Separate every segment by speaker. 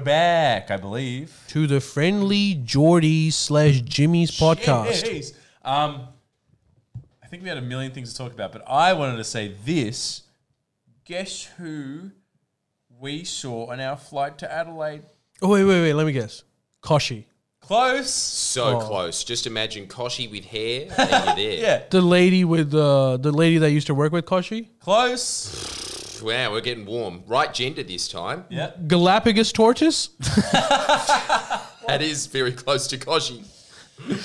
Speaker 1: back, I believe.
Speaker 2: to the friendly Geordie slash Jimmy's podcast.
Speaker 1: Jeez. Um, I think we had a million things to talk about, but I wanted to say this. Guess who we saw on our flight to Adelaide?
Speaker 2: Oh wait, wait, wait. Let me guess. Koshi,
Speaker 1: Close.
Speaker 3: So close. Just imagine Koshi with hair, and you're there.
Speaker 1: Oh. Yeah,
Speaker 2: the lady with uh, the lady that used to work with Koshi,
Speaker 1: close.
Speaker 3: Wow, we're getting warm. Right gender this time.
Speaker 1: Yeah.
Speaker 2: Galapagos tortoise.
Speaker 3: That is very close to Koshi.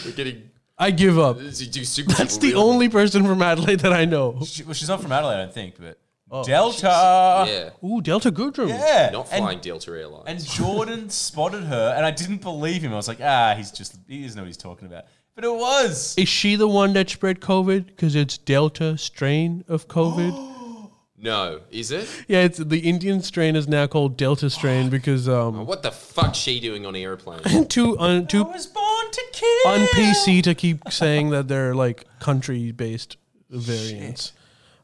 Speaker 3: we're getting.
Speaker 2: I give up.
Speaker 3: this is- do super
Speaker 2: That's
Speaker 3: people
Speaker 2: the
Speaker 3: really-
Speaker 2: only person from Adelaide that I know.
Speaker 1: She, well, she's not from Adelaide, I don't think, but
Speaker 3: Oh,
Speaker 1: Delta.
Speaker 3: Yeah.
Speaker 2: Ooh, Delta Goodrum.
Speaker 1: Yeah.
Speaker 3: Not
Speaker 1: And-
Speaker 3: flying Delta Airlines.
Speaker 1: And Jordan spotted her, and I didn't believe him. I was like, ah, he's just, he doesn't know what he's talking about. But it was.
Speaker 2: Is she the one that spread COVID? Because it's Delta strain of COVID.
Speaker 3: no, is it?
Speaker 2: yeah, it's the Indian strain is now called Delta strain because um,
Speaker 3: What the fuck's she doing on airplane?
Speaker 2: too un,
Speaker 1: I
Speaker 2: too
Speaker 1: was born to kill.
Speaker 2: on PC to keep saying that they're like country based variants.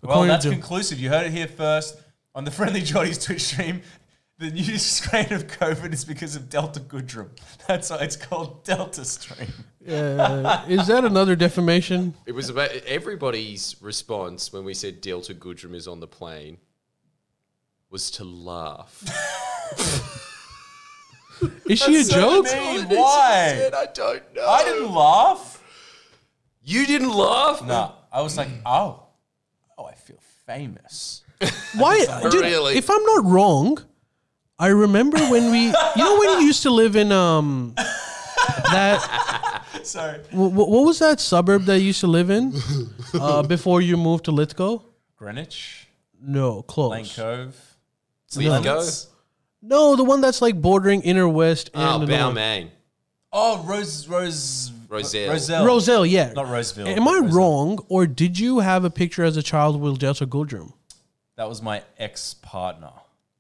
Speaker 1: Well,
Speaker 2: According
Speaker 1: that's
Speaker 2: to-
Speaker 1: conclusive. You heard it here first on the Friendly Geordie's Twitch stream. The new strain of COVID is because of Delta Goodrum. That's why it's called Delta strain.
Speaker 2: Uh, is that another defamation?
Speaker 3: It was about everybody's response when we said Delta Goodrum is on the plane was to laugh.
Speaker 2: Is she a joke?
Speaker 1: amazing. Hey,
Speaker 3: All it is
Speaker 1: why?
Speaker 3: is said, I don't know.
Speaker 1: I didn't laugh.
Speaker 3: You didn't laugh?
Speaker 1: Nah, I was
Speaker 2: Mm.
Speaker 1: like, oh, oh, I feel famous.
Speaker 2: Why, dude?
Speaker 3: Really?
Speaker 2: If I'm not wrong, I remember when we, you know, when you used to live in um, that
Speaker 1: Sorry,
Speaker 2: wh- wh- what was that suburb that you used to live in uh, before you moved to Lithgow?
Speaker 1: Greenwich,
Speaker 2: No, close.
Speaker 1: Lane Cove,
Speaker 3: Lithgow?
Speaker 1: Leonards.
Speaker 2: No, the one that's like bordering Inner West and
Speaker 3: Oh,
Speaker 2: the North.
Speaker 3: Balmain.
Speaker 1: Oh, Rose, Rose,
Speaker 3: Roselle.
Speaker 1: Roselle,
Speaker 2: Roselle, yeah.
Speaker 1: not Roseville.
Speaker 2: Am I
Speaker 1: Roselle.
Speaker 2: wrong, or did you have a picture as a child with Delta Goodrum?
Speaker 1: That was my ex-partner.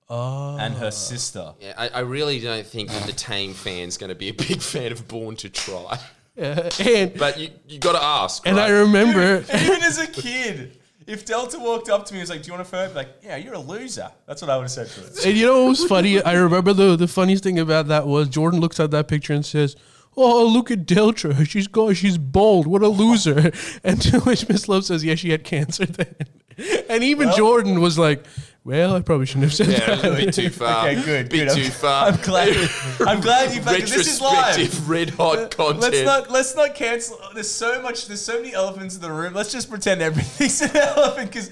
Speaker 2: Ah.
Speaker 1: And her sister.
Speaker 3: Yeah, I, I really don't think that the Tame fan's going to be a big fan of Born to Try.
Speaker 2: And
Speaker 3: But you, you got to ask.
Speaker 2: and I
Speaker 3: right?
Speaker 2: remember,
Speaker 1: And even as a kid, if Delta walked up to me and was like, Do you want a phone? I'd be like, Yeah, you're a loser. That's what I would have said to her.
Speaker 2: and you know what was funny? I remember the the funniest thing about that was Jordan looks at that picture and says. Oh, look at Deltra. She's gone. She's bald. What a loser. And to which Miss Love says, yeah, she had cancer then. And even Jordan was like, well, I probably shouldn't have said
Speaker 3: Yeah, it
Speaker 2: that.
Speaker 3: was a bit too far.
Speaker 1: Okay, good, good.
Speaker 3: Bit
Speaker 1: I'm-
Speaker 3: too far.
Speaker 1: I'm glad I'm glad you fucking this is live. Uh,
Speaker 3: Retrospective red hot content.
Speaker 1: Let's not let's not cancel there's so much there's so many elephants in the room. Let's just pretend everything's an elephant because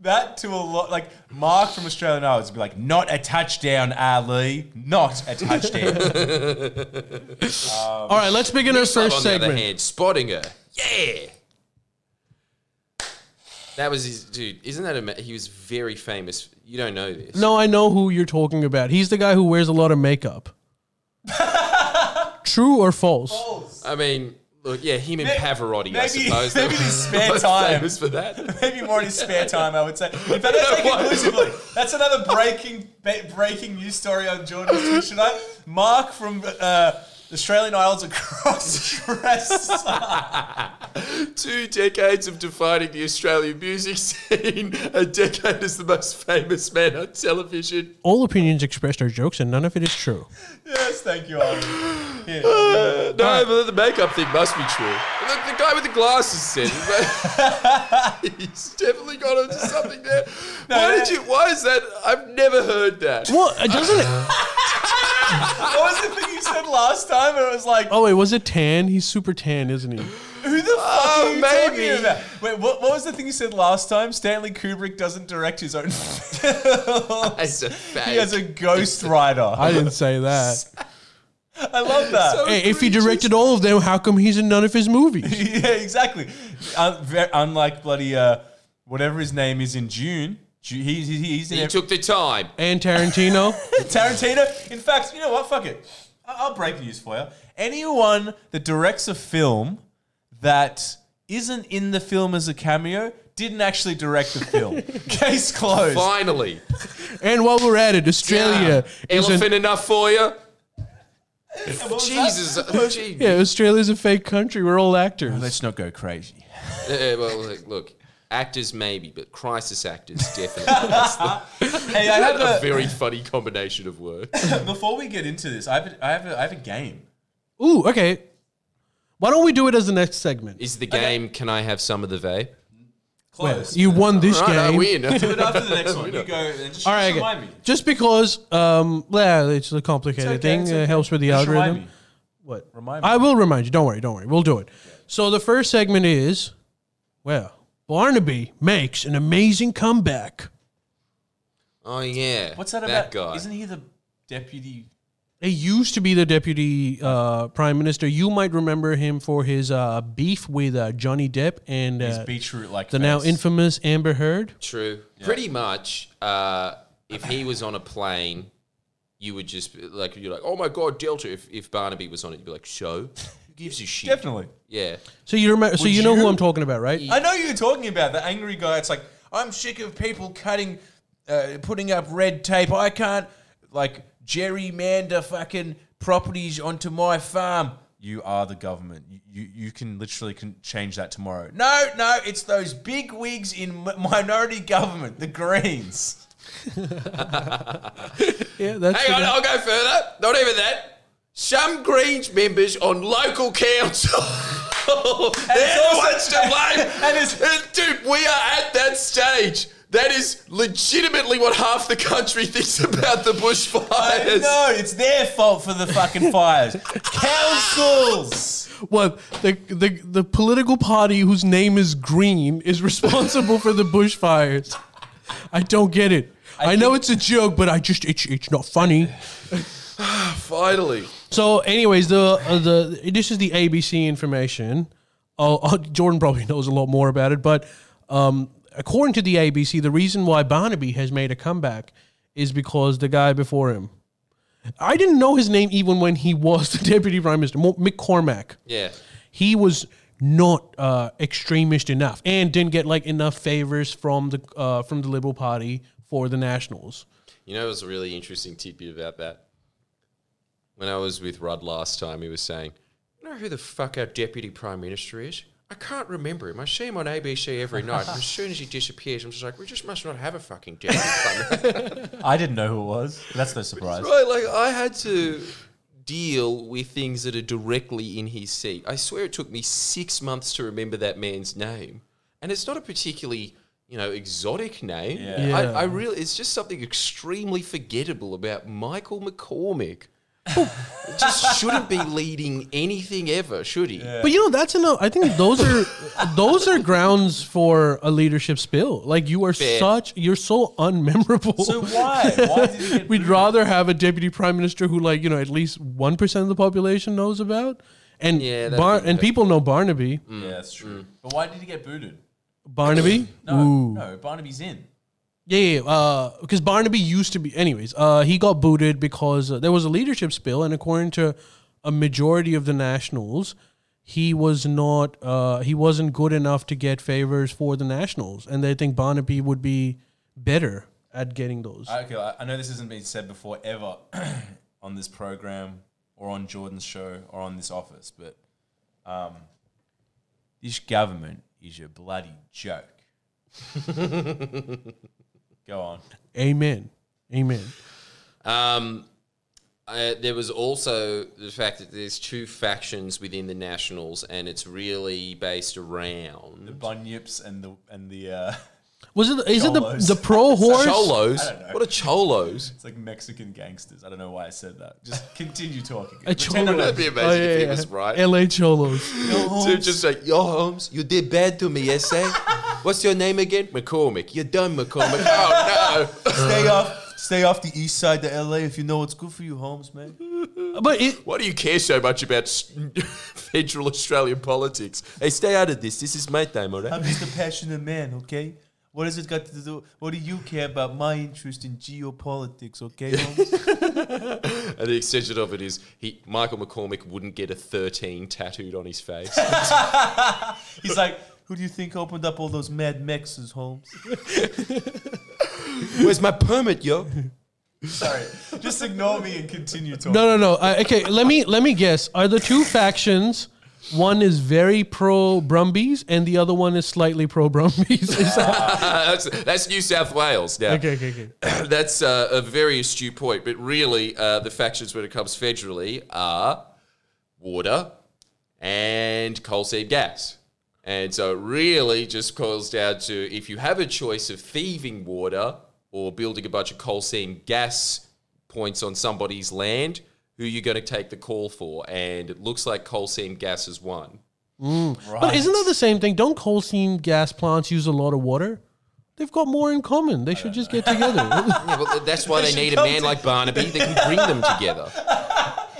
Speaker 1: that to a lot like Mark from Australian Isles would be like, not a touchdown, Ali. Not a touchdown.
Speaker 2: All right, let's begin our
Speaker 3: But
Speaker 2: first
Speaker 3: on the other
Speaker 2: segment.
Speaker 3: hand, spotting her. Yeah. That was his dude. Isn't that a? ma- He was very famous. You don't know this.
Speaker 2: No, I know who you're talking about. He's the guy who wears a lot of makeup. True or false?
Speaker 3: I mean, look, yeah, him and Pavarotti. I
Speaker 1: maybe-
Speaker 3: suppose
Speaker 1: maybe
Speaker 3: they were
Speaker 1: his spare
Speaker 3: both
Speaker 1: time.
Speaker 3: famous for that.
Speaker 1: Maybe more in his spare time, I would say. In fact, that's like
Speaker 3: Why?
Speaker 1: conclusively. That's another breaking ba- breaking news story on Jordan's Twitch tonight. Mark from uh, Australian Isles across dress.
Speaker 3: Two decades of defining the Australian music scene. A decade as the most famous man on television.
Speaker 2: All opinions expressed are jokes, and none of it is true.
Speaker 1: yes, thank you, Ollie. Here.
Speaker 3: Uh, no, but the makeup thing must be true. Look, the guy with the glasses said it, but he's definitely got onto something there. why did
Speaker 1: no.
Speaker 3: you? Why is that? I've never heard that.
Speaker 2: What? It doesn't it?
Speaker 1: What was the thing you said last time? It was like,
Speaker 2: Oh wait, was it tan? He's super tan, isn't he?
Speaker 1: who the fuck
Speaker 3: Oh,
Speaker 1: are you
Speaker 3: maybe.
Speaker 1: talking about? Wait, what, what was the thing you said last time? Stanley Kubrick doesn't direct his own film.
Speaker 3: It's a fake.
Speaker 1: He has a ghost writer.
Speaker 2: I
Speaker 1: I,
Speaker 2: didn't say that.
Speaker 1: love that.
Speaker 2: Hey, if he directed all of them, how come he's in none of his movies?
Speaker 1: yeah, exactly. Un- ve- unlike bloody uh, whatever his name is in June. Ju- He's, he's, he's in
Speaker 3: He
Speaker 1: every-
Speaker 3: took the time.
Speaker 2: And Tarantino.
Speaker 1: Tarantino. In fact, you know what? Fuck it. I- I'll break news for you. Anyone that directs a film that isn't in the film as a cameo didn't actually direct the film. Case closed.
Speaker 3: Finally,
Speaker 2: and while we're at it, Australia
Speaker 3: Damn.
Speaker 2: is an,
Speaker 3: elephant enough for you.
Speaker 1: What was that?
Speaker 3: Jesus, uh, gee.
Speaker 2: yeah, Australia's a fake country. We're all actors.
Speaker 1: Let's not go crazy.
Speaker 3: Uh, well, look, look, Actors maybe, but crisis actors definitely. That's the,
Speaker 1: Hey, I have
Speaker 3: a
Speaker 1: a,
Speaker 3: very funny combination of words.
Speaker 1: before we get into this, I have a, I have a, I have a game.
Speaker 2: Ooh, okay. Why don't we do it as the next segment?
Speaker 3: Is the game? Can I have some of the vape?
Speaker 1: Close.
Speaker 2: You won this
Speaker 3: Right, I
Speaker 2: game.
Speaker 3: win.
Speaker 1: Do it after the next one. You go and just,
Speaker 2: All right,
Speaker 1: just remind me.
Speaker 2: just because, um, well, it's a complicated
Speaker 1: It's okay,
Speaker 2: thing.
Speaker 1: it's
Speaker 2: It
Speaker 1: okay.
Speaker 2: helps with the
Speaker 1: Just
Speaker 2: algorithm.
Speaker 1: remind me.
Speaker 2: What?
Speaker 1: Remind me.
Speaker 2: I will remind you. Don't worry. Don't worry. We'll do it. So the first segment is, well, Barnaby makes an amazing comeback.
Speaker 3: Oh yeah.
Speaker 1: What's that, about?
Speaker 3: That guy.
Speaker 1: Isn't he the deputy?
Speaker 2: He used to be the deputy uh, prime minister. You might remember him for his uh, beef with uh, Johnny Depp and
Speaker 1: He's
Speaker 2: uh,
Speaker 1: beetroot like
Speaker 2: the now infamous Amber Heard.
Speaker 3: True. Pretty much, uh, if he was on a plane, you would just be like you're like, oh my god, Delta. If, if Barnaby was on it, you'd be like, so who gives a shit?
Speaker 1: Definitely.
Speaker 3: Yeah.
Speaker 2: So you remember? So
Speaker 1: Would
Speaker 2: you know who
Speaker 1: you-
Speaker 2: I'm talking about, right?
Speaker 1: I know you're talking about the angry guy. It's like I'm sick of people cutting, uh, putting up red tape. I can't like gerrymander fucking properties onto my farm. You are the government. You you, you can literally can change that tomorrow. No, no, it's those big wigs in m- minority government, the Greens.
Speaker 2: Yeah, that's
Speaker 3: Hang
Speaker 2: the
Speaker 3: on,
Speaker 2: guy.
Speaker 3: I'll go further. Not even that. Some Greens members on local council. They're the
Speaker 1: also-
Speaker 3: ones to blame.
Speaker 1: and it's-
Speaker 3: Dude, we are at that stage. That is legitimately what half the country thinks about the bushfires.
Speaker 1: No, it's their fault for the fucking fires. Councils.
Speaker 2: What the, the the political party whose name is Green is responsible for the bushfires? I don't get it. I, know it's a joke, but I just it's it's not funny.
Speaker 3: Finally.
Speaker 2: So, anyways, the uh, the this is the ABC information. Oh, oh, Jordan probably knows a lot more about it, but um, according to the ABC, the reason why Barnaby has made a comeback is because the guy before him. I didn't know his name even when he was the deputy prime minister, Mo- Mick Cormack.
Speaker 3: Yeah.
Speaker 2: he was not uh, extremist enough and didn't get like enough favors from the uh, from the Liberal Party for the Nationals.
Speaker 3: You know, it was a really interesting tidbit about that. When I was with Rudd last time, he was saying, "You know who the fuck our deputy prime minister is? I can't remember him. I see him on ABC every night. and as soon as he disappears, I'm just like, we just must not have a fucking deputy prime minister."
Speaker 1: I didn't know who it was. That's no surprise.
Speaker 3: right? Like I had to deal with things that are directly in his seat. I swear it took me six months to remember that man's name, and it's not a particularly you know exotic name.
Speaker 1: Yeah.
Speaker 2: Yeah.
Speaker 3: I, I really, it's just something extremely forgettable about Michael McCormick. just shouldn't be leading anything ever, should he?
Speaker 2: But you know that's enough. I think those are those are grounds for a leadership spill. Like you are
Speaker 3: Fair.
Speaker 2: such you're so unmemorable.
Speaker 1: So why? Why did he get
Speaker 2: We'd rather have a deputy prime minister who like you know at least one percent of the population knows about, and
Speaker 3: Yeah, Mm. that'd
Speaker 2: Bar-
Speaker 3: be
Speaker 2: and
Speaker 3: perfect.
Speaker 2: people know Barnaby.
Speaker 1: Yeah, that's true. But why did he get booted?
Speaker 2: Barnaby.
Speaker 1: No,
Speaker 2: Ooh.
Speaker 1: no, Barnaby's in.
Speaker 2: Yeah, yeah, because Barnaby used to be. Anyways, uh, he got booted because uh, there was a leadership spill, and according to a majority of the Nationals, he was not. Uh, he wasn't good enough to get favors for the Nationals, and they think Barnaby would be better at getting those.
Speaker 1: Okay, I I know this hasn't been said before ever on this program or on Jordan's show or on this office, but um, this government is a bloody joke. Go on.
Speaker 2: Amen. Amen.
Speaker 3: Um, uh, there was also the fact that there's two factions within the Nationals, and it's really based
Speaker 1: The
Speaker 3: around
Speaker 1: bunyips and the and the uh,
Speaker 2: Was it? Is
Speaker 1: Cholos.
Speaker 2: it the the pro horse?
Speaker 3: cholos.
Speaker 1: I don't know.
Speaker 3: What are cholos?
Speaker 1: it's like Mexican gangsters. I don't know why I said that. Just continue talking.
Speaker 2: A
Speaker 1: Pretend I
Speaker 2: cholo.
Speaker 1: don't-
Speaker 3: That'd be amazing
Speaker 2: Oh,
Speaker 3: if he
Speaker 2: yeah,
Speaker 3: was
Speaker 2: yeah.
Speaker 3: right.
Speaker 2: L.A. Cholos.
Speaker 3: So just like, yo, Holmes, you did bad to me, yes, eh? What's your name again? McCormick. You're done, McCormick. oh, no.
Speaker 1: Stay off. Stay off the east side of LA if you know what's good for you, Holmes, man.
Speaker 2: but it,
Speaker 3: Why do you care so much about s- federal Australian politics? Hey, stay out of this. This is my time, all right?
Speaker 1: I'm just a passionate man, okay? What has it got to do? What do you care about my interest in geopolitics, okay? Holmes?
Speaker 3: And the extension of it is he, Michael McCormick wouldn't get a 13 tattooed on his face.
Speaker 1: He's like, who do you think opened up all those Mad Mexes, Holmes?
Speaker 3: Where's my permit, yo?
Speaker 1: Sorry, just ignore me and continue talking.
Speaker 2: No, no, no. Uh, okay, let me let me guess. Are the two factions One is very pro Brumbies, and the other one is slightly pro Brumbies. Is that-
Speaker 3: Uh, that's, that's New South Wales now.
Speaker 2: okay, okay, okay.
Speaker 3: that's uh, a very astute point. But really, uh, the factions when it comes federally are water and coal seam gas. And so it really just boils down to if you have a choice of thieving water or building a bunch of coal seam gas points on somebody's land, who are you going to take the call for? And it looks like coal seam gas is one.
Speaker 1: Right.
Speaker 2: But isn't that the same thing? Don't coal seam gas plants use a lot of water? They've got more in common. They should just get together.
Speaker 3: Yeah, well, that's why they,
Speaker 1: should
Speaker 3: need a
Speaker 1: come
Speaker 3: man
Speaker 1: to-
Speaker 3: like Barnaby that can bring them together.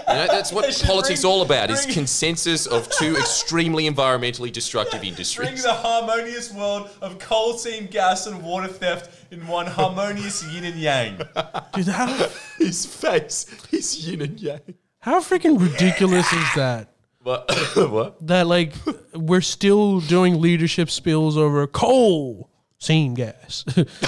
Speaker 3: You know, that's what
Speaker 1: They should
Speaker 3: politics
Speaker 1: bring-
Speaker 3: all about is
Speaker 1: bring-
Speaker 3: consensus of two extremely environmentally destructive
Speaker 1: Bring
Speaker 3: industries.
Speaker 1: the harmonious world of coal seam gas and water theft in one harmonious yin and yang.
Speaker 2: Dude, how,
Speaker 3: His face, his yin and yang.
Speaker 2: how freaking ridiculous is that?
Speaker 3: What? what?
Speaker 2: That, like, we're still doing leadership spills over coal seam gas.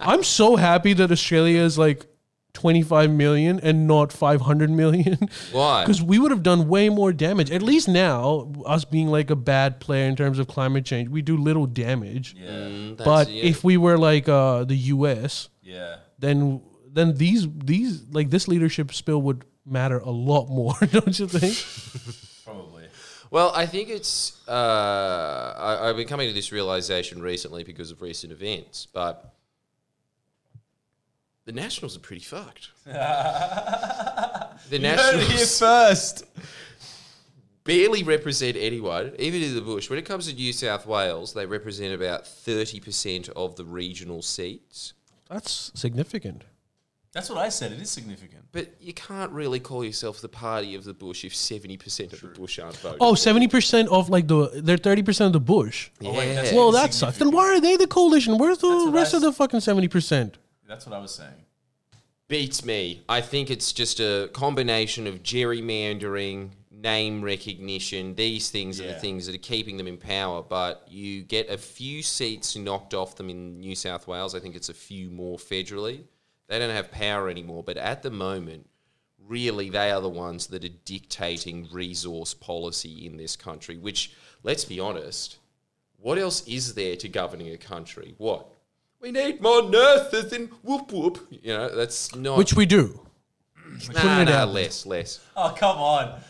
Speaker 2: I'm so happy that Australia is like 25 million and not 500 million.
Speaker 3: Why?
Speaker 2: Because we would have done way more damage. At least now, us being like a bad player in terms of climate change, we do little damage.
Speaker 3: Mm, that's-
Speaker 2: But
Speaker 3: yeah.
Speaker 2: if we were like uh, the U.S.,
Speaker 1: Yeah.
Speaker 2: then then these these like this leadership spill would matter a lot more, don't you think?
Speaker 1: Probably.
Speaker 3: Well, I think it's. Uh, I, I've been coming to this realization recently because of recent events, but the Nationals are pretty fucked. the
Speaker 1: Heard it
Speaker 3: Nationals.
Speaker 1: here first.
Speaker 3: barely represent anyone, even in the bush. When it comes to New South Wales, they represent about 30% of the regional seats.
Speaker 2: That's significant.
Speaker 1: That's what I said. It is significant.
Speaker 3: But you can't really call yourself the party of the bush if 70% of the bush aren't voting.
Speaker 2: Oh, 70 percent of like the they're thirty percent of the bush. Oh,
Speaker 3: yeah.
Speaker 1: wait, that's-
Speaker 2: Well, that sucks. Then why are they the coalition? Where's the
Speaker 1: what
Speaker 2: rest
Speaker 1: I
Speaker 2: of the fucking seventy percent?
Speaker 1: That's what I was saying.
Speaker 3: beats me. I think it's just a combination of gerrymandering, name recognition. These things are the
Speaker 1: Yeah.
Speaker 3: things that are keeping them in power. But you get a few seats knocked off them in New South Wales. I think it's a few more federally. They don't have power anymore. But at the moment, really, they are the ones that are dictating resource policy in this country, which, let's be honest, what else is there to governing a country? What? We need more nurses and whoop whoop. You know, that's not.
Speaker 2: Which we do.
Speaker 3: nah,
Speaker 2: putting it
Speaker 3: nah,
Speaker 2: out there.
Speaker 3: less, less.
Speaker 1: Oh, come on.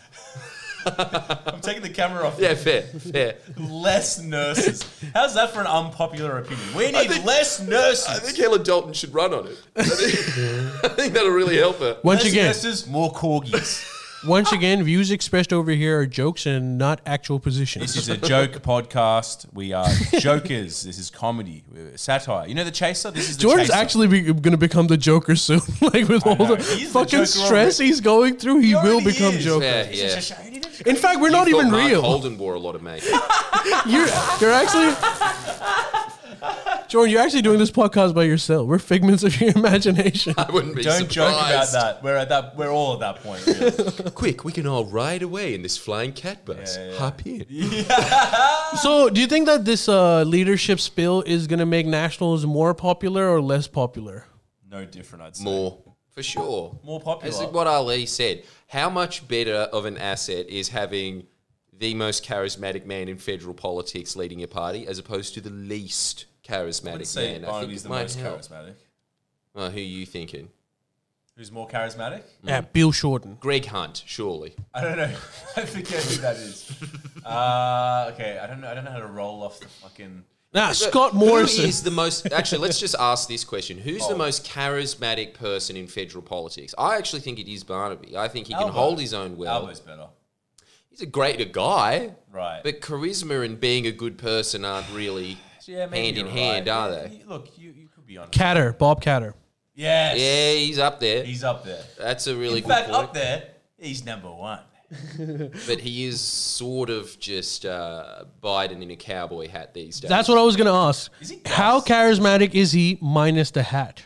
Speaker 1: I'm taking the camera off.
Speaker 3: Yeah, fair, fair.
Speaker 1: Less nurses. How's that for an unpopular opinion? We need
Speaker 3: think-
Speaker 1: less
Speaker 3: I
Speaker 1: nurses.
Speaker 3: think Helen Dalton should run on it. I think, I think that'll really help her.
Speaker 2: Once
Speaker 1: less
Speaker 2: again,
Speaker 1: nurses, more corgis.
Speaker 2: once again, views expressed over here are jokes and not actual positions.
Speaker 1: this is a joke podcast. We are jokers. This is comedy, We're satire. You know the chaser. This is the
Speaker 2: Jordan's
Speaker 1: chaser.
Speaker 2: actually be, going to become the Joker soon. like with all
Speaker 1: know.
Speaker 2: the
Speaker 1: He's the
Speaker 2: fucking
Speaker 1: Joker
Speaker 2: stress he's going through, he,
Speaker 1: He
Speaker 2: will
Speaker 1: already
Speaker 2: become
Speaker 1: is.
Speaker 2: Joker.
Speaker 3: Yeah,
Speaker 1: It's
Speaker 3: yeah.
Speaker 1: just a show. You didn't-
Speaker 2: In fact, we're not
Speaker 3: Thought
Speaker 2: even
Speaker 3: Mark
Speaker 2: real.
Speaker 3: Holden wore a lot of makeup.
Speaker 2: You're you're actually Jordan. You're actually doing this podcast by yourself. We're figments of your imagination.
Speaker 3: I wouldn't be
Speaker 1: Don't joke about
Speaker 3: surprised.
Speaker 1: that. We're at that. We're all at that point. Really.
Speaker 3: Quick, we can all ride away in this flying cat bus.
Speaker 1: Yeah, yeah.
Speaker 3: Hop in.
Speaker 2: So, do you think that this uh, leadership spill is going to make nationals more popular or less popular?
Speaker 1: No different. I'd say.
Speaker 3: More, for sure.
Speaker 1: More popular.
Speaker 3: This is what Ali said. How much better of an asset is having the most charismatic man in federal politics leading your party as opposed to the least
Speaker 1: I would
Speaker 3: charismatic
Speaker 1: say
Speaker 3: man? I think
Speaker 1: Barnaby's
Speaker 3: it
Speaker 1: the
Speaker 3: might
Speaker 1: most
Speaker 3: help.
Speaker 1: charismatic.
Speaker 3: Well, who are you thinking?
Speaker 1: Who's more charismatic?
Speaker 2: Yeah, Mm. Bill Shorten.
Speaker 3: Greg Hunt, surely.
Speaker 1: I don't know. I forget who that is. Uh, okay, I don't know. I don't know how to roll off the fucking.
Speaker 2: Nah, Scott
Speaker 3: Who
Speaker 2: Morrison.
Speaker 3: is the most? Actually, let's just ask this question: Who's
Speaker 1: Oh.
Speaker 3: the most charismatic person in federal politics? I actually think it is Barnaby. I think he can
Speaker 1: Albo.
Speaker 3: hold his own well.
Speaker 1: Albo's better.
Speaker 3: He's a greater guy,
Speaker 1: Right.
Speaker 3: but charisma and being a good person aren't really
Speaker 1: yeah, maybe
Speaker 3: hand in
Speaker 1: you're
Speaker 3: hand,
Speaker 1: right.
Speaker 3: are
Speaker 1: Yeah,
Speaker 3: they?
Speaker 1: you- Look, you, you could be honest.
Speaker 2: Catter, Bob Catter.
Speaker 1: yes.
Speaker 3: Yeah, he's up there.
Speaker 1: He's up there.
Speaker 3: That's a really
Speaker 1: In
Speaker 3: good
Speaker 1: fact,
Speaker 3: point.
Speaker 1: up there, he's number one.
Speaker 3: But he is sort of just uh, Biden in a cowboy hat these days.
Speaker 2: That's what I was going to ask.
Speaker 1: Is he
Speaker 2: How charismatic is he minus the hat?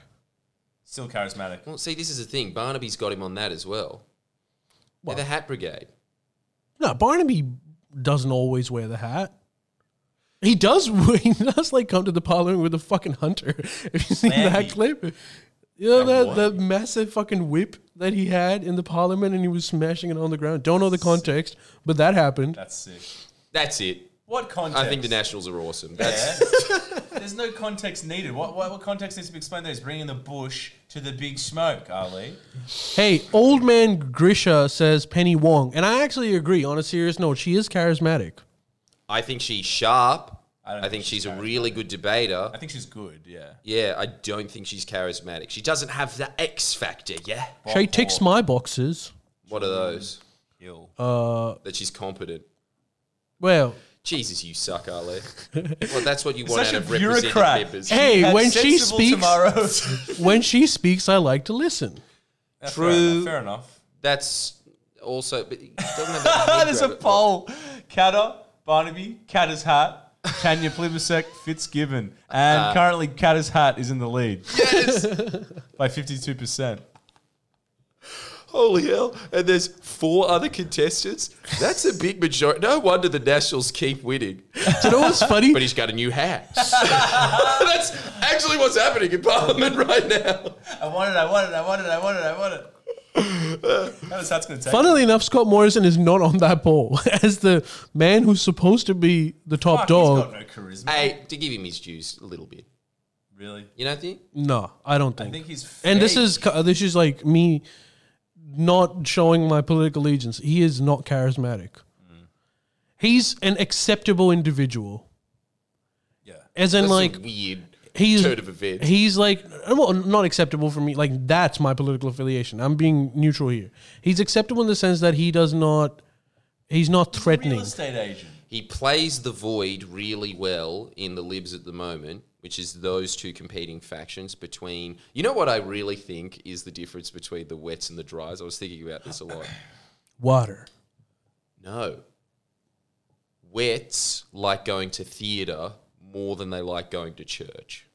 Speaker 1: Still charismatic.
Speaker 3: well, see, this is the thing. Barnaby's got him on that as well. They're
Speaker 2: What?
Speaker 3: the Hat Brigade.
Speaker 2: No, Barnaby doesn't always wear the hat. He does. He does like come to the parliament with a fucking hunter. If you seen
Speaker 1: Slammy.
Speaker 2: that clip, You know that,
Speaker 1: what?
Speaker 2: that massive fucking whip that he had in the parliament and he was smashing it on the ground. Don't know the context, but that happened.
Speaker 1: That's sick.
Speaker 3: That's it.
Speaker 1: What context?
Speaker 3: I think the Nationals are awesome. That's
Speaker 1: Yeah. There's no context needed. What, what, what context needs to be explained there is bringing the bush to the big smoke, Ali.
Speaker 2: Hey, old man Grisha says Penny Wong, and I actually agree. On a serious note, she is charismatic.
Speaker 3: I think she's sharp.
Speaker 1: I
Speaker 3: I,
Speaker 1: don't think
Speaker 3: think
Speaker 1: she's
Speaker 3: she's a really good debater.
Speaker 1: I think she's good, yeah.
Speaker 3: Yeah, I don't think she's charismatic. She doesn't have the X factor. Yeah.
Speaker 2: She ticks my boxes.
Speaker 3: What are those?
Speaker 1: Hill.
Speaker 3: That she's competent.
Speaker 2: Well,
Speaker 3: Jesus, you suck, Ali. well, that's what you want
Speaker 1: Such
Speaker 3: out
Speaker 1: a
Speaker 3: of representative
Speaker 1: bureaucrat.
Speaker 3: members.
Speaker 2: hey,
Speaker 1: Have
Speaker 2: when she
Speaker 1: sensible
Speaker 2: speaks,
Speaker 1: tomorrows.
Speaker 2: when she speaks, I like to listen.
Speaker 1: Yeah, Fair
Speaker 3: True.
Speaker 1: enough. Fair enough.
Speaker 3: That's also. But it doesn't have that
Speaker 1: Ah,
Speaker 3: head
Speaker 1: there's a
Speaker 3: grab it.
Speaker 1: poll. Catter, Barnaby, Catter's Hat, Tanya Plibersek, Fitzgibbon. And
Speaker 2: Uh,
Speaker 1: currently, Catter's Hat is in the lead
Speaker 3: Yes!
Speaker 1: by 52%.
Speaker 3: Holy hell. And there's four other contestants. That's a big majority. No wonder the Nationals keep winning.
Speaker 2: Do you know what's funny?
Speaker 3: But he's got a new hat. That's actually what's happening in Parliament right now.
Speaker 1: I want it, I want it, I want it, I want it, I want it. Catter's Hat's going to take
Speaker 2: Funnily enough, Scott Morrison is not on that poll as the man who's supposed to be the top
Speaker 1: Fuck,
Speaker 2: dog.
Speaker 1: He's got no charisma.
Speaker 3: Hey, to give him his dues a little bit.
Speaker 1: Really?
Speaker 3: You don't think?
Speaker 2: No, I don't think.
Speaker 1: I think he's. Fake.
Speaker 2: and this is ca- this is like me not showing my political allegiance. He is not charismatic.
Speaker 1: Mm.
Speaker 2: He's an acceptable individual.
Speaker 1: Yeah.
Speaker 2: As in,
Speaker 3: That's
Speaker 2: like
Speaker 3: a weird
Speaker 2: he's
Speaker 3: turn of events.
Speaker 2: he's like well, not acceptable for me. Like that's my political affiliation. I'm being neutral here. He's acceptable in the sense that he does not. He's not
Speaker 1: Real
Speaker 2: threatening.
Speaker 1: estate agent.
Speaker 3: he plays the void really well in the libs at the moment which is those two competing factions between you know what i really think is the difference between the wets and the dries i was thinking about this a lot
Speaker 2: Water.
Speaker 3: no wets like going to theatre more than they like going to church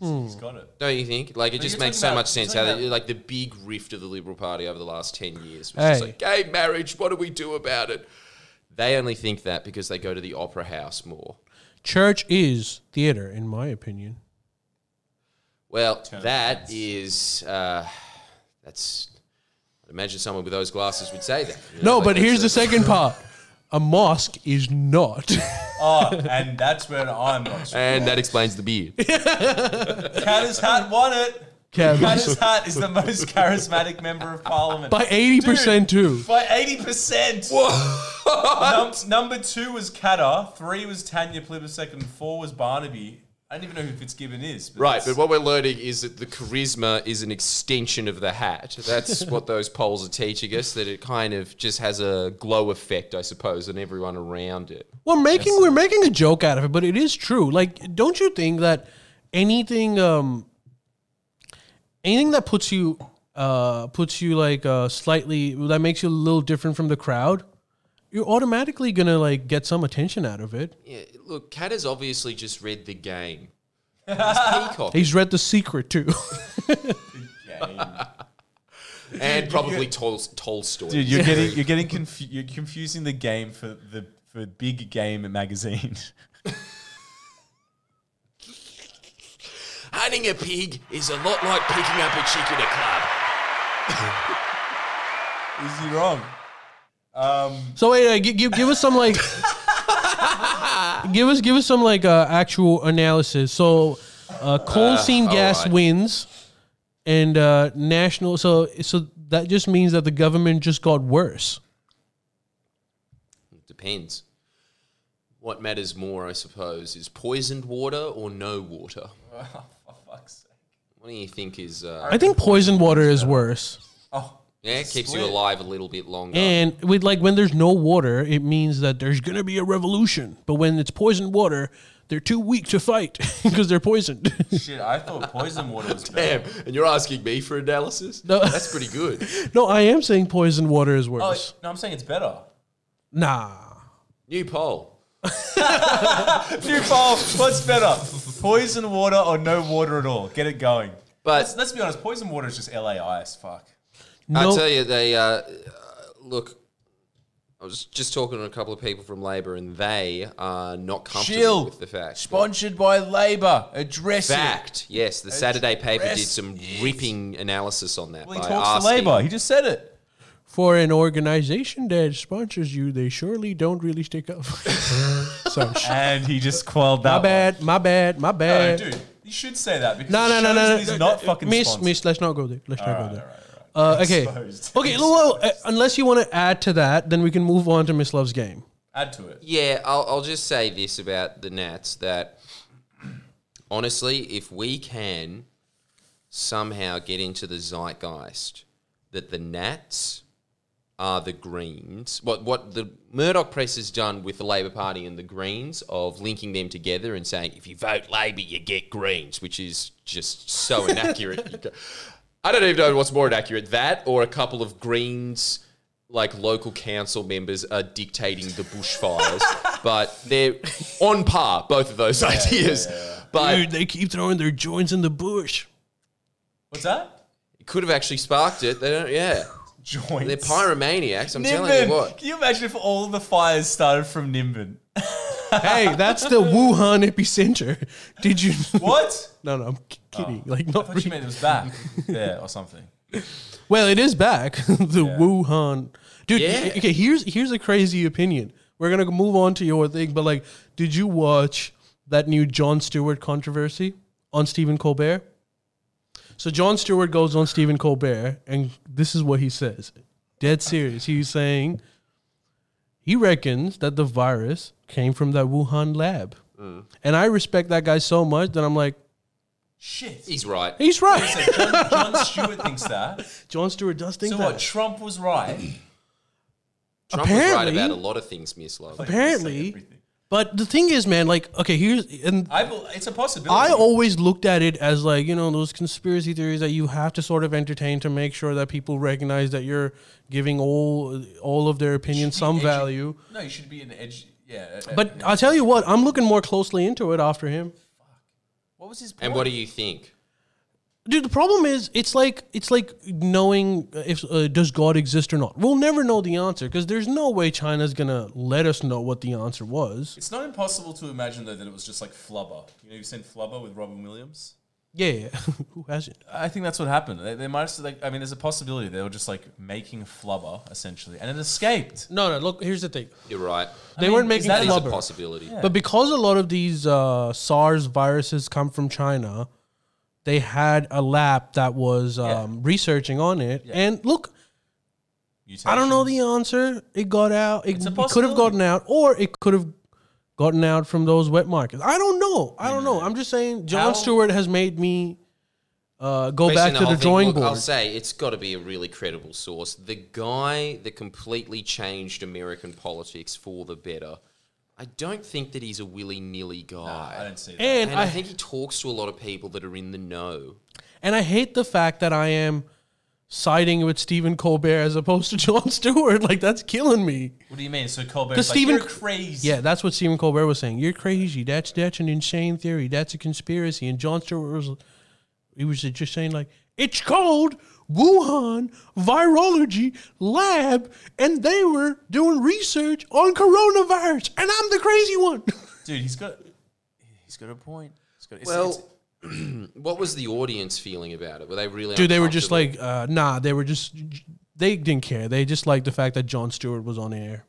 Speaker 2: Hmm.
Speaker 1: He's got it.
Speaker 3: don't you think? Like it just
Speaker 1: you're
Speaker 3: makes
Speaker 1: talking
Speaker 3: so
Speaker 1: about-
Speaker 3: much
Speaker 1: you're
Speaker 3: sense how
Speaker 1: talking
Speaker 3: they, like the big rift of the Liberal Party over the last ten years was
Speaker 2: Hey.
Speaker 3: just like gay marriage. What do we do about it? They only think that because they go to the opera house more.
Speaker 2: Church is theater, in my opinion.
Speaker 3: Well, that is uh, that's. I'd imagine someone with those glasses would say that. you know,
Speaker 2: No,
Speaker 3: like
Speaker 2: but
Speaker 3: that's
Speaker 2: here's
Speaker 3: a-
Speaker 2: the second part. A mosque is not.
Speaker 1: Oh, and that's where I'm not sure.
Speaker 3: And that explains the beard.
Speaker 1: Catter's Hat won it.
Speaker 2: Cab-
Speaker 1: Catter's Hat is the most charismatic member of parliament.
Speaker 2: By 80% too.
Speaker 1: By 80%. Num- number two was Catter, three was Tanya Plibersek, and four was Barnaby. I don't even know who Fitzgibbon is. But
Speaker 3: right,
Speaker 1: that's-
Speaker 3: but what we're learning is that the charisma is an extension of the hat. That's what those polls are teaching us. That it kind of just has a glow effect, I suppose, on everyone around it.
Speaker 2: We're making we're making a joke out of it, but it is true. Like, don't you think that anything um anything that puts you uh puts you like uh slightly that makes you a little different from the crowd, you're automatically gonna like get some attention out of it.
Speaker 3: Yeah, look, Cat has obviously just read the game. He's peacock
Speaker 2: He's read the secret too.
Speaker 1: Yeah,
Speaker 3: and probably Tol- Tolstoy.
Speaker 1: dude, you're getting you're getting confu- you're confusing the game for the for big game magazine.
Speaker 3: Hunting a pig is a lot like picking up a chick in a
Speaker 1: is
Speaker 3: club.
Speaker 1: he wrong?
Speaker 2: so wait, uh, give, give us some like give us give us some like uh, actual analysis. So uh, coal seam gas
Speaker 3: alright.
Speaker 2: wins and uh national so so that just means that the government just got worse.
Speaker 3: It depends. What matters more, I suppose, is poisoned water or no water.
Speaker 1: Oh, For fuck's sake.
Speaker 3: What do you think is? Uh,
Speaker 2: I think poison water is worse.
Speaker 1: Oh,
Speaker 3: yeah, it keeps you
Speaker 1: Split.
Speaker 3: alive a little bit longer.
Speaker 2: And with like when there's no water, it means that there's gonna be a revolution. But when it's poisoned water, they're too weak to fight because they're poisoned.
Speaker 1: shit. I thought poison water was better.
Speaker 3: Damn, and you're asking me for analysis?
Speaker 2: No.
Speaker 3: That's pretty good.
Speaker 2: no, I am saying poisoned water is
Speaker 1: Oh,
Speaker 2: worse.
Speaker 1: no, I'm saying it's better.
Speaker 2: Nah.
Speaker 3: New poll.
Speaker 1: New poll. What's better, poison water or no water at all? Get it going. Let's,
Speaker 3: But
Speaker 1: let's be honest. Poison water is just LA ice. Fuck.
Speaker 2: No,
Speaker 3: I'll tell you, they uh, uh, look. I was just talking to a couple of people from Labor, and they are not comfortable
Speaker 1: Shill
Speaker 3: with the fact. that-
Speaker 1: sponsored by Labor. Address it.
Speaker 3: Fact, yes. The Saturday paper did
Speaker 1: dress-
Speaker 3: some
Speaker 1: yes.
Speaker 3: ripping analysis on that.
Speaker 1: Well, he
Speaker 3: by
Speaker 1: talks to
Speaker 3: asking-
Speaker 1: Labor. He just said it.
Speaker 2: For an organization that sponsors you, they surely don't really stick up. Sorry. sh-
Speaker 1: And he just quelled that.
Speaker 2: my
Speaker 1: one.
Speaker 2: bad, my bad, my
Speaker 1: No,
Speaker 2: bad.
Speaker 1: dude, you should say that because
Speaker 2: No, no,
Speaker 1: it
Speaker 2: no,
Speaker 1: shows
Speaker 2: no,
Speaker 1: that
Speaker 2: no.
Speaker 1: He's not fucking
Speaker 2: miss,
Speaker 1: sponsored.
Speaker 2: miss. Let's not go there. Let's not go there.
Speaker 1: All right, all right.
Speaker 2: Uh, okay.
Speaker 1: Exposed.
Speaker 2: Okay. Well, uh, unless you want to add to that, then we can move on to Miss Love's game.
Speaker 1: Add to it.
Speaker 3: Yeah, I'll, I'll just say this about the Nats that honestly, if we can somehow get into the zeitgeist that the Nats are the Greens, what what the Murdoch press has done with the Labor Party and the Greens of linking them together and saying if you vote Labor, you get Greens, which is just so inaccurate. You go- I don't even know what's more inaccurate, that or a couple of Greens like local council members are dictating the bushfires, but they're on par both of those ideas. But
Speaker 2: Dude, they keep throwing their joints in the bush.
Speaker 1: What's that?
Speaker 3: It could have actually sparked it. They don't. Yeah,
Speaker 1: Joints.
Speaker 3: they're pyromaniacs. I'm telling
Speaker 1: Nimbin.
Speaker 3: you what.
Speaker 1: Can you imagine if all the fires started from Nimbin?
Speaker 2: hey, that's the Wuhan epicenter. Did you?
Speaker 1: What?
Speaker 2: No, no, I'm ki- kidding. Like
Speaker 1: Oh, I
Speaker 2: not.
Speaker 1: thought you
Speaker 2: Really.
Speaker 1: meant it was back there or something.
Speaker 2: Well, it is back. the Wuhan, dude.
Speaker 3: Yeah.
Speaker 2: Okay, here's here's a crazy opinion. We're gonna move on to your thing, but like, did you watch that new John Stewart controversy on Stephen Colbert? So John Stewart goes on Stephen Colbert, and this is what he says. Dead serious. He's saying he reckons that the virus came from that Wuhan lab,
Speaker 1: Mm.
Speaker 2: and I respect that guy so much that I'm like,
Speaker 1: Shit.
Speaker 3: He's right.
Speaker 2: he's right.
Speaker 1: So John, John Stewart thinks that.
Speaker 2: John Stewart does think
Speaker 1: So
Speaker 2: that.
Speaker 1: what? Trump was right.
Speaker 3: Trump was right
Speaker 2: Apparently-
Speaker 3: about a lot of things, Miss Love.
Speaker 1: Say
Speaker 2: Apparently,
Speaker 1: everything.
Speaker 2: But the thing is, man, like, okay, here's and
Speaker 1: I bel it's a possibility.
Speaker 2: I always looked at it as like, you know, those conspiracy theories that you have to sort of entertain to make sure that people recognize that you're giving all all of their opinion some
Speaker 1: edu-
Speaker 2: value.
Speaker 1: no, you should be an edge. Yeah. uh, uh,
Speaker 2: But I'll tell you what, I'm looking more closely into it after him.
Speaker 1: what was his point?
Speaker 3: And what do you think?
Speaker 2: Dude, the problem is it's like it's like knowing if uh, does God exist or not. We'll never know the answer because there's no way China's going to let us know what the answer was.
Speaker 1: It's not impossible to imagine though that it was just like flubber. You know, you've seen flubber with Robin Williams.
Speaker 2: Yeah, yeah. who hasn't?
Speaker 1: I think that's what happened. They, they might have, like, I mean, there's a possibility they were just like making flubber essentially, and it escaped.
Speaker 2: No, no, look, here's the thing.
Speaker 3: You're right.
Speaker 2: They
Speaker 1: mean,
Speaker 2: weren't
Speaker 1: is
Speaker 2: making
Speaker 1: that-
Speaker 3: That is a
Speaker 2: flubber.
Speaker 3: possibility.
Speaker 2: But because a lot of these uh, SARS viruses come from China, they had a lab that was um, researching on it. And look, I don't know the answer. It got out. It,
Speaker 1: a
Speaker 2: it could have
Speaker 1: possibility.
Speaker 2: gotten out, or it could have gotten out from those wet markets. I don't know. I don't know. I'm just saying, John
Speaker 1: How-
Speaker 2: Stewart has made me uh, go
Speaker 3: Based on
Speaker 2: back to
Speaker 3: whole
Speaker 2: the
Speaker 3: thing,
Speaker 2: drawing
Speaker 3: look,
Speaker 2: board.
Speaker 3: I'll say it's got to be a really credible source. The guy that completely changed American politics for the better. I don't think that he's a willy nilly guy.
Speaker 1: I don't see that.
Speaker 2: and
Speaker 3: and I,
Speaker 2: I
Speaker 3: think he talks to a lot of people that are in the know.
Speaker 2: And I hate the fact that I am siding with Stephen Colbert as opposed to John Stewart. Like that's killing me.
Speaker 1: What do you mean? So Colbert's
Speaker 2: Does
Speaker 1: like,
Speaker 2: Stephen-
Speaker 1: you're crazy.
Speaker 2: Yeah, that's what Stephen Colbert was saying. You're crazy. That's that's an insane theory. That's a conspiracy. And John Stewart was he was just saying like it's called Wuhan virology lab, and they were doing research on coronavirus, and I'm the crazy one.
Speaker 1: dude, he's got he's got a point. He's got, it's,
Speaker 3: Well,
Speaker 1: it's-
Speaker 3: what was the audience feeling about it? Were they really?
Speaker 2: Dude, they were just
Speaker 3: uncomfortable?
Speaker 2: like, uh, nah, they were just they didn't care. They just liked the fact that John Stewart was on air.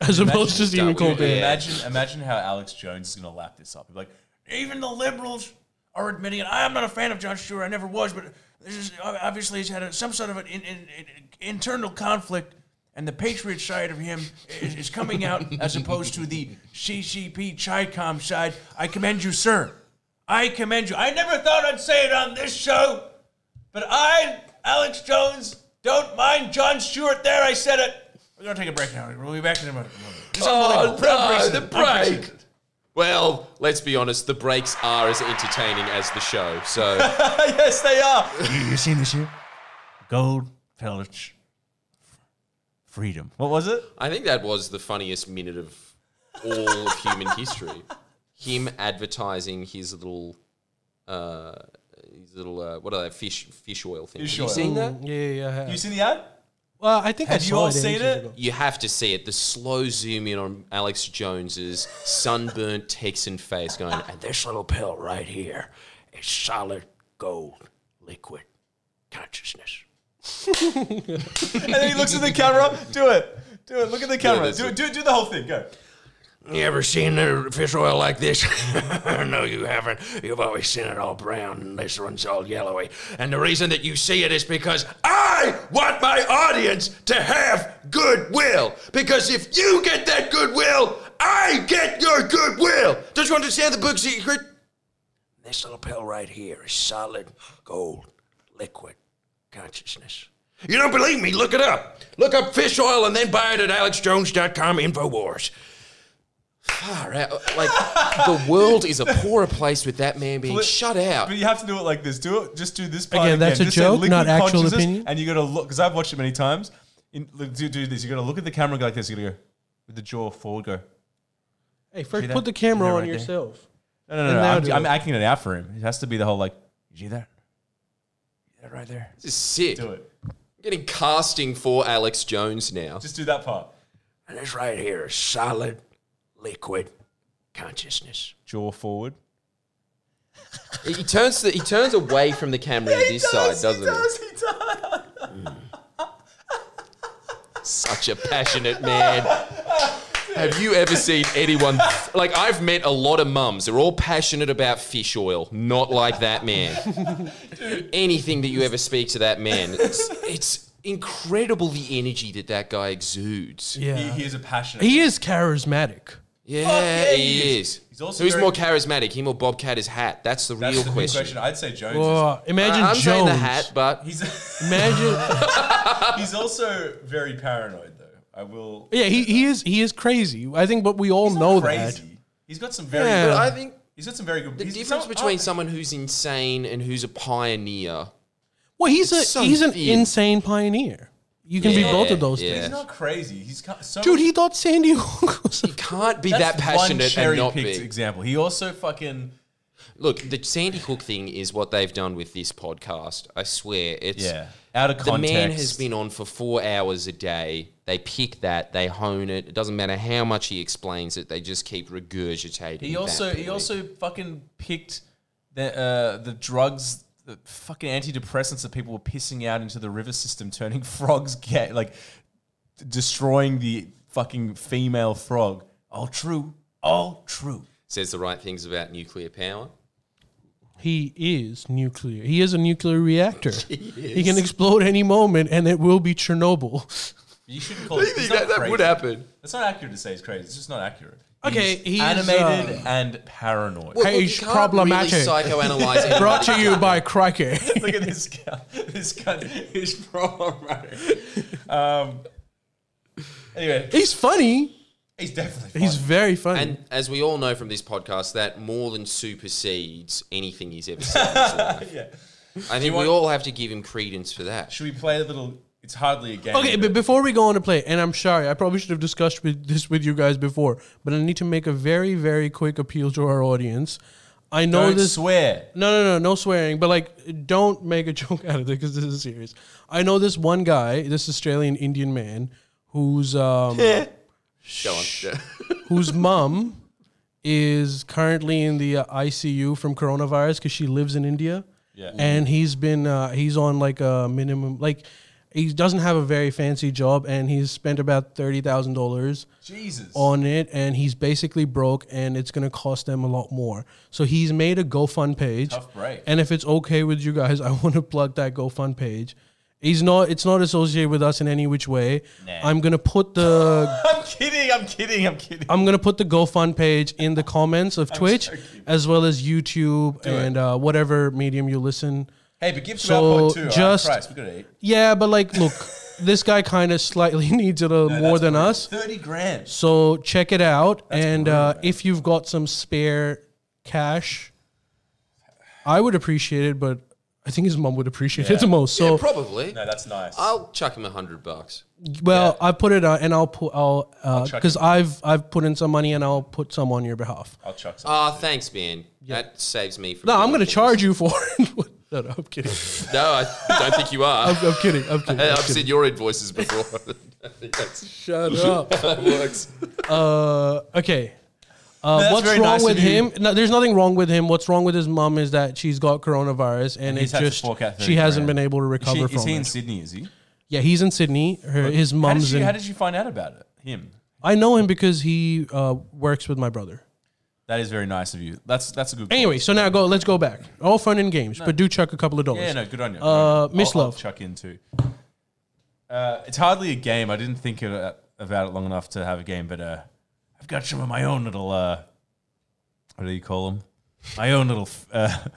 Speaker 2: As opposed to Stephen
Speaker 3: that would be-
Speaker 2: Colbert.
Speaker 3: Yeah.
Speaker 1: imagine imagine how Alex Jones is gonna lap this up. He'll be Like even the liberals are admitting it. I am not a fan of John Stewart. I never was, but this is obviously he's had a, some sort of an in, in, in, internal conflict. And the patriot side of him is, is coming out as opposed to the CCP Chi-Com side. I commend you, sir. I commend you. I never thought I'd say it on this show, but I, Alex Jones, don't mind John Stewart. There, I said it. We're gonna take a break now. We'll be back in a moment. It's
Speaker 3: Oh,
Speaker 1: unbelievable.
Speaker 3: no, the
Speaker 1: Unprecedented.
Speaker 3: break. Well, let's be honest, the breaks are as entertaining as the show. So
Speaker 1: yes, they are. you, have seen this here? Gold pellets. Freedom. What was it?
Speaker 3: I think that was the funniest minute of all of human history. Him advertising his little, uh, his little uh, what are they fish fish oil thing?
Speaker 1: Fish
Speaker 3: Have
Speaker 1: oil.
Speaker 3: you seen that?
Speaker 2: Mm, Yeah, yeah, yeah.
Speaker 1: You seen the ad?
Speaker 2: Well, I think I
Speaker 1: Have you
Speaker 2: saw
Speaker 1: all
Speaker 2: it
Speaker 1: seen
Speaker 2: ages
Speaker 1: it?
Speaker 2: ago.
Speaker 3: You have to see it. The slow zoom in on Alex Jones's sunburnt Texan face going, and this little pill right here is solid gold liquid consciousness.
Speaker 1: And then he looks at the camera. Do it. Do it. Look at the camera.
Speaker 3: that's
Speaker 1: do
Speaker 3: it.
Speaker 1: it. Do, do the whole thing. Go.
Speaker 4: You ever seen a fish oil like this? no, you haven't. You've always seen it all brown, and this one's all yellowy. And the reason that you see it is because I want my audience to have goodwill. Because if you get that goodwill, I get your goodwill. Don't you understand the book secret? This little pill right here is solid gold, liquid consciousness. You don't believe me? Look it up. Look up fish oil and then buy it at alexjones.com InfoWars.
Speaker 3: Far out. Like, the world is a poorer place with that man being shut out.
Speaker 1: But you have to do it like this. Do it. Just do this part
Speaker 2: Again,
Speaker 1: again.
Speaker 2: that's a
Speaker 1: Just say
Speaker 2: joke, not
Speaker 1: liquid
Speaker 2: actual
Speaker 1: consciousness,
Speaker 2: opinion.
Speaker 1: And you got to look because I've watched it many times. In, look, do do this. You got to look at the camera and go like this. You got to go with the jaw forward. Go.
Speaker 2: Hey, first
Speaker 1: that?
Speaker 2: put the camera
Speaker 1: Yeah,
Speaker 2: on
Speaker 1: right there.
Speaker 2: yourself.
Speaker 1: No, no, no.
Speaker 2: And
Speaker 1: no.
Speaker 2: now
Speaker 1: I'm,
Speaker 2: do
Speaker 1: I'm
Speaker 2: it.
Speaker 1: acting it out for him. It has to be the whole like. You see that? You see that right there.
Speaker 3: This is sick.
Speaker 1: Do it.
Speaker 3: I'm getting casting for Alex Jones now.
Speaker 1: Just do that part.
Speaker 4: And this right here is solid, liquid consciousness.
Speaker 1: Jaw forward.
Speaker 3: He he turns the, he turns away from the camera to this side, doesn't he?
Speaker 1: he? does.
Speaker 3: Such a passionate man. Have you ever seen anyone like I've met a lot of mums. They're all passionate about fish oil, not like that man. Anything that you ever speak to that man, it's, it's incredible the energy that that guy exudes.
Speaker 2: Yeah.
Speaker 1: He,
Speaker 2: He,
Speaker 1: he is a passionate.
Speaker 2: is charismatic.
Speaker 3: Yeah,
Speaker 1: yeah,
Speaker 3: he,
Speaker 1: he
Speaker 3: is.
Speaker 1: He's also
Speaker 3: Who's
Speaker 1: very-
Speaker 3: more charismatic, him or Bobcat his hat? That's the
Speaker 1: That's
Speaker 3: real
Speaker 1: the big
Speaker 3: question.
Speaker 1: question. I'd say Jones. is,
Speaker 2: Oh, imagine
Speaker 3: I'm
Speaker 2: Jones.
Speaker 3: saying the hat, but
Speaker 1: he's
Speaker 2: Imagine.
Speaker 1: he's also very paranoid though. I will.
Speaker 2: yeah, he, he is he is crazy. I think, but we all know that.
Speaker 1: Crazy. He's got some very.
Speaker 2: Yeah.
Speaker 1: Good,
Speaker 3: But I think
Speaker 1: he's got some very good.
Speaker 3: the
Speaker 1: he's-
Speaker 3: difference
Speaker 1: some-
Speaker 3: between
Speaker 1: oh,
Speaker 3: someone who's insane and who's a pioneer
Speaker 2: Well, he's a
Speaker 3: It's so
Speaker 2: he's an
Speaker 3: thin.
Speaker 2: insane pioneer. You can be
Speaker 3: Yeah,
Speaker 2: both of those
Speaker 3: yeah.
Speaker 2: things.
Speaker 1: He's not crazy. He's ca- so.
Speaker 2: Dude, he thought Sandy Hook was a
Speaker 3: can't be
Speaker 1: that's
Speaker 3: that passionate
Speaker 1: one
Speaker 3: and not be.
Speaker 1: cherry-picked Example. He also fucking.
Speaker 3: Look, the Sandy Hook thing is what they've done with this podcast. I swear, it's
Speaker 1: Yeah. Out of
Speaker 3: the
Speaker 1: context.
Speaker 3: man has been on for four hours a day. They pick that, they hone it. It doesn't matter how much he explains it; they just keep regurgitating.
Speaker 1: He
Speaker 3: that
Speaker 1: also he
Speaker 3: theory.
Speaker 1: also fucking picked the uh, the drugs, the fucking antidepressants that people were pissing out into the river system, turning frogs gay, like d- destroying the fucking female frog. All true. All true.
Speaker 3: says the right things about nuclear power.
Speaker 2: He is nuclear. He is a nuclear reactor. He, can explode any moment, and it will be Chernobyl.
Speaker 1: You shouldn't call it. That,
Speaker 3: happen.
Speaker 1: It's not accurate to say he's crazy. It's just not accurate.
Speaker 2: Okay, he is, um,
Speaker 1: animated and paranoid.
Speaker 3: Well, look, you
Speaker 2: He's
Speaker 3: can't
Speaker 2: problematic.
Speaker 3: Really psychoanalyze anybody.
Speaker 2: Brought to you by Crikey.
Speaker 1: Look at this guy. This guy is problematic. Um. Anyway,
Speaker 2: He's funny.
Speaker 1: he's definitely.
Speaker 2: He's
Speaker 1: fine.
Speaker 2: very funny.
Speaker 3: And as we all know from this podcast, that more than supersedes anything he's ever said. in his life. I think we all have to give him credence for that.
Speaker 1: Should we play a little? It's hardly a game.
Speaker 2: okay, but before we go on to play, and I'm sorry, I probably should have discussed with, this with you guys before, but I need to make a very, very quick appeal to our audience. I know
Speaker 1: don't
Speaker 2: this.
Speaker 1: swear.
Speaker 2: No, no, no, no swearing. But like, don't make a joke out of it because this is serious. I know this one guy, this Australian Indian man, who's um,
Speaker 3: Go on. Yeah.
Speaker 2: whose mom is currently in the uh, ICU from coronavirus because she lives in India.
Speaker 1: Yeah. Mm-hmm.
Speaker 2: And he's been uh, he's on like a minimum like he doesn't have a very fancy job and he's spent about thirty thousand dollars
Speaker 1: Jesus.
Speaker 2: on it and he's basically broke and it's going to cost them a lot more. So he's made a GoFund page.
Speaker 1: Tough break.
Speaker 2: And if it's okay with you guys, I want to plug that GoFund page. He's not it's not associated with us in any which way. I'm going to put the
Speaker 1: I'm kidding. I'm kidding. I'm kidding.
Speaker 2: I'm going to put the GoFund page in the comments of Twitch
Speaker 1: joking.
Speaker 2: as well as YouTube
Speaker 1: it.
Speaker 2: and uh, whatever medium you listen.
Speaker 1: Hey, but give
Speaker 2: So,
Speaker 1: so too.
Speaker 2: just-
Speaker 1: Just Christ, we gotta eat.
Speaker 2: Yeah, but like look, this guy kind of slightly needs it a more
Speaker 1: That's
Speaker 2: than
Speaker 1: brutal.
Speaker 2: us.
Speaker 1: Thirty grand.
Speaker 2: So check it out, and
Speaker 1: brutal,
Speaker 2: uh,
Speaker 1: man.
Speaker 2: if you've got some spare cash, I would appreciate it. But I think his mom would appreciate it the most. So
Speaker 3: Probably.
Speaker 1: No, that's nice.
Speaker 3: I'll chuck him a hundred bucks.
Speaker 2: well, I put it out, and I'll put I'll
Speaker 1: chuck
Speaker 2: because I've I've put in some money, and I'll put some on your behalf.
Speaker 1: I'll chuck some.
Speaker 3: Ah, thanks, man. That saves me from.
Speaker 2: No, I'm
Speaker 3: doing
Speaker 2: going to
Speaker 3: things.
Speaker 2: charge you for it. No, no, I'm kidding.
Speaker 3: No, I don't think you are.
Speaker 2: I'm,
Speaker 3: I've,
Speaker 2: I'm kidding. I'm kidding. I'm kidding.
Speaker 3: seen your invoices before. I think that's,
Speaker 2: Shut up.
Speaker 3: that works.
Speaker 2: Uh, okay. Uh,
Speaker 1: that's
Speaker 2: what's
Speaker 1: very
Speaker 2: wrong
Speaker 1: nice
Speaker 2: with
Speaker 1: of you.
Speaker 2: him? No, there's nothing wrong with him. What's wrong with his mum is that she's got coronavirus and
Speaker 1: he's
Speaker 2: it's
Speaker 1: had to
Speaker 2: just
Speaker 1: fork out
Speaker 2: she
Speaker 1: 30
Speaker 2: hasn't
Speaker 1: grand.
Speaker 2: been able to
Speaker 1: Is, she,
Speaker 2: recover
Speaker 1: is
Speaker 2: from
Speaker 1: he in
Speaker 2: it.
Speaker 1: Sydney? Is he?
Speaker 2: Yeah, he's in Sydney. Her, his
Speaker 1: How did,
Speaker 2: mum's
Speaker 1: you,
Speaker 2: in.
Speaker 1: how did you find out about it? Him.
Speaker 2: I know him because he uh, works with my brother.
Speaker 1: That is very nice of you. That's that's a good. call.
Speaker 2: Anyway, so now go. Let's go back. All fun and games, but do chuck a couple of dollars.
Speaker 1: Yeah, no, good on you.
Speaker 2: Uh, Miss
Speaker 1: I'll- I'll
Speaker 2: Love.
Speaker 1: chuck in too. Uh, it's hardly a game. I didn't think it, about it long enough to have a game, but uh, I've got some of my own little. Uh, what do you call them? My own little, f- uh,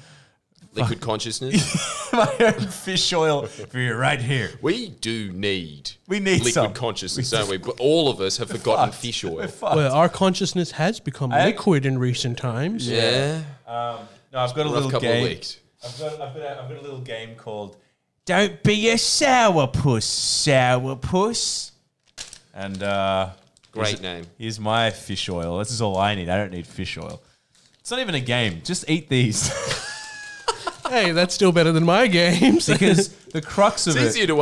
Speaker 3: Liquid consciousness.
Speaker 1: my own fish oil for you right here.
Speaker 3: We do need
Speaker 1: We need
Speaker 3: liquid
Speaker 1: some.
Speaker 3: consciousness, don't we? But all of us have forgotten
Speaker 1: fucked.
Speaker 3: fish oil.
Speaker 1: Fuck.
Speaker 2: Well, our consciousness has become
Speaker 1: I-
Speaker 2: liquid in recent times.
Speaker 3: Yeah,
Speaker 1: no, I've got a
Speaker 3: rough
Speaker 1: little
Speaker 3: couple
Speaker 1: game.
Speaker 3: of weeks.
Speaker 1: I've got, I've, got a, I've got a little game called "Don't Be a Sourpuss, Sourpuss," and uh,
Speaker 3: Great name.
Speaker 1: Here's my fish oil. This is all I need. I don't need fish oil. It's not even a game. Just eat these
Speaker 2: Hey, that's still better than my games.
Speaker 1: because the crux of
Speaker 3: It's
Speaker 1: it,
Speaker 3: easier to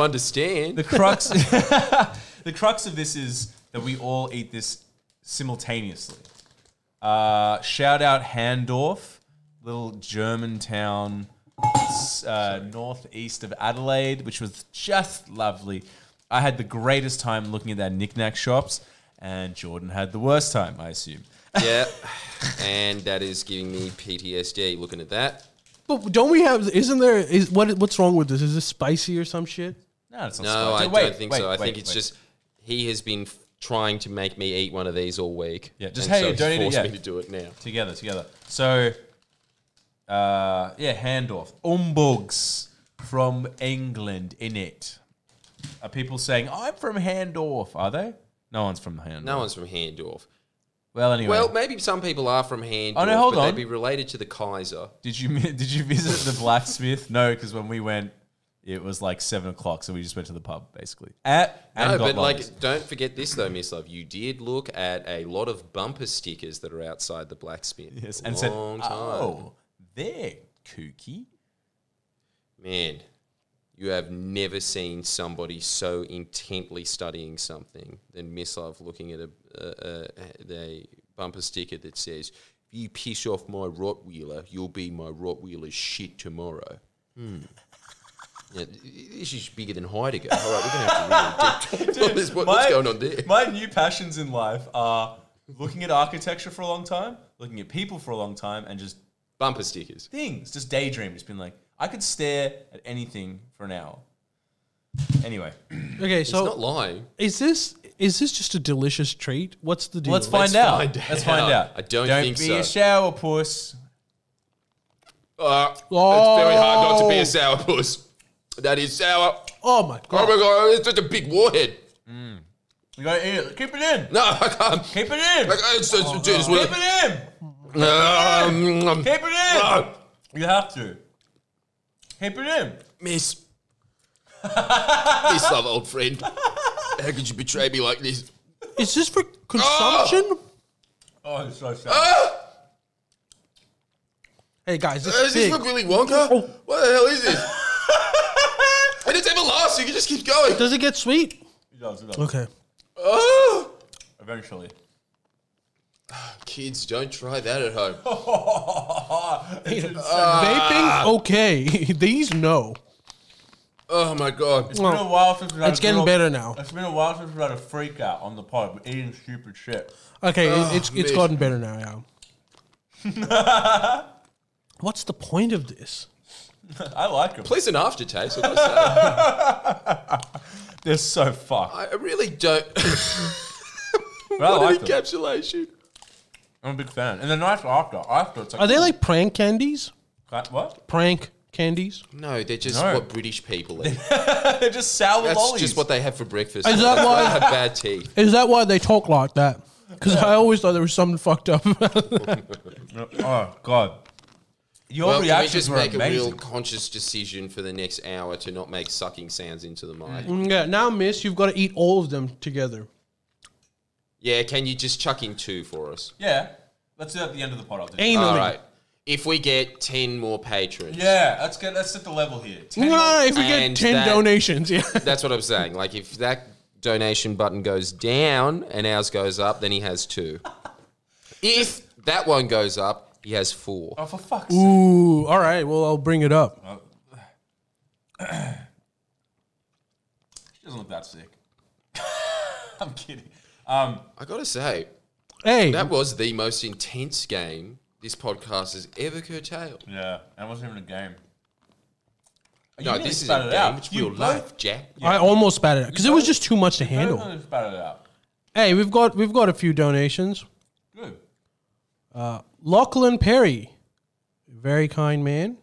Speaker 3: understand.
Speaker 1: the crux, the crux of this is that we all eat this simultaneously. Uh, shout out Handorf, little German town s- uh, northeast of Adelaide, which was just lovely. I had the greatest time looking at their knickknack shops, and Jordan had the worst time, I assume.
Speaker 3: yeah, and that is giving me PTSD. Looking at that.
Speaker 2: but don't we have? Isn't there? Is what? What's wrong with this? Is this spicy or some shit?
Speaker 1: No, it's not
Speaker 3: No,
Speaker 1: spicy.
Speaker 3: I
Speaker 1: Wait,
Speaker 3: don't think
Speaker 1: wait,
Speaker 3: so. I
Speaker 1: wait,
Speaker 3: think it's
Speaker 1: wait.
Speaker 3: just he has been f- trying to make me eat one of these all week.
Speaker 1: Yeah, just,
Speaker 3: and
Speaker 1: hey,
Speaker 3: so he's
Speaker 1: don't eat it
Speaker 3: forced
Speaker 1: yet.
Speaker 3: me to do it now.
Speaker 1: together, together. So, uh, yeah, handoff. Umbugs from England in it. Are people saying I'm from Handorf? Are they? No one's from Handorf.
Speaker 3: No one's from Handorf.
Speaker 1: Well, anyway,
Speaker 3: Well, maybe some people are from Handorf.
Speaker 1: Oh, no, hold
Speaker 3: but
Speaker 1: on.
Speaker 3: They'd be related to the Kaiser.
Speaker 1: did you mi- did you visit the blacksmith? no, because when we went, it was like seven o'clock, so we just went to the pub basically. At and
Speaker 3: No,
Speaker 1: got
Speaker 3: but
Speaker 1: lollies.
Speaker 3: like, don't forget this though, Miss Love. You did look at a lot of bumper stickers that are outside the blacksmith.
Speaker 1: yes,
Speaker 3: A
Speaker 1: and said,
Speaker 3: long time.
Speaker 1: "Oh, they're kooky."
Speaker 3: man, you have never seen somebody so intently studying something than Miss Love looking at a, a, a, a bumper sticker that says, "If you piss off my Rottweiler, you'll be my Rottweiler's shit tomorrow." Hmm. Yeah, this is bigger than Heidegger. All right, we're going to have to really deep dive on this. What-
Speaker 1: My-
Speaker 3: what's going on there?
Speaker 1: My new passions in life are looking at architecture for a long time, looking at people for a long time, and just
Speaker 3: Bumper stickers.
Speaker 1: things, just daydream. Just been like, I could stare at anything for an hour. Anyway,
Speaker 2: Okay,
Speaker 3: It's not
Speaker 2: so
Speaker 3: lying.
Speaker 2: is this is this just a delicious treat? What's the deal?
Speaker 1: let's find out.
Speaker 3: find
Speaker 1: Let's
Speaker 3: out.
Speaker 1: find out.
Speaker 3: I don't think
Speaker 1: be
Speaker 3: so.
Speaker 1: a shower puss.
Speaker 3: Uh,
Speaker 2: Oh.
Speaker 3: It's very hard not to be a sourpuss. That is sour.
Speaker 2: Oh my
Speaker 3: Oh
Speaker 2: god!
Speaker 3: my god, it's such a big warhead.
Speaker 1: You gotta eat it. Keep it in.
Speaker 3: No, I can't.
Speaker 1: Keep it in.
Speaker 3: Like, it's,
Speaker 2: Oh,
Speaker 3: it's, it's, it's,
Speaker 1: Keep it in.
Speaker 3: Um, um,
Speaker 1: Keep it in.
Speaker 3: oh,
Speaker 1: You have to. Keep it in.
Speaker 3: miss. miss love, old friend. How could you betray me like this?
Speaker 2: Is this for consumption?
Speaker 1: Oh, it's so sad.
Speaker 3: Ah,
Speaker 2: Hey guys,
Speaker 3: Uh, is
Speaker 2: it's
Speaker 3: this
Speaker 2: big. Oh.
Speaker 3: from Willy Wonka? What the hell is this? and it's everlasting. You just keep going.
Speaker 2: Does it get sweet?
Speaker 1: It does, it does.
Speaker 2: Okay.
Speaker 3: Oh,
Speaker 1: Eventually.
Speaker 3: kids, don't try that at home. Ah.
Speaker 2: Vaping? Okay. These no.
Speaker 3: Oh my god.
Speaker 1: It's been a while since we've had
Speaker 2: It's
Speaker 1: a
Speaker 2: getting
Speaker 1: girl-
Speaker 2: better now.
Speaker 1: It's been a while since we've had a freak out on the pod. We're eating stupid shit.
Speaker 2: Okay, it- it's it's
Speaker 3: man.
Speaker 2: gotten better now. Yeah. What's the point of this?
Speaker 1: I like them.
Speaker 3: Please an aftertaste. I've got to say.
Speaker 1: They're so fucked.
Speaker 3: I I really don't.
Speaker 1: But I
Speaker 3: what
Speaker 1: like
Speaker 3: an
Speaker 1: them.
Speaker 3: encapsulation.
Speaker 1: I'm a big fan. And they're nice after. After it's like
Speaker 2: Are they like prank candies?
Speaker 1: Like, what?
Speaker 2: Prank candies?
Speaker 3: No, they're just
Speaker 1: No.
Speaker 3: what British people eat.
Speaker 1: they're just sour
Speaker 3: That's
Speaker 1: lollies.
Speaker 3: just what they have for breakfast.
Speaker 2: Is that
Speaker 3: That's
Speaker 2: why-
Speaker 3: they have bad tea.
Speaker 2: Is that why they talk like that? Because I always thought there was something fucked up. about it.
Speaker 1: oh god. Your
Speaker 3: Well, can we
Speaker 1: reactions
Speaker 3: just
Speaker 1: were
Speaker 3: make a
Speaker 1: amazing.
Speaker 3: real conscious decision for the next hour to not make sucking sounds into the mic?
Speaker 1: Mm.
Speaker 2: yeah. Now, Miss, you've got to eat all of them together.
Speaker 3: Yeah, can you just chuck in two for us?
Speaker 1: yeah. Let's do that at the end of the pod. I'll do that.
Speaker 2: Anally.
Speaker 3: All right. if we get ten more patrons,
Speaker 1: Yeah, let's get let's set the level here.
Speaker 2: No, no, no, if we get
Speaker 3: And
Speaker 2: 10
Speaker 3: that-
Speaker 2: donations, yeah.
Speaker 3: that's what I'm saying. Like if that donation button goes down and ours goes up, then he has two. If that one goes up, he has four.
Speaker 1: Oh, for fuck's sake.
Speaker 2: Ooh, all right. Well, I'll bring it up.
Speaker 1: She doesn't look that sick. I'm kidding.
Speaker 3: I gotta say,
Speaker 2: Hey,
Speaker 3: that was the most intense game this podcast has ever curtailed.
Speaker 1: Yeah, that wasn't even a game.
Speaker 3: No,
Speaker 1: really
Speaker 3: this is
Speaker 1: spat
Speaker 3: a
Speaker 1: it
Speaker 3: game.
Speaker 1: out.
Speaker 3: It's
Speaker 1: You
Speaker 3: real
Speaker 1: both-
Speaker 3: life, Jack.
Speaker 2: I almost spat it out because it was just too much to
Speaker 1: You
Speaker 2: handle.
Speaker 1: totally spat it out.
Speaker 2: Hey, we've got we've got a few donations.
Speaker 1: Good.
Speaker 2: Lachlan Perry, very kind man.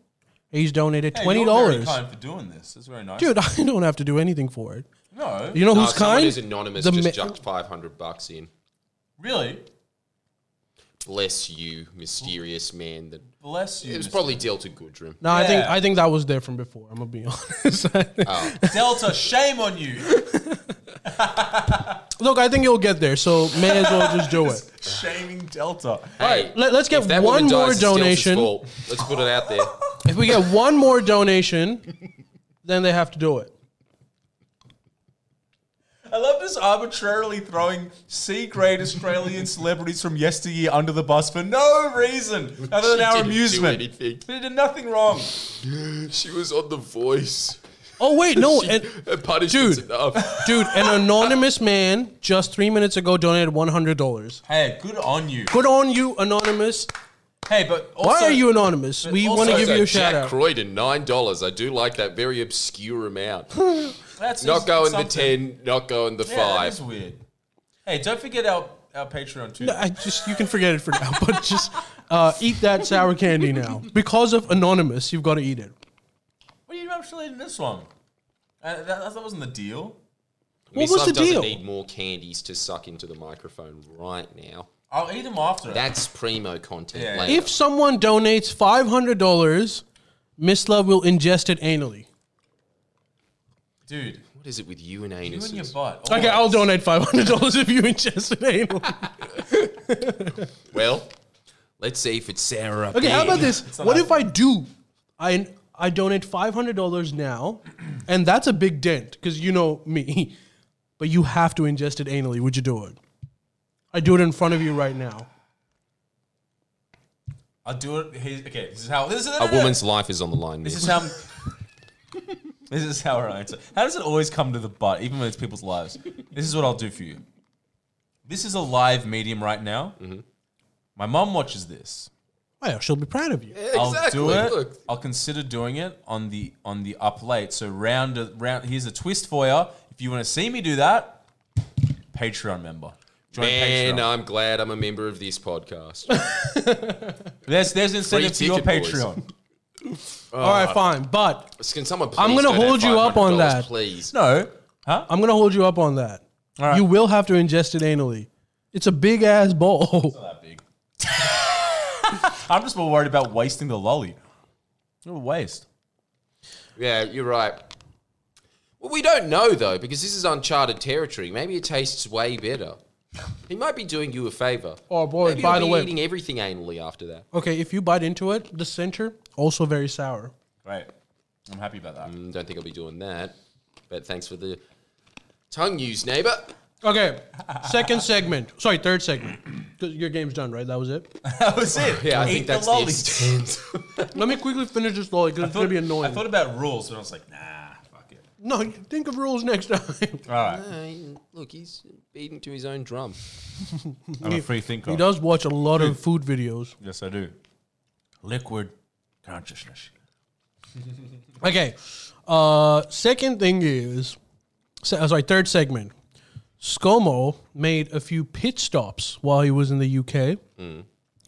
Speaker 2: He's donated
Speaker 1: Hey,
Speaker 2: twenty
Speaker 1: you're very
Speaker 2: dollars.
Speaker 1: kind for doing this. That's very nice.
Speaker 2: Dude, I don't have to do anything for it.
Speaker 1: No,
Speaker 2: You know
Speaker 3: No,
Speaker 2: Oh, who's
Speaker 3: someone
Speaker 2: kind?
Speaker 3: who's anonymous
Speaker 2: The
Speaker 3: just
Speaker 2: ma-
Speaker 3: chucked 500 bucks in.
Speaker 1: really.
Speaker 3: Bless you, mysterious man. That
Speaker 1: Bless you.
Speaker 3: It was
Speaker 1: Mr.
Speaker 3: probably Delta Goodrum.
Speaker 2: No, I think
Speaker 1: Yeah.
Speaker 2: I think that was there from before. I'm gonna be honest.
Speaker 3: Oh.
Speaker 1: Delta. Shame on you.
Speaker 2: Look, I think you'll get there, so may as well just do it.
Speaker 1: Shaming Delta.
Speaker 3: Hey,
Speaker 2: let- let's get
Speaker 3: if that
Speaker 2: one
Speaker 3: woman
Speaker 2: more
Speaker 3: dies, it's Delta's
Speaker 2: donation.
Speaker 3: fault. Let's put it out there.
Speaker 2: If we get one more donation, then they have to do it.
Speaker 1: I love just arbitrarily throwing C-grade Australian celebrities from yesteryear under the bus for no reason other than
Speaker 3: She
Speaker 1: our
Speaker 3: didn't do
Speaker 1: amusement.
Speaker 3: anything.
Speaker 1: They did nothing wrong.
Speaker 3: She was on The Voice.
Speaker 2: Oh wait, no, and
Speaker 3: Her punishment's
Speaker 2: Dude.
Speaker 3: enough.
Speaker 2: dude, an anonymous man just three minutes ago donated one hundred dollars.
Speaker 1: Hey, good on you.
Speaker 2: Good on you, anonymous.
Speaker 1: Hey, but also,
Speaker 2: Why are you anonymous? We
Speaker 1: also-
Speaker 2: want to give
Speaker 3: So
Speaker 2: you a
Speaker 3: Jack
Speaker 2: shout out.
Speaker 3: Croydon, nine dollars. I do like that very obscure amount.
Speaker 1: That's
Speaker 3: not going the
Speaker 1: something.
Speaker 3: ten, not going the
Speaker 1: Yeah, that
Speaker 3: five.
Speaker 1: is weird. Hey, don't forget our, our Patreon too.
Speaker 2: I just you can forget it for now, but just uh, eat that sour candy now because of anonymous. You've got to eat it.
Speaker 1: What are you actually in this one? Uh, that, that that wasn't the deal.
Speaker 2: What was the deal?
Speaker 3: doesn't need more candies to suck into the microphone right now.
Speaker 1: I'll eat them after. it.
Speaker 3: That's primo content.
Speaker 1: Yeah.
Speaker 3: later.
Speaker 2: If someone donates five hundred dollars, Miss Love will ingest it anally.
Speaker 1: Dude,
Speaker 3: what is it with you and
Speaker 1: you
Speaker 3: anuses?
Speaker 1: and your butt. Oh,
Speaker 2: Okay, I'll
Speaker 1: always.
Speaker 2: donate five hundred dollars if you ingest it anally.
Speaker 3: well, let's see if it's Sarah.
Speaker 2: Okay, how
Speaker 3: Bean.
Speaker 2: about this?
Speaker 1: not
Speaker 2: What
Speaker 1: that
Speaker 2: if I do? I I donate five hundred dollars now, and that's a big dent because you know me. But you have to ingest it anally. Would you do it? I do it in front of you right now.
Speaker 1: I'll do it. Here's, okay, this is how. This is,
Speaker 3: A woman's life is on the line.
Speaker 1: This
Speaker 3: Nick.
Speaker 1: is how. this is how I answer. How does it always come to the butt, even when it's people's lives? This is what I'll do for you. This is a live medium right now.
Speaker 3: Mm-hmm.
Speaker 1: My mom watches this.
Speaker 2: Wow, she'll be proud of you.
Speaker 1: I'll do it.
Speaker 3: Look,
Speaker 1: I'll consider doing it on the on the up late. So round round. Here's a twist for you. If you want to see me do that, Patreon member. Join
Speaker 3: man, uh,
Speaker 1: Patreon.
Speaker 3: I'm glad I'm a member of this podcast.
Speaker 1: There's there's incentive for
Speaker 3: Free
Speaker 1: your
Speaker 3: ticket, boys.
Speaker 1: Patreon. Uh,
Speaker 2: All right, fine, but
Speaker 3: Can someone?
Speaker 2: I'm
Speaker 3: please
Speaker 2: gonna
Speaker 3: donate
Speaker 2: hold you up on
Speaker 3: $500,
Speaker 2: that.
Speaker 3: please.
Speaker 1: No, huh?
Speaker 2: I'm gonna hold you up on that.
Speaker 1: All right.
Speaker 2: You will have to ingest it anally. It's a big ass bowl.
Speaker 1: Not that big. I'm just more worried about wasting the lolly. What a waste.
Speaker 3: Yeah, you're right. Well, we don't know though because this is uncharted territory. Maybe it tastes way better. He might be doing you a favor.
Speaker 2: Oh boy!
Speaker 3: Maybe
Speaker 2: by
Speaker 3: you'll
Speaker 2: the
Speaker 3: be
Speaker 2: way,
Speaker 3: eating everything anally after that.
Speaker 2: okay, if you bite into it, the center also very sour.
Speaker 1: Great. I'm happy about that.
Speaker 3: Mm, Don't think I'll be doing that. But thanks for the tongue use, neighbor.
Speaker 2: Okay, second segment. Sorry, third segment. 'Cause Your game's done, right? That was it.
Speaker 1: That was it.
Speaker 3: Yeah, I
Speaker 1: Eat
Speaker 3: think that's the,
Speaker 1: lolly.
Speaker 3: extent.
Speaker 2: Let me quickly finish this lolly because it's
Speaker 1: I
Speaker 2: gonna
Speaker 1: thought-
Speaker 2: be annoying.
Speaker 1: I thought about rules, but I was like, nah, fuck it.
Speaker 2: no, you think of rules next time.
Speaker 1: All right.
Speaker 3: Uh, Look, he's beating to his own drum.
Speaker 1: I'm a free thinker.
Speaker 2: he does watch a lot of food videos.
Speaker 1: Yes, I do. Liquid consciousness.
Speaker 2: Okay, uh, second thing is, se- uh, sorry, third segment. ScoMo made a few pit stops while he was in the UK.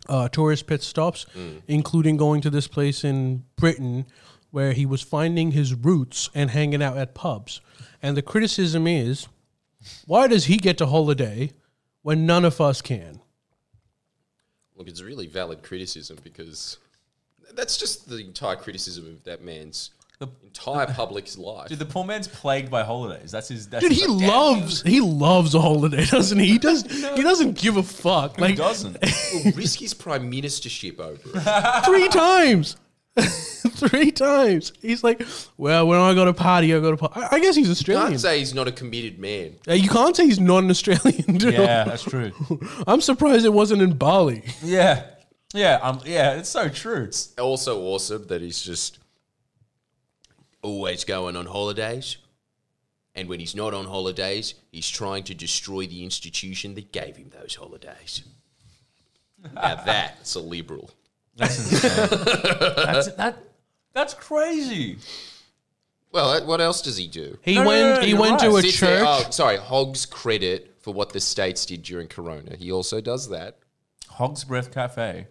Speaker 2: Uh, tourist pit stops, including going to this place in Britain where he was finding his roots and hanging out at pubs. And the criticism is, why does he get to holiday when none of us can?
Speaker 3: Look, it's a really valid criticism because that's just the entire criticism of that man's
Speaker 1: The,
Speaker 3: Entire public's life.
Speaker 1: dude, the poor man's plagued by holidays. That's his. That's
Speaker 2: Dude,
Speaker 1: his
Speaker 2: he loves he loves a holiday, doesn't he? He does. He doesn't give a fuck.
Speaker 1: He
Speaker 2: Like
Speaker 1: doesn't.
Speaker 3: Will risk his prime ministership over it.
Speaker 2: three times. three times. He's like, well, when I go to party, I go to party. I, I guess he's Australian.
Speaker 3: Can't say he's not a committed man.
Speaker 2: Uh, you can't say he's not an Australian. Dude.
Speaker 1: yeah, that's true.
Speaker 2: I'm surprised it wasn't in Bali.
Speaker 1: Yeah, yeah, um, yeah. It's so true. It's
Speaker 3: Also awesome that he's just always going on holidays. And when he's not on holidays, he's trying to destroy the institution that gave him those holidays. now that's a liberal.
Speaker 1: that's insane. that's that. That's crazy.
Speaker 3: Well, what else does he do?
Speaker 2: He
Speaker 1: No, no,
Speaker 2: went.
Speaker 1: no,
Speaker 2: he
Speaker 1: you're right.
Speaker 2: went to a
Speaker 3: Sits there-
Speaker 2: church.
Speaker 3: oh, sorry, Hogg's credit for what the states did during Corona. He also does that.
Speaker 1: Hog's Breath Cafe.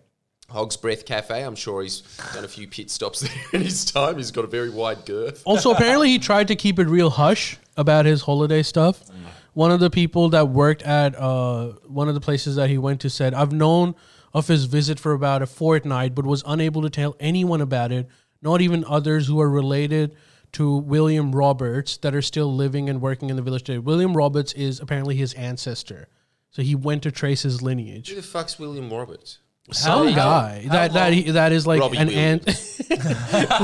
Speaker 3: Hog's Breath Cafe. I'm sure he's done a few pit stops there in his time. He's got a very wide girth.
Speaker 2: Also, apparently, he tried to keep it real hush about his holiday stuff. One of the people that worked at uh, one of the places that he went to said, I've known of his visit for about a fortnight, but was unable to tell anyone about it, not even others who are related to William Roberts that are still living and working in the village today. William Roberts is apparently his ancestor. So he went to trace his lineage.
Speaker 3: Who the fuck's William Roberts?
Speaker 2: Some guy that that he, that is like
Speaker 3: Robbie
Speaker 2: an ant, who's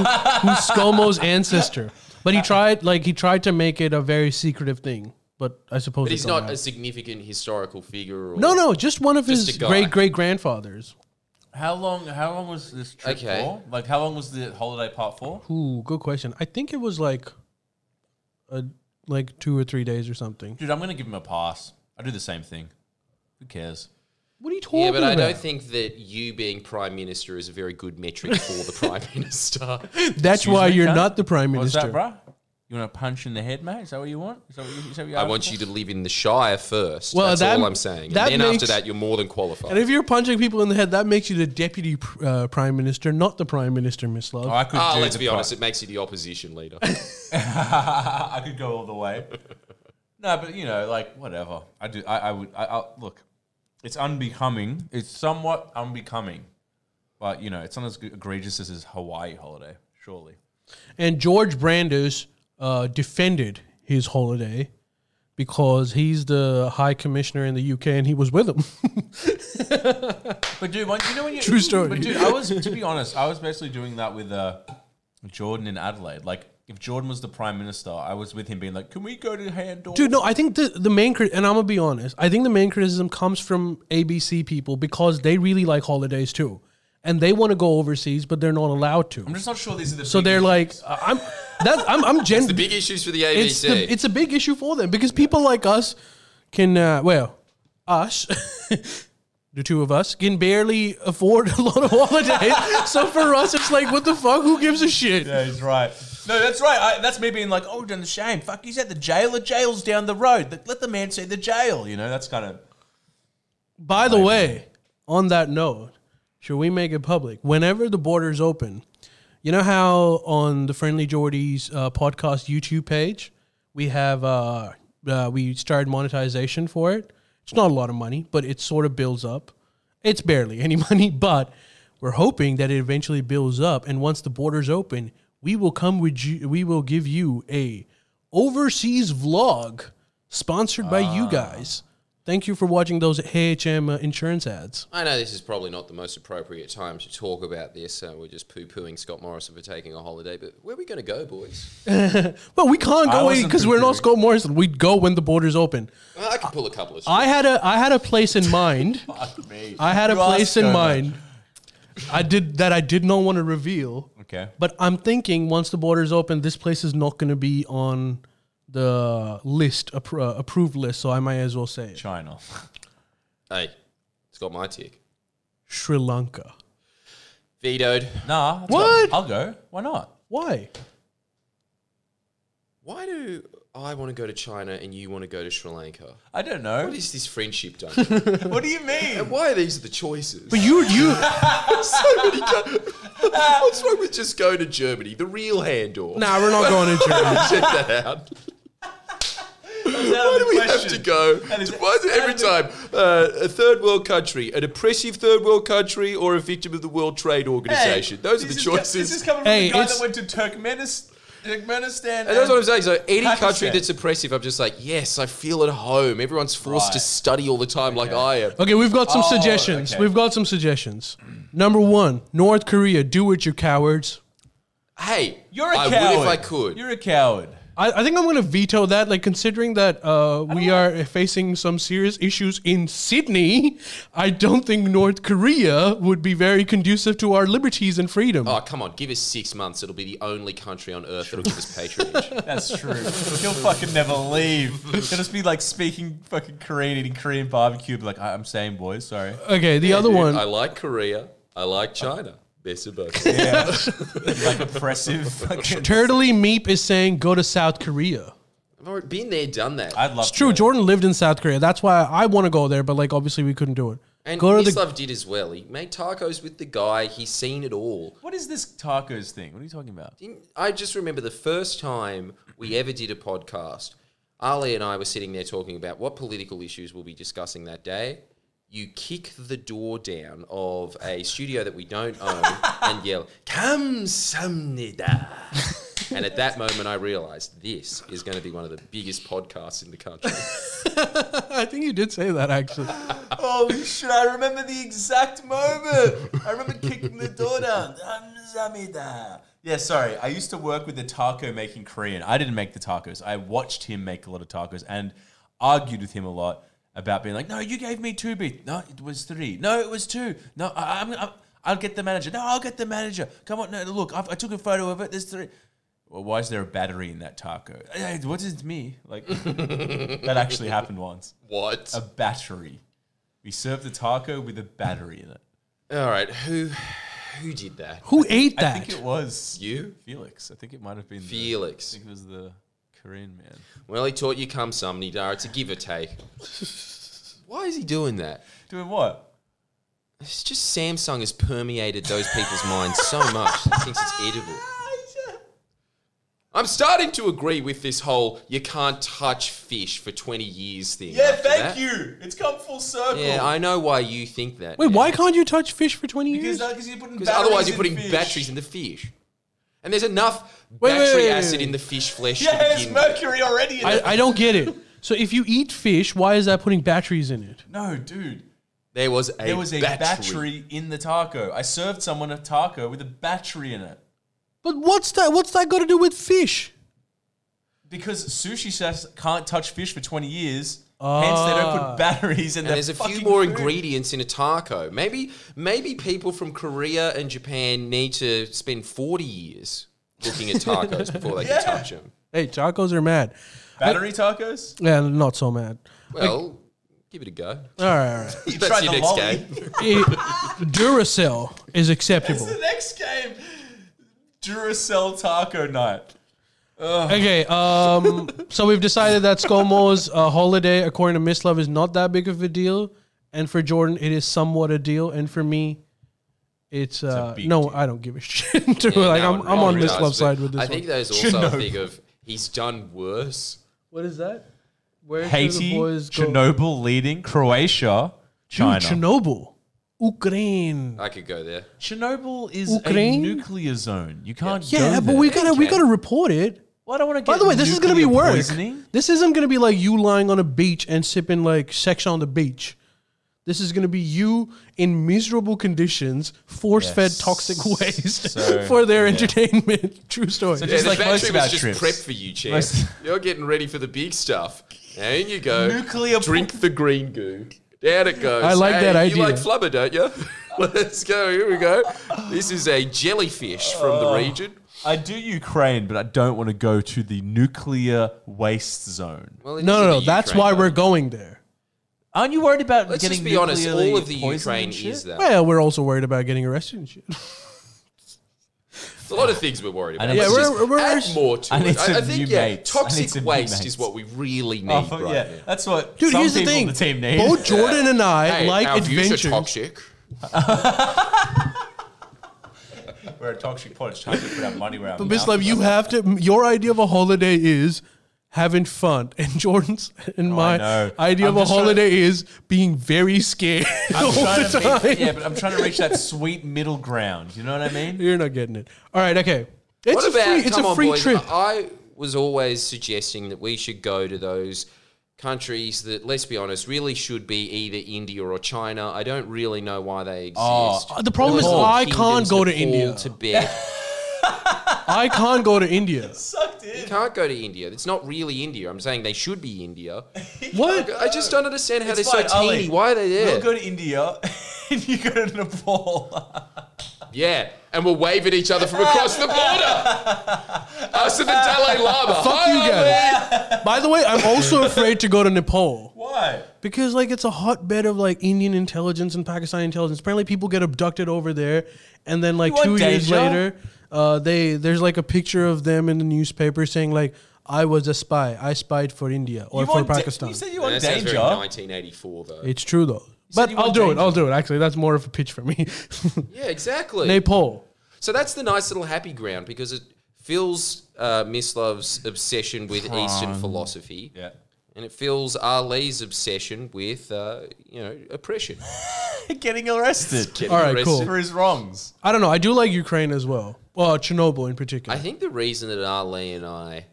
Speaker 2: ScoMo's ancestor. But he tried like he tried to make it a very secretive thing. But I suppose
Speaker 3: But he's
Speaker 2: it don't
Speaker 3: not a
Speaker 2: matter.
Speaker 3: significant historical figure. Or,
Speaker 2: no, no, just one of
Speaker 3: Just
Speaker 2: his
Speaker 3: a guy.
Speaker 2: great great grandfathers.
Speaker 1: How long? How long was this trip
Speaker 3: Okay.
Speaker 1: for? Like, how long was the holiday part for?
Speaker 2: Ooh, good question. I think it was like, a like two or three days or something.
Speaker 1: Dude, I'm gonna give him a pass. I do the same thing. Who cares?
Speaker 2: What are you talking
Speaker 3: Yeah, but
Speaker 2: about?
Speaker 3: I don't think that you being prime minister is a very good metric for the prime minister.
Speaker 2: That's
Speaker 1: Excuse
Speaker 2: why
Speaker 1: me,
Speaker 2: you're
Speaker 1: cunt?
Speaker 2: not the prime
Speaker 1: What's
Speaker 2: minister.
Speaker 1: that, bruh? You want a punch in the head, mate? Is that what you want? Is that what you, is that what you
Speaker 3: I want you to live in the Shire first.
Speaker 2: Well,
Speaker 3: That's
Speaker 2: that-
Speaker 3: all I'm saying.
Speaker 2: that
Speaker 3: and then after
Speaker 2: makes-
Speaker 3: that, you're more than
Speaker 2: And
Speaker 3: qualified.
Speaker 2: if you're punching people in the head, that makes you the deputy pr- uh, prime minister, not the prime minister, Miss Love.
Speaker 1: Oh, I could
Speaker 3: Ah,
Speaker 1: do
Speaker 3: let's
Speaker 1: the
Speaker 3: be
Speaker 1: pri-
Speaker 3: honest. It makes you the opposition leader.
Speaker 1: I could go all the way. no, but you know, like whatever. I do. I, I would. I, I look. It's unbecoming. It's somewhat unbecoming, but you know, it's not as egregious as his Hawaii holiday. Surely.
Speaker 2: And George Brandes uh, defended his holiday because he's the high commissioner in the UK and he was with him.
Speaker 1: But dude, when, you know when you
Speaker 2: True story.
Speaker 1: But dude, I was to be honest, I was basically doing that with uh, Jordan in Adelaide. Like, if Jordan was the prime minister, I was with him being like, "Can we go to Handor?"
Speaker 2: Dude, no, I think the, the main, crit- and I'm going to be honest, I think the main criticism comes from ABC people because they really like holidays too. And they want to go overseas, but they're not allowed to.
Speaker 1: I'm just not sure these are the.
Speaker 2: So they're like, uh, I'm, that, I'm, I'm gen-
Speaker 3: the big issues for the ABC.
Speaker 2: it's, the, it's a big issue for them because people like us can uh, well us the two of us can barely afford a lot of holidays so for us it's like what the fuck who gives a shit
Speaker 1: Yeah, he's right. No, that's right. I, that's me being like, "Oh, damn the shame. Fuck, he's at the jail. The jail's down the road. Like, Let the man see the jail." You know, that's kind of.
Speaker 2: by the way on that note should we make it public whenever the borders open you know how on the friendly geordie's uh, podcast youtube page we have uh, uh, we started monetization for it it's not a lot of money but it sort of builds up it's barely any money but we're hoping that it eventually builds up and once the borders open we will come with you we will give you a overseas vlog sponsored by
Speaker 1: Ah.
Speaker 2: you guys thank you for watching those ahm uh, insurance ads
Speaker 3: I know this is probably not the most appropriate time to talk about this. Uh, we're just poo pooing Scott Morrison for taking a holiday, but where are we going to go, boys?
Speaker 2: well we can't
Speaker 1: I
Speaker 2: go
Speaker 1: wasn't
Speaker 2: because we're not
Speaker 1: considering-
Speaker 2: scott morrison we'd go when the borders open
Speaker 3: Well, I could pull a couple of.
Speaker 2: I had a I had a place in mind. I had a
Speaker 1: You asked
Speaker 2: place in
Speaker 1: so much.
Speaker 2: mind. I did that I did not want to reveal.
Speaker 1: Okay.
Speaker 2: But I'm thinking once the borders open, this place is not going to be on the list appro- uh, approved list, so I might as well say it.
Speaker 1: China.
Speaker 3: hey, it's got my tick.
Speaker 2: Sri Lanka.
Speaker 3: Vetoed.
Speaker 1: Nah. that's
Speaker 2: What?
Speaker 1: I'll go. Why not?
Speaker 2: Why?
Speaker 3: Why do I want to go to China and you want to go to Sri Lanka?
Speaker 1: I don't know.
Speaker 3: What is this friendship done?
Speaker 1: What do you mean?
Speaker 3: Why are these the choices?
Speaker 2: But you you
Speaker 3: so many go- What's wrong with just going to Germany? The real Handor.
Speaker 2: Nah, we're not going to Germany.
Speaker 3: Check that out. Why do we have to go?
Speaker 1: That is-
Speaker 3: Why is it every time uh, a third world country, an oppressive third world country, or a victim of the World Trade Organization? Those are the
Speaker 1: This is-
Speaker 3: choices.
Speaker 1: This is coming from
Speaker 2: Hey,
Speaker 1: the guy
Speaker 2: it's-
Speaker 1: that went to Turkmenistan. Turkmenistan.
Speaker 3: And that's what I'm saying. So any
Speaker 1: Pakistan.
Speaker 3: country that's oppressive, I'm just like, yes, I feel at home. Everyone's forced to
Speaker 1: Right.
Speaker 3: study all the time, like I am.
Speaker 2: Okay, we've got some
Speaker 1: Oh,
Speaker 2: suggestions.
Speaker 1: okay.
Speaker 2: We've got some suggestions. Number one, North Korea, do it, you cowards.
Speaker 3: Hey,
Speaker 1: You're a
Speaker 3: I
Speaker 1: coward.
Speaker 3: would if I could.
Speaker 1: You're a coward.
Speaker 2: I, I think I'm going to veto that. Like considering that uh, we are facing some serious issues in Sydney, I don't think North Korea would be very conducive to our liberties and freedom.
Speaker 3: oh, come on, give us six months. It'll be the only country on earth that'll give us patronage.
Speaker 1: That's true. He'll fucking never leave. He'll just be like speaking fucking Korean, eating Korean barbecue. Be like, "I- I'm saying, boys, sorry.
Speaker 2: okay, the other
Speaker 3: Dude,
Speaker 2: one.
Speaker 3: I like Korea. I like China. They're subversive.
Speaker 1: Like oppressive fucking.
Speaker 2: Turtley Meep is saying go to South Korea.
Speaker 3: I've already been there, done that.
Speaker 1: I'd love
Speaker 2: It's true.
Speaker 1: to.
Speaker 2: Jordan lived in South Korea. That's why I want to go there, but like obviously we couldn't do it.
Speaker 3: and
Speaker 2: go to the
Speaker 3: Mislav did as well. He made tacos with the guy. He's seen it all.
Speaker 1: What is this tacos thing? What are you talking about?
Speaker 3: Didn't- I just remember the first time we ever did a podcast, Ali and I were sitting there talking about what political issues we'll be discussing that day. You kick the door down of a studio that we don't own and yell, Kamsamnida. And at that moment, I realized this is going to be one of the biggest podcasts in the country.
Speaker 2: I think you did say that actually.
Speaker 1: Holy shit, I remember the exact moment. I remember kicking the door down. Hamzamida. Yeah, sorry. I used to work with the taco making Korean. I didn't make the tacos. I watched him make a lot of tacos and argued with him a lot about being like, no, you gave me two beef. No, it was three. No, it was two. No, I, I'm, I'm, I'll get the manager. No, I'll get the manager. Come on, no, look, I've, I took a photo of it. There's three. Well, why is there a battery in that taco? Eh, What is me? Like, that actually happened once
Speaker 3: What?
Speaker 1: a battery. We served the taco with a battery in it.
Speaker 3: All right, who who did that?
Speaker 2: Who ate
Speaker 1: I
Speaker 2: that?
Speaker 1: think it was
Speaker 3: You?
Speaker 1: Felix. I think it might have been the- I
Speaker 3: Felix.
Speaker 1: think it was the Korean man.
Speaker 3: Well, he taught you come some, Nidar. It's a give or take. Why is he doing that?
Speaker 1: Doing what?
Speaker 3: It's just Samsung has permeated those people's minds so much. He thinks it's edible. I'm starting to agree with this whole you can't touch fish for 20 years thing.
Speaker 1: Yeah,
Speaker 3: after
Speaker 1: thank
Speaker 3: that.
Speaker 1: you. It's come full circle.
Speaker 3: Yeah, I know why you think that.
Speaker 2: Wait,
Speaker 3: now.
Speaker 2: why can't you touch fish for twenty years?
Speaker 1: because uh, 'cause you're putting
Speaker 3: Because otherwise you're
Speaker 1: batteries in
Speaker 3: putting
Speaker 1: fish.
Speaker 3: batteries in the fish. And there's enough
Speaker 2: Wait, wait,
Speaker 3: battery
Speaker 2: wait, wait,
Speaker 3: acid
Speaker 2: wait.
Speaker 3: in the fish flesh
Speaker 1: Yeah,
Speaker 3: to
Speaker 1: there's
Speaker 3: begin with.
Speaker 1: mercury already in it.
Speaker 2: I, I don't get it. So if you eat fish, why is that putting batteries in it?
Speaker 1: no, dude.
Speaker 3: There was a,
Speaker 1: There was a
Speaker 3: battery.
Speaker 1: battery in the taco. I served someone a taco with a battery in it.
Speaker 2: But what's that? What's that got to do with fish?
Speaker 1: Because sushi chefs can't touch fish for 20 years, hence they don't
Speaker 2: Ah.
Speaker 1: put batteries in
Speaker 3: And
Speaker 1: their
Speaker 3: there's a few
Speaker 1: fucking
Speaker 3: more
Speaker 1: food.
Speaker 3: ingredients in a taco. Maybe maybe people from Korea and Japan need to spend 40 years looking at tacos before they
Speaker 1: Yeah.
Speaker 3: can touch them.
Speaker 2: Hey, tacos are mad.
Speaker 1: Battery tacos?
Speaker 2: Yeah, not so mad.
Speaker 3: Well, give it a go.
Speaker 2: All right, all right.
Speaker 1: You
Speaker 3: That's
Speaker 1: tried
Speaker 3: your
Speaker 1: the
Speaker 3: next
Speaker 1: lolly.
Speaker 3: game.
Speaker 2: It- Duracell is acceptable.
Speaker 1: The next game, Duracell Taco Night.
Speaker 2: Okay, um, so we've decided that ScoMo's uh, holiday, according to Miss Love, is not that big of a deal, and for Jordan, it is somewhat a deal, and for me, it's, uh,
Speaker 1: big
Speaker 2: no,
Speaker 1: deal.
Speaker 2: I don't give a shit. dude.
Speaker 3: Yeah,
Speaker 2: like
Speaker 3: no
Speaker 2: I'm,
Speaker 3: one
Speaker 2: I'm
Speaker 3: really
Speaker 2: on Miss
Speaker 3: does,
Speaker 2: Love's
Speaker 3: but
Speaker 2: side with this
Speaker 3: I
Speaker 2: one.
Speaker 3: think there's also a thing of he's done worse.
Speaker 2: What is that? Where do
Speaker 1: Haiti,
Speaker 2: the boys go?
Speaker 1: Chernobyl leading, Croatia, China.
Speaker 2: Dude, Chernobyl, Ukraine.
Speaker 3: I could go there.
Speaker 1: Chernobyl is
Speaker 2: Ukraine?
Speaker 1: a nuclear zone. You can't go
Speaker 2: Yeah, but
Speaker 1: there.
Speaker 2: we gotta we gotta report it.
Speaker 1: Well, I don't want to get
Speaker 2: By the way, this is gonna be
Speaker 1: nuclear
Speaker 2: work.
Speaker 1: poisoning.
Speaker 2: This isn't gonna be like you lying on a beach and sipping like sex on the beach. This is gonna be you in miserable conditions, force fed
Speaker 1: Yes.
Speaker 2: toxic waste
Speaker 1: So,
Speaker 2: for their entertainment. True story.
Speaker 1: So
Speaker 3: Yeah,
Speaker 1: Just
Speaker 3: the
Speaker 1: like most
Speaker 3: battery
Speaker 1: of
Speaker 3: was
Speaker 1: our
Speaker 3: just
Speaker 1: trips.
Speaker 3: prep for you, champ.
Speaker 1: Most-
Speaker 3: You're getting ready for the big stuff. There you go.
Speaker 1: Nuclear
Speaker 3: Drink the green goo. Down it goes.
Speaker 2: I like
Speaker 3: Hey,
Speaker 2: that
Speaker 3: You
Speaker 2: idea.
Speaker 3: like flubber, don't you? Let's go. Here we go. This is a jellyfish from
Speaker 1: Oh.
Speaker 3: the region.
Speaker 1: I do Ukraine, but I don't want to go to the nuclear waste zone.
Speaker 3: Well, it
Speaker 2: no,
Speaker 3: is
Speaker 2: no,
Speaker 3: in
Speaker 2: no.
Speaker 3: the
Speaker 2: That's
Speaker 3: Ukraine,
Speaker 2: why
Speaker 3: though.
Speaker 2: we're going there.
Speaker 1: Aren't you worried about
Speaker 3: Let's
Speaker 1: getting
Speaker 3: just be honest. All
Speaker 1: nuclearly
Speaker 3: of the
Speaker 1: poisoned
Speaker 3: Ukraine
Speaker 1: and shit?
Speaker 3: is that.
Speaker 2: Well, we're also worried about getting arrested and shit.
Speaker 3: There's a lot of things we're worried about.
Speaker 1: need
Speaker 3: Let's
Speaker 1: to-
Speaker 3: just
Speaker 2: we're- we're-
Speaker 3: add more to
Speaker 1: I need
Speaker 3: it. I, I
Speaker 1: some
Speaker 3: think
Speaker 1: new
Speaker 3: yeah,
Speaker 1: mates. I need
Speaker 3: toxic
Speaker 1: some new
Speaker 3: waste
Speaker 1: mates.
Speaker 3: is what we really need
Speaker 1: Oh,
Speaker 3: right
Speaker 1: yeah,
Speaker 3: now.
Speaker 1: that's what.
Speaker 2: Dude,
Speaker 1: some
Speaker 2: here's the
Speaker 1: people
Speaker 2: thing.
Speaker 1: on the team need.
Speaker 2: Both Jordan and I
Speaker 3: Hey,
Speaker 2: like
Speaker 3: our views are
Speaker 2: adventure.
Speaker 3: toxic.
Speaker 1: We're a toxic pod. It's time to put our money where our
Speaker 2: But
Speaker 1: mouth
Speaker 2: Miss Love,
Speaker 1: is.
Speaker 2: you have to. Your idea of a holiday is having fun, and Jordan's and my
Speaker 1: Oh, know.
Speaker 2: idea
Speaker 1: I'm
Speaker 2: of a
Speaker 1: just trying-
Speaker 2: holiday is being very scared all
Speaker 1: trying
Speaker 2: the
Speaker 1: to
Speaker 2: time.
Speaker 1: Reach, yeah, but I'm trying to reach that sweet middle ground. You know what I mean?
Speaker 2: You're not getting it. All right, okay. It's
Speaker 3: What
Speaker 2: a
Speaker 3: about,
Speaker 2: free. It's
Speaker 3: come
Speaker 2: a
Speaker 3: on,
Speaker 2: free
Speaker 3: boys, uh,
Speaker 2: trip.
Speaker 3: I was always suggesting that we should go to those countries that, let's be honest, really should be either India or China. I don't really know why they exist.
Speaker 1: Oh,
Speaker 2: Uh, the problem is
Speaker 3: Nepal,
Speaker 2: I can't
Speaker 3: kingdoms,
Speaker 2: go to
Speaker 3: Nepal,
Speaker 2: India.
Speaker 3: Tibet.
Speaker 2: I can't go to India.
Speaker 1: Sucked in.
Speaker 3: can't go to India. It's not really India. I'm saying they should be India.
Speaker 2: What?
Speaker 3: I just don't understand how
Speaker 1: It's
Speaker 3: they're
Speaker 1: fine,
Speaker 3: so teeny.
Speaker 1: Ollie.
Speaker 3: Why are they there?
Speaker 1: We'll go to India and you go to Nepal.
Speaker 3: Yeah, and we'll wave at each other from across the border. Us and the Dalai Lama.
Speaker 2: Fuck you guys. By the way, I'm also afraid to go to Nepal
Speaker 1: Why?
Speaker 2: because like it's a hotbed of like Indian intelligence and Pakistani intelligence. Apparently, people get abducted over there, and then like
Speaker 1: You want
Speaker 2: two years
Speaker 1: deja?
Speaker 2: later, uh, they there's like a picture of them in the newspaper saying like. I was a spy. I spied for India or
Speaker 1: You
Speaker 2: for
Speaker 1: want da-
Speaker 2: Pakistan.
Speaker 1: you said you
Speaker 3: Man,
Speaker 1: want
Speaker 3: that sounds
Speaker 1: danger.
Speaker 3: very 1984, though.
Speaker 2: it's true though.
Speaker 1: said
Speaker 2: But
Speaker 1: you
Speaker 2: I'll
Speaker 1: want
Speaker 2: do it. I'll
Speaker 1: danger.
Speaker 2: do it. Actually, that's more of a pitch for me.
Speaker 3: Yeah, exactly.
Speaker 2: Nepal.
Speaker 3: so that's the nice little happy ground because it fills uh, Mislov's obsession with Eastern philosophy.
Speaker 1: Yeah.
Speaker 3: And it fills Ali's obsession with, uh, you know, oppression.
Speaker 1: Getting arrested
Speaker 3: Getting
Speaker 2: All right, cool.
Speaker 3: arrested.
Speaker 1: for his wrongs.
Speaker 2: I don't know. I do like Ukraine as well. Well, Chernobyl in particular.
Speaker 3: I think the reason that Ali and I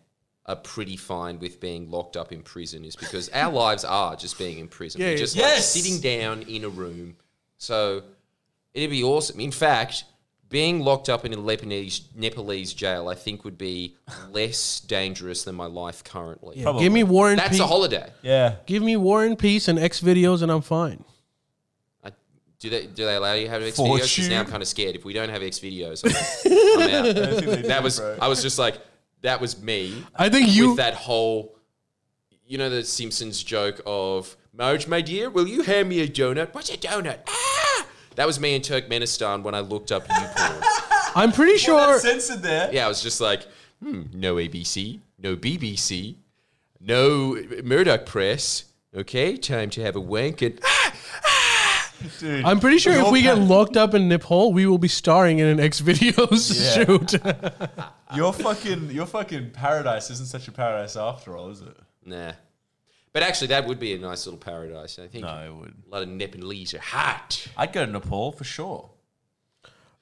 Speaker 3: are pretty fine with being locked up in prison is because our lives are just being in prison.
Speaker 2: Yeah,
Speaker 3: We're
Speaker 2: yeah.
Speaker 3: just
Speaker 1: Yes.
Speaker 3: like sitting down in a room. So it'd be awesome. In fact, being locked up in a Lebanese Nepalese jail, I think, would be less dangerous than my life currently.
Speaker 1: Probably.
Speaker 2: Give me War and
Speaker 3: That's
Speaker 2: Peace.
Speaker 3: a holiday.
Speaker 1: Yeah.
Speaker 2: Give me War and Peace and X videos, and I'm fine.
Speaker 3: I, do they do they allow you to have X videos? Because now I'm
Speaker 1: Fortune.
Speaker 3: kind of scared. If we don't have X videos, I'm, I'm out. That was I was just like that was me.
Speaker 2: I think you.
Speaker 3: with that whole, you know, the Simpsons joke of Marge, my dear, will you hand me a donut? What's a donut? Ah! That was me in Turkmenistan when I looked up YouPorn.
Speaker 2: I'm pretty sure.
Speaker 1: censored there.
Speaker 3: yeah, I was just like, hmm, no ABC, no BBC, no Murdoch Press. Okay, time to have a wank and
Speaker 1: Dude.
Speaker 2: I'm pretty sure
Speaker 1: Your
Speaker 2: if we get
Speaker 1: pa-
Speaker 2: locked up in Nepal, we will be starring in an X videos
Speaker 1: Yeah.
Speaker 2: shoot.
Speaker 1: your fucking your fucking paradise isn't such a paradise after all, is it?
Speaker 3: nah. But actually, that would be a nice little paradise. I think
Speaker 1: No, it wouldn't.
Speaker 3: a lot of Nepalese are hot.
Speaker 1: I'd go to Nepal for sure.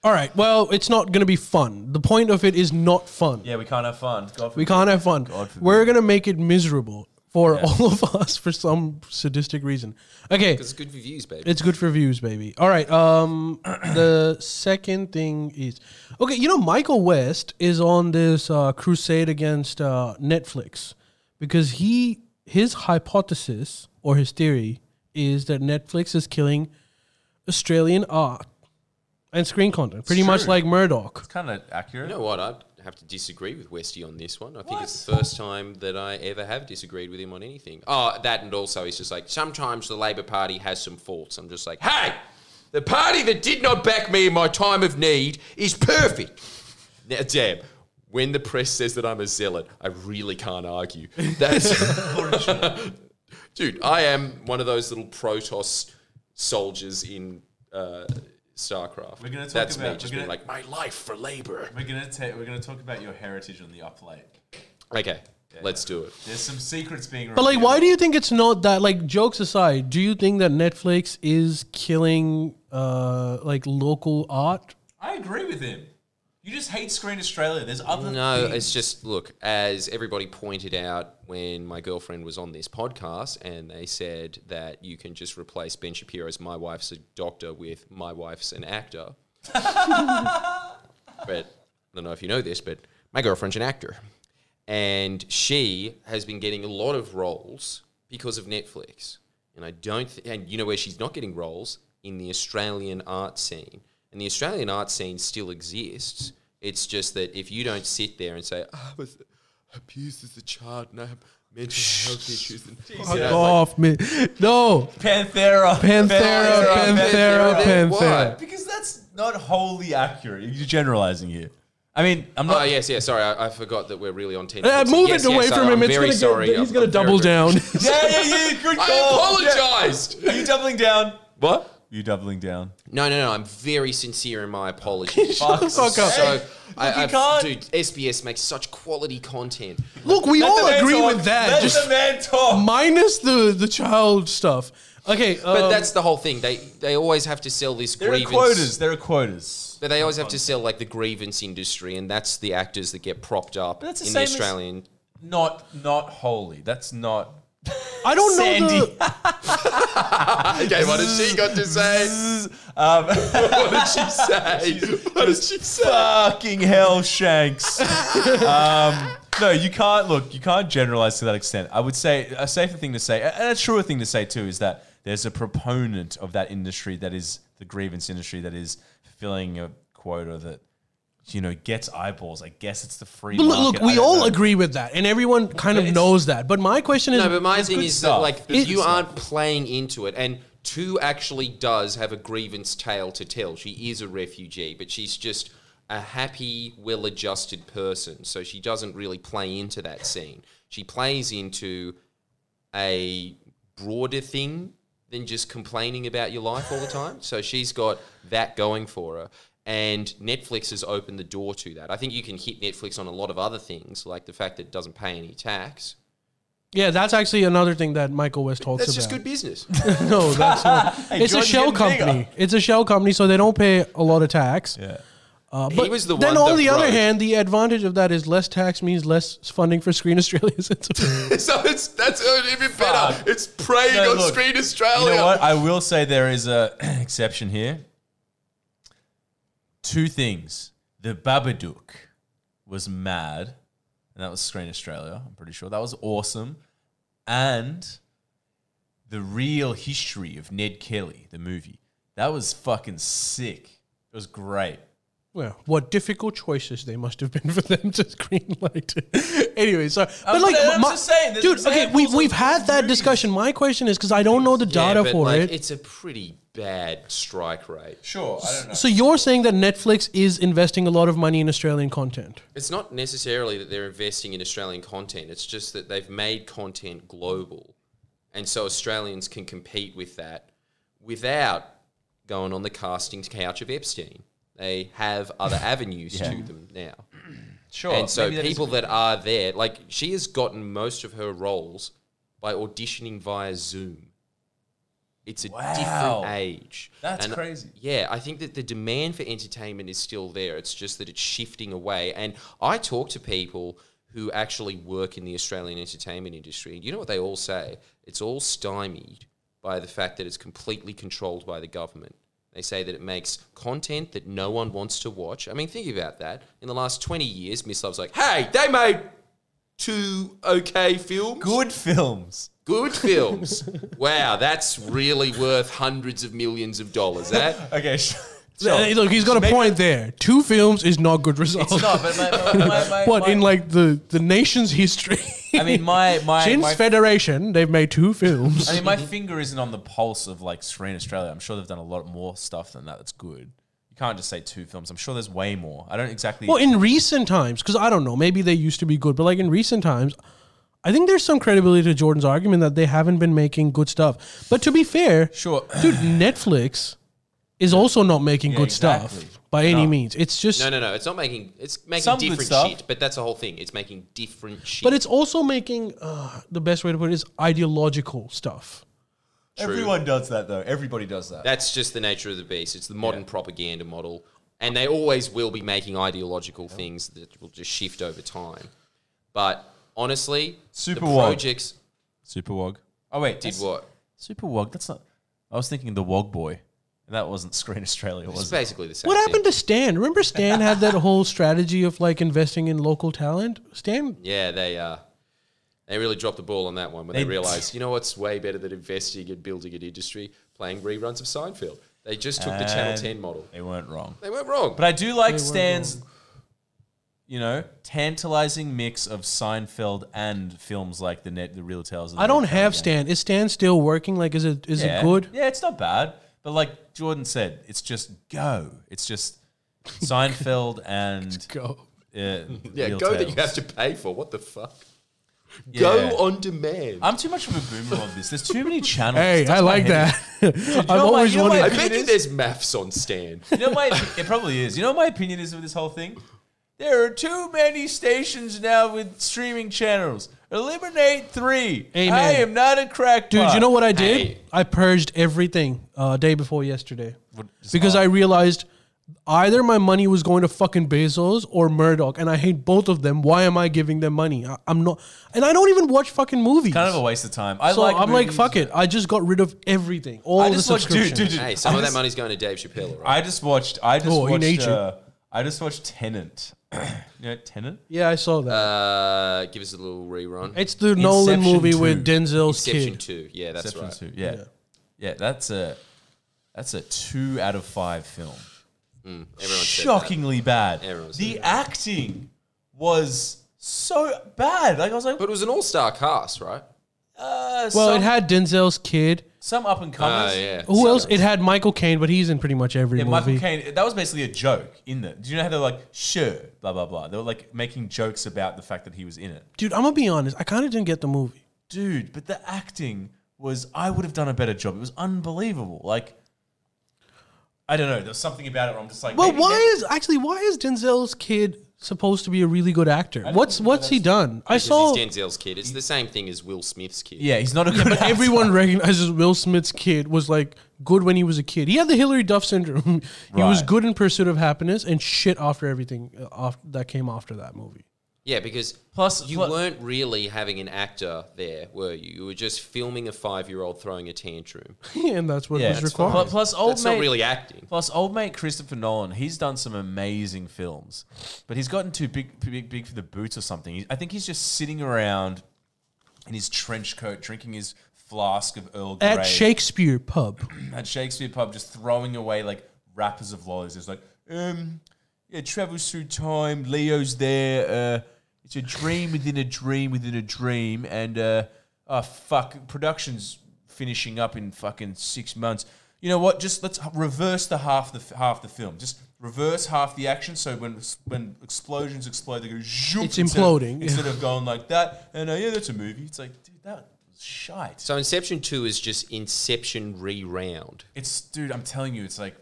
Speaker 2: All right. Well, it's not going to be fun. The point of it is not fun.
Speaker 1: Yeah, we can't have fun. God
Speaker 2: We can't have fun.
Speaker 1: forbid.
Speaker 2: We're going to make it miserable for all of us for some sadistic reason. Okay.
Speaker 3: Because it's good for views, baby.
Speaker 2: It's good for views, baby. All right. Um, the second thing is okay. You know, Michael West is on this uh, crusade against uh, Netflix because he his hypothesis or his theory is that Netflix is killing Australian art and screen content, pretty much
Speaker 1: true.
Speaker 2: like Murdoch.
Speaker 1: It's kind of accurate.
Speaker 3: You know what? I have to disagree with Westy on this one. I think it's the first time that I ever have disagreed with him on anything. Oh, that and also he's just like, sometimes the Labour Party has some faults. I'm just like, hey, the party that did not back me in my time of need is perfect. Now, damn, when the press says that I'm a zealot, I really can't argue. That's. Dude, I am one of those little Protoss soldiers in uh, StarCraft.
Speaker 1: We're gonna talk
Speaker 3: That's me
Speaker 1: about-
Speaker 3: just
Speaker 1: we're gonna-
Speaker 3: being like, my life for labour.
Speaker 1: We're gonna ta- we're gonna talk about your heritage on the up late.
Speaker 3: Okay, let's do it.
Speaker 1: There's some secrets being.
Speaker 2: But like, why do you think it's not that? Like, jokes aside, do you think that Netflix is killing uh, like local art?
Speaker 1: I agree with him. You just hate Screen Australia. There's other.
Speaker 3: No,
Speaker 1: things.
Speaker 3: it's just look, as everybody pointed out when my girlfriend was on this podcast, and they said that you can just replace Ben Shapiro's "My Wife's a Doctor" with "My Wife's an Actor." but I don't know if you know this, but my girlfriend's an actor, and she has been getting a lot of roles because of Netflix. And I don't, th- and you know where she's not getting roles in the Australian art scene. And the Australian art scene still exists. It's just that if you don't sit there and say, "Oh, "I was abused as a child and I have mental health issues," and
Speaker 2: Fuck off, man. No,
Speaker 1: Panthera.
Speaker 2: Panthera, Panthera,
Speaker 3: Panthera.
Speaker 2: Panthera.
Speaker 1: Because that's not wholly accurate. You're generalizing here. I mean, I'm
Speaker 3: Oh
Speaker 1: not.
Speaker 3: yes, yes. Sorry, I, I forgot that we're really on ten.
Speaker 2: Uh,
Speaker 3: minutes.
Speaker 2: move
Speaker 3: Yes,
Speaker 2: it away
Speaker 3: yes,
Speaker 2: from him.
Speaker 3: I- I'm
Speaker 2: It's
Speaker 3: very
Speaker 2: gonna
Speaker 3: sorry.
Speaker 2: Get,
Speaker 3: I'm-
Speaker 2: he's gonna
Speaker 3: I'm very,
Speaker 2: double
Speaker 3: very-
Speaker 2: down. Oh,
Speaker 1: Yeah, yeah, yeah. Good
Speaker 3: I
Speaker 1: call. Yeah.
Speaker 3: apologized.
Speaker 1: Are you doubling down?
Speaker 3: What?
Speaker 1: You doubling down?
Speaker 3: No, no, no. I'm very sincere in my apologies.
Speaker 1: Fuck the fuck up.
Speaker 3: So,
Speaker 1: Hey,
Speaker 3: I,
Speaker 1: look, you
Speaker 3: I've-
Speaker 1: can't-
Speaker 3: dude, SBS makes such quality content.
Speaker 2: Look, we
Speaker 1: Let the
Speaker 2: all
Speaker 1: man
Speaker 2: agree
Speaker 1: talk.
Speaker 2: with that.
Speaker 1: Let
Speaker 2: Just
Speaker 1: the man talk.
Speaker 2: minus the the child stuff. Okay,
Speaker 3: But
Speaker 2: um,
Speaker 3: that's the whole thing. They they always have to sell this
Speaker 1: There are
Speaker 3: grievance.
Speaker 1: quotas. There are quotas.
Speaker 3: But they always have to sell like the grievance industry, and that's the actors that get propped up
Speaker 1: But that's the
Speaker 3: in the
Speaker 1: same as-
Speaker 3: Australian.
Speaker 1: Not not wholly. That's not.
Speaker 2: I don't know the-
Speaker 1: Sandy.
Speaker 3: Okay, what has she got to say?
Speaker 1: Um,
Speaker 3: What did she say? What did she say?
Speaker 1: fucking hell, Shanks. um, no, you can't look. You can't generalize to that extent. I would say a safer thing to say, and a truer thing to say too, is that there's a proponent of that industry that is the grievance industry that is fulfilling a quota that you know gets eyeballs. I guess it's the free.
Speaker 2: But look,
Speaker 1: market.
Speaker 2: look,
Speaker 1: I
Speaker 2: we
Speaker 1: don't
Speaker 2: all
Speaker 1: know.
Speaker 2: agree with that, and everyone kind of
Speaker 1: It's-
Speaker 2: knows that. But my question is,
Speaker 3: No, but my
Speaker 1: It's
Speaker 3: thing
Speaker 1: good
Speaker 3: is
Speaker 1: stuff.
Speaker 3: that like
Speaker 1: It's
Speaker 3: you
Speaker 1: good stuff.
Speaker 3: aren't playing into it, and two actually does have a grievance tale to tell. She is a refugee, but she's just a happy, well-adjusted person, so she doesn't really play into that scene. She plays into a broader thing than just complaining about your life all the time. So she's got that going for her. And Netflix has opened the door to that. I think you can hit Netflix on a lot of other things, like the fact that it doesn't pay any tax.
Speaker 2: yeah, that's actually another thing that Michael West talks
Speaker 3: That's
Speaker 2: about.
Speaker 3: just good business.
Speaker 2: no, that's not.
Speaker 1: Hey,
Speaker 2: it's a
Speaker 1: Jordan's
Speaker 2: shell
Speaker 1: getting bigger.
Speaker 2: company. It's a shell company, so they don't pay a lot of tax.
Speaker 1: Yeah.
Speaker 2: Uh, but
Speaker 3: was the
Speaker 2: then
Speaker 3: one
Speaker 2: on
Speaker 3: that
Speaker 2: the other
Speaker 3: wrote-
Speaker 2: hand, the advantage of that is less tax means less funding for Screen Australia.
Speaker 3: so it's that's even better.
Speaker 1: Fuck.
Speaker 3: It's preying
Speaker 1: No,
Speaker 3: on
Speaker 1: look,
Speaker 3: Street
Speaker 1: You
Speaker 3: Australia.
Speaker 1: know what? I will say there is a exception here. Two things. The Babadook was mad, and that was Screen Australia. I'm pretty sure that was awesome, and the real history of Ned Kelly, the movie. That was fucking sick. It was great.
Speaker 2: well, what difficult choices they must have been for them to greenlight it. anyway, so but
Speaker 1: I'm-
Speaker 2: like,
Speaker 1: I'm just saying, there's
Speaker 2: dude, okay, we,
Speaker 1: examples
Speaker 2: we've
Speaker 1: of
Speaker 2: had that
Speaker 1: movies.
Speaker 2: discussion. My question is because I don't know the
Speaker 3: Yeah,
Speaker 2: data
Speaker 3: but,
Speaker 2: for
Speaker 3: like,
Speaker 2: it.
Speaker 3: It's a pretty bad strike rate.
Speaker 1: Sure, I don't know.
Speaker 2: So you're saying that Netflix is investing a lot of money in Australian content?
Speaker 3: It's not necessarily that they're investing in Australian content. It's just that they've made content global, and so Australians can compete with that without going on the casting couch of Epstein. They have other avenues to them now.
Speaker 1: Sure,
Speaker 3: and so
Speaker 1: maybe that is-
Speaker 3: people that are there, like she has gotten most of her roles by auditioning via Zoom. It's a
Speaker 1: Wow.
Speaker 3: different age. uh,
Speaker 1: That's crazy.
Speaker 3: Yeah, I think that the demand for entertainment is still there. It's just that it's shifting away. And I talk to people who actually work in the Australian entertainment industry, and you know what they all say? It's all stymied by the fact that it's completely controlled by the government. They say that it makes content that no one wants to watch. I mean, think about that. In the last 20 years, Miss Love's like, hey, they made two okay films
Speaker 1: good films.
Speaker 3: good films. wow, that's really worth hundreds of millions of dollars. That
Speaker 1: Okay, sure.
Speaker 2: Hey, Look, he's got a
Speaker 1: Maybe-
Speaker 2: point there. Two films is not good result.
Speaker 1: No, but my, my, my, my,
Speaker 2: what
Speaker 1: my-
Speaker 2: in like the the nation's history?
Speaker 1: I mean, my my
Speaker 2: since
Speaker 1: my-
Speaker 2: Federation, they've made two films.
Speaker 1: I mean, my finger isn't on the pulse of like Screen Australia. I'm sure they've done a lot more stuff than that. That's good. You can't just say two films. I'm sure there's way more. I don't exactly.
Speaker 2: well, in recent times, because I don't know, maybe they used to be good, but like in recent times, I think there's some credibility to Jordan's argument that they haven't been making good stuff. But to be fair,
Speaker 1: sure.
Speaker 2: dude, Netflix is also not making good
Speaker 1: exactly.
Speaker 2: stuff by any
Speaker 1: No.
Speaker 2: means. It's just
Speaker 3: no, no, no. It's not making. It's making
Speaker 1: Some good
Speaker 3: different
Speaker 1: stuff.
Speaker 3: shit. But that's the whole thing. It's making different shit.
Speaker 2: But it's also making uh, the best way to put it is ideological stuff.
Speaker 1: Everyone does that though. Everybody does that.
Speaker 3: that's just the nature of the beast. It's the modern propaganda model, and they always will be making ideological things that will just shift over time. But honestly,
Speaker 1: Super
Speaker 3: the
Speaker 1: woke.
Speaker 3: projects
Speaker 1: Super Wog. Oh wait,
Speaker 3: did
Speaker 1: that's-
Speaker 3: what?
Speaker 1: Super Wog. That's not. I was thinking the Wog Boy, and that wasn't Screen Australia,
Speaker 3: It's
Speaker 1: was it?
Speaker 3: basically the same.
Speaker 2: What
Speaker 3: thing.
Speaker 2: happened to Stan? Remember Stan had that whole strategy of like investing in local talent? Stan
Speaker 3: Yeah, they uh, they really dropped the ball on that one when they,
Speaker 1: They-
Speaker 3: realized, you know what's way better than investing and building an industry, playing reruns of Seinfeld. They just took the Channel
Speaker 1: And-
Speaker 3: 10 model.
Speaker 1: They weren't wrong.
Speaker 3: They weren't wrong.
Speaker 1: But I do like Stan's, you know, tantalizing mix of Seinfeld and films like the net, the Real Tales. Of the
Speaker 2: I don't
Speaker 1: Net
Speaker 2: have
Speaker 1: Taliban.
Speaker 2: Stan. Is Stan still working? Like is it is
Speaker 1: yeah.
Speaker 2: it good?
Speaker 1: Yeah, it's not bad. But like Jordan said, it's just go. It's just Seinfeld and
Speaker 2: Go.
Speaker 1: uh,
Speaker 3: yeah,
Speaker 1: Real
Speaker 3: go that
Speaker 1: Tales.
Speaker 3: you have to pay for. What the fuck?
Speaker 1: Yeah.
Speaker 3: Go on demand.
Speaker 1: I'm too much of a boomer on this. There's too many channels.
Speaker 2: Hey,
Speaker 1: That's
Speaker 2: I like
Speaker 1: my head.
Speaker 2: that. I've
Speaker 1: know what-
Speaker 2: always
Speaker 1: you know what-
Speaker 2: wanted.
Speaker 1: mean,
Speaker 3: I bet
Speaker 1: it
Speaker 3: you
Speaker 1: is-
Speaker 3: there's maths on Stan.
Speaker 1: You know my it probably is. You know what my opinion is of this whole thing? There are too many stations now with streaming channels. Eliminate three.
Speaker 2: Amen.
Speaker 1: I am not a crack.
Speaker 2: Dude, you know what I did?
Speaker 3: Hey.
Speaker 2: I purged everything uh, day before yesterday
Speaker 1: just
Speaker 2: because
Speaker 1: all-
Speaker 2: I realized either my money was going to fucking Bezos or Murdoch, and I hate both of them. Why am I giving them money? I, I'm not, and I don't even watch fucking movies.
Speaker 1: Kind of a waste of time. I
Speaker 2: so
Speaker 1: like.
Speaker 2: I'm like,
Speaker 1: movies.
Speaker 2: fuck it. I just got rid of everything, all
Speaker 1: I
Speaker 2: the
Speaker 1: just watched, dude,
Speaker 2: subscriptions.
Speaker 1: dude, dude.
Speaker 3: hey, some
Speaker 1: I
Speaker 3: of that
Speaker 1: just-
Speaker 3: money's going to Dave Chappelle, all right?
Speaker 1: I just watched. I just
Speaker 2: Oh, he
Speaker 1: watched.
Speaker 2: needs you.
Speaker 1: Uh, I just watched Tenant. you know Tenant.
Speaker 2: Yeah, I saw that.
Speaker 3: Uh, give us a little rerun.
Speaker 2: it's the
Speaker 1: Uh,
Speaker 2: Nolan
Speaker 1: Inception
Speaker 2: movie with
Speaker 1: 2.
Speaker 2: Denzel's
Speaker 3: Exception
Speaker 2: kid.
Speaker 3: two. Yeah, that's
Speaker 1: Exception
Speaker 3: right.
Speaker 1: two. Yeah. yeah, That's a that's a two out of five film.
Speaker 3: Mm, Everyone said that.
Speaker 1: Shockingly bad.
Speaker 3: Everyone said
Speaker 1: the acting was so bad. Like I was like,
Speaker 3: But it was an all-star cast, right?
Speaker 1: uh,
Speaker 2: Well,
Speaker 1: some,
Speaker 2: it had Denzel's kid.
Speaker 1: some up and
Speaker 3: Ah,
Speaker 1: comers.
Speaker 3: yeah.
Speaker 2: Who else? It had Michael Caine, but he's in pretty much every
Speaker 1: Yeah,
Speaker 2: movie.
Speaker 1: Michael Caine. That was basically a joke in there. Do you know how they're like, sure, blah blah blah. They were like making jokes about the fact that he was in it,
Speaker 2: Dude, I'm gonna be honest. I kind of didn't get the movie.
Speaker 1: dude. But the acting was, I would have done a better job. It was unbelievable. Like, I don't know. There was something about it where I'm just like,
Speaker 2: Well,
Speaker 1: maybe-
Speaker 2: why
Speaker 1: maybe-
Speaker 2: is actually why is Denzel's kid supposed to be a really good actor? What's what's he done? I saw
Speaker 3: Because he's Denzel's kid. It's the same thing as Will Smith's kid.
Speaker 1: Yeah, he's not a good. actor.
Speaker 2: everyone recognizes Will Smith's kid was like good when he was a kid. He had the Hillary Duff syndrome. he was
Speaker 1: Right.
Speaker 2: good in Pursuit of Happiness and shit after everything uh, off, that came after that movie.
Speaker 3: Yeah, because
Speaker 1: Plus-
Speaker 3: you
Speaker 1: plus-
Speaker 3: weren't really having an actor there, were you? You were just filming a five-year-old throwing a tantrum.
Speaker 2: and that's what
Speaker 1: Yeah,
Speaker 2: was
Speaker 1: it's
Speaker 2: required.
Speaker 1: fine. Plus, old
Speaker 3: That's
Speaker 1: mate.
Speaker 3: not really acting.
Speaker 1: Plus, old mate Christopher Nolan, he's done some amazing films, but he's gotten too big, big, big for the boots or something. He- I think he's just sitting around in his trench coat, drinking his flask of Earl Grey
Speaker 2: At Shakespeare pub,
Speaker 1: at Shakespeare Pub, just throwing away like rappers of lawyers. It's like, um, yeah, travels through time. Leo's there. Uh, it's a dream within a dream within a dream. And uh, oh fuck, production's finishing up in fucking six months. You know what? Just let's h- reverse the half the f- half the film. Just reverse half the action. So when when explosions explode, they go. zoom
Speaker 2: It's
Speaker 1: instead of-
Speaker 2: imploding.
Speaker 1: instead of going like that. And uh, yeah, that's a movie. It's like, dude, that was shite.
Speaker 3: So Inception 2 is just Inception re-round.
Speaker 1: It's dude, I'm telling you, it's like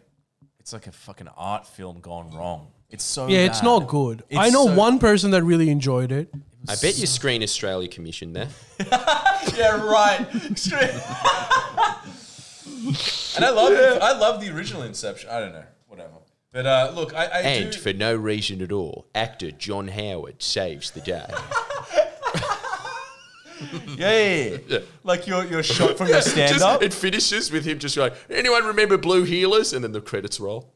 Speaker 1: it's like a fucking art film gone wrong. It's so
Speaker 2: yeah, it's
Speaker 1: bad.
Speaker 2: not good.
Speaker 1: It's
Speaker 2: I know
Speaker 1: so-
Speaker 2: one person that really enjoyed it.
Speaker 3: I bet you Screen Australia commissioned that.
Speaker 1: Yeah, right. Straight- and I love it. I love the original Inception. I don't know, whatever. But uh, look, I, I
Speaker 3: And
Speaker 1: do,
Speaker 3: for no reason at all, actor John Howard saves the day.
Speaker 1: yeah, yeah. like your your shot from your stand
Speaker 3: Just-
Speaker 1: up.
Speaker 3: it finishes with him just going, anyone remember Blue Healers? And then the credits roll.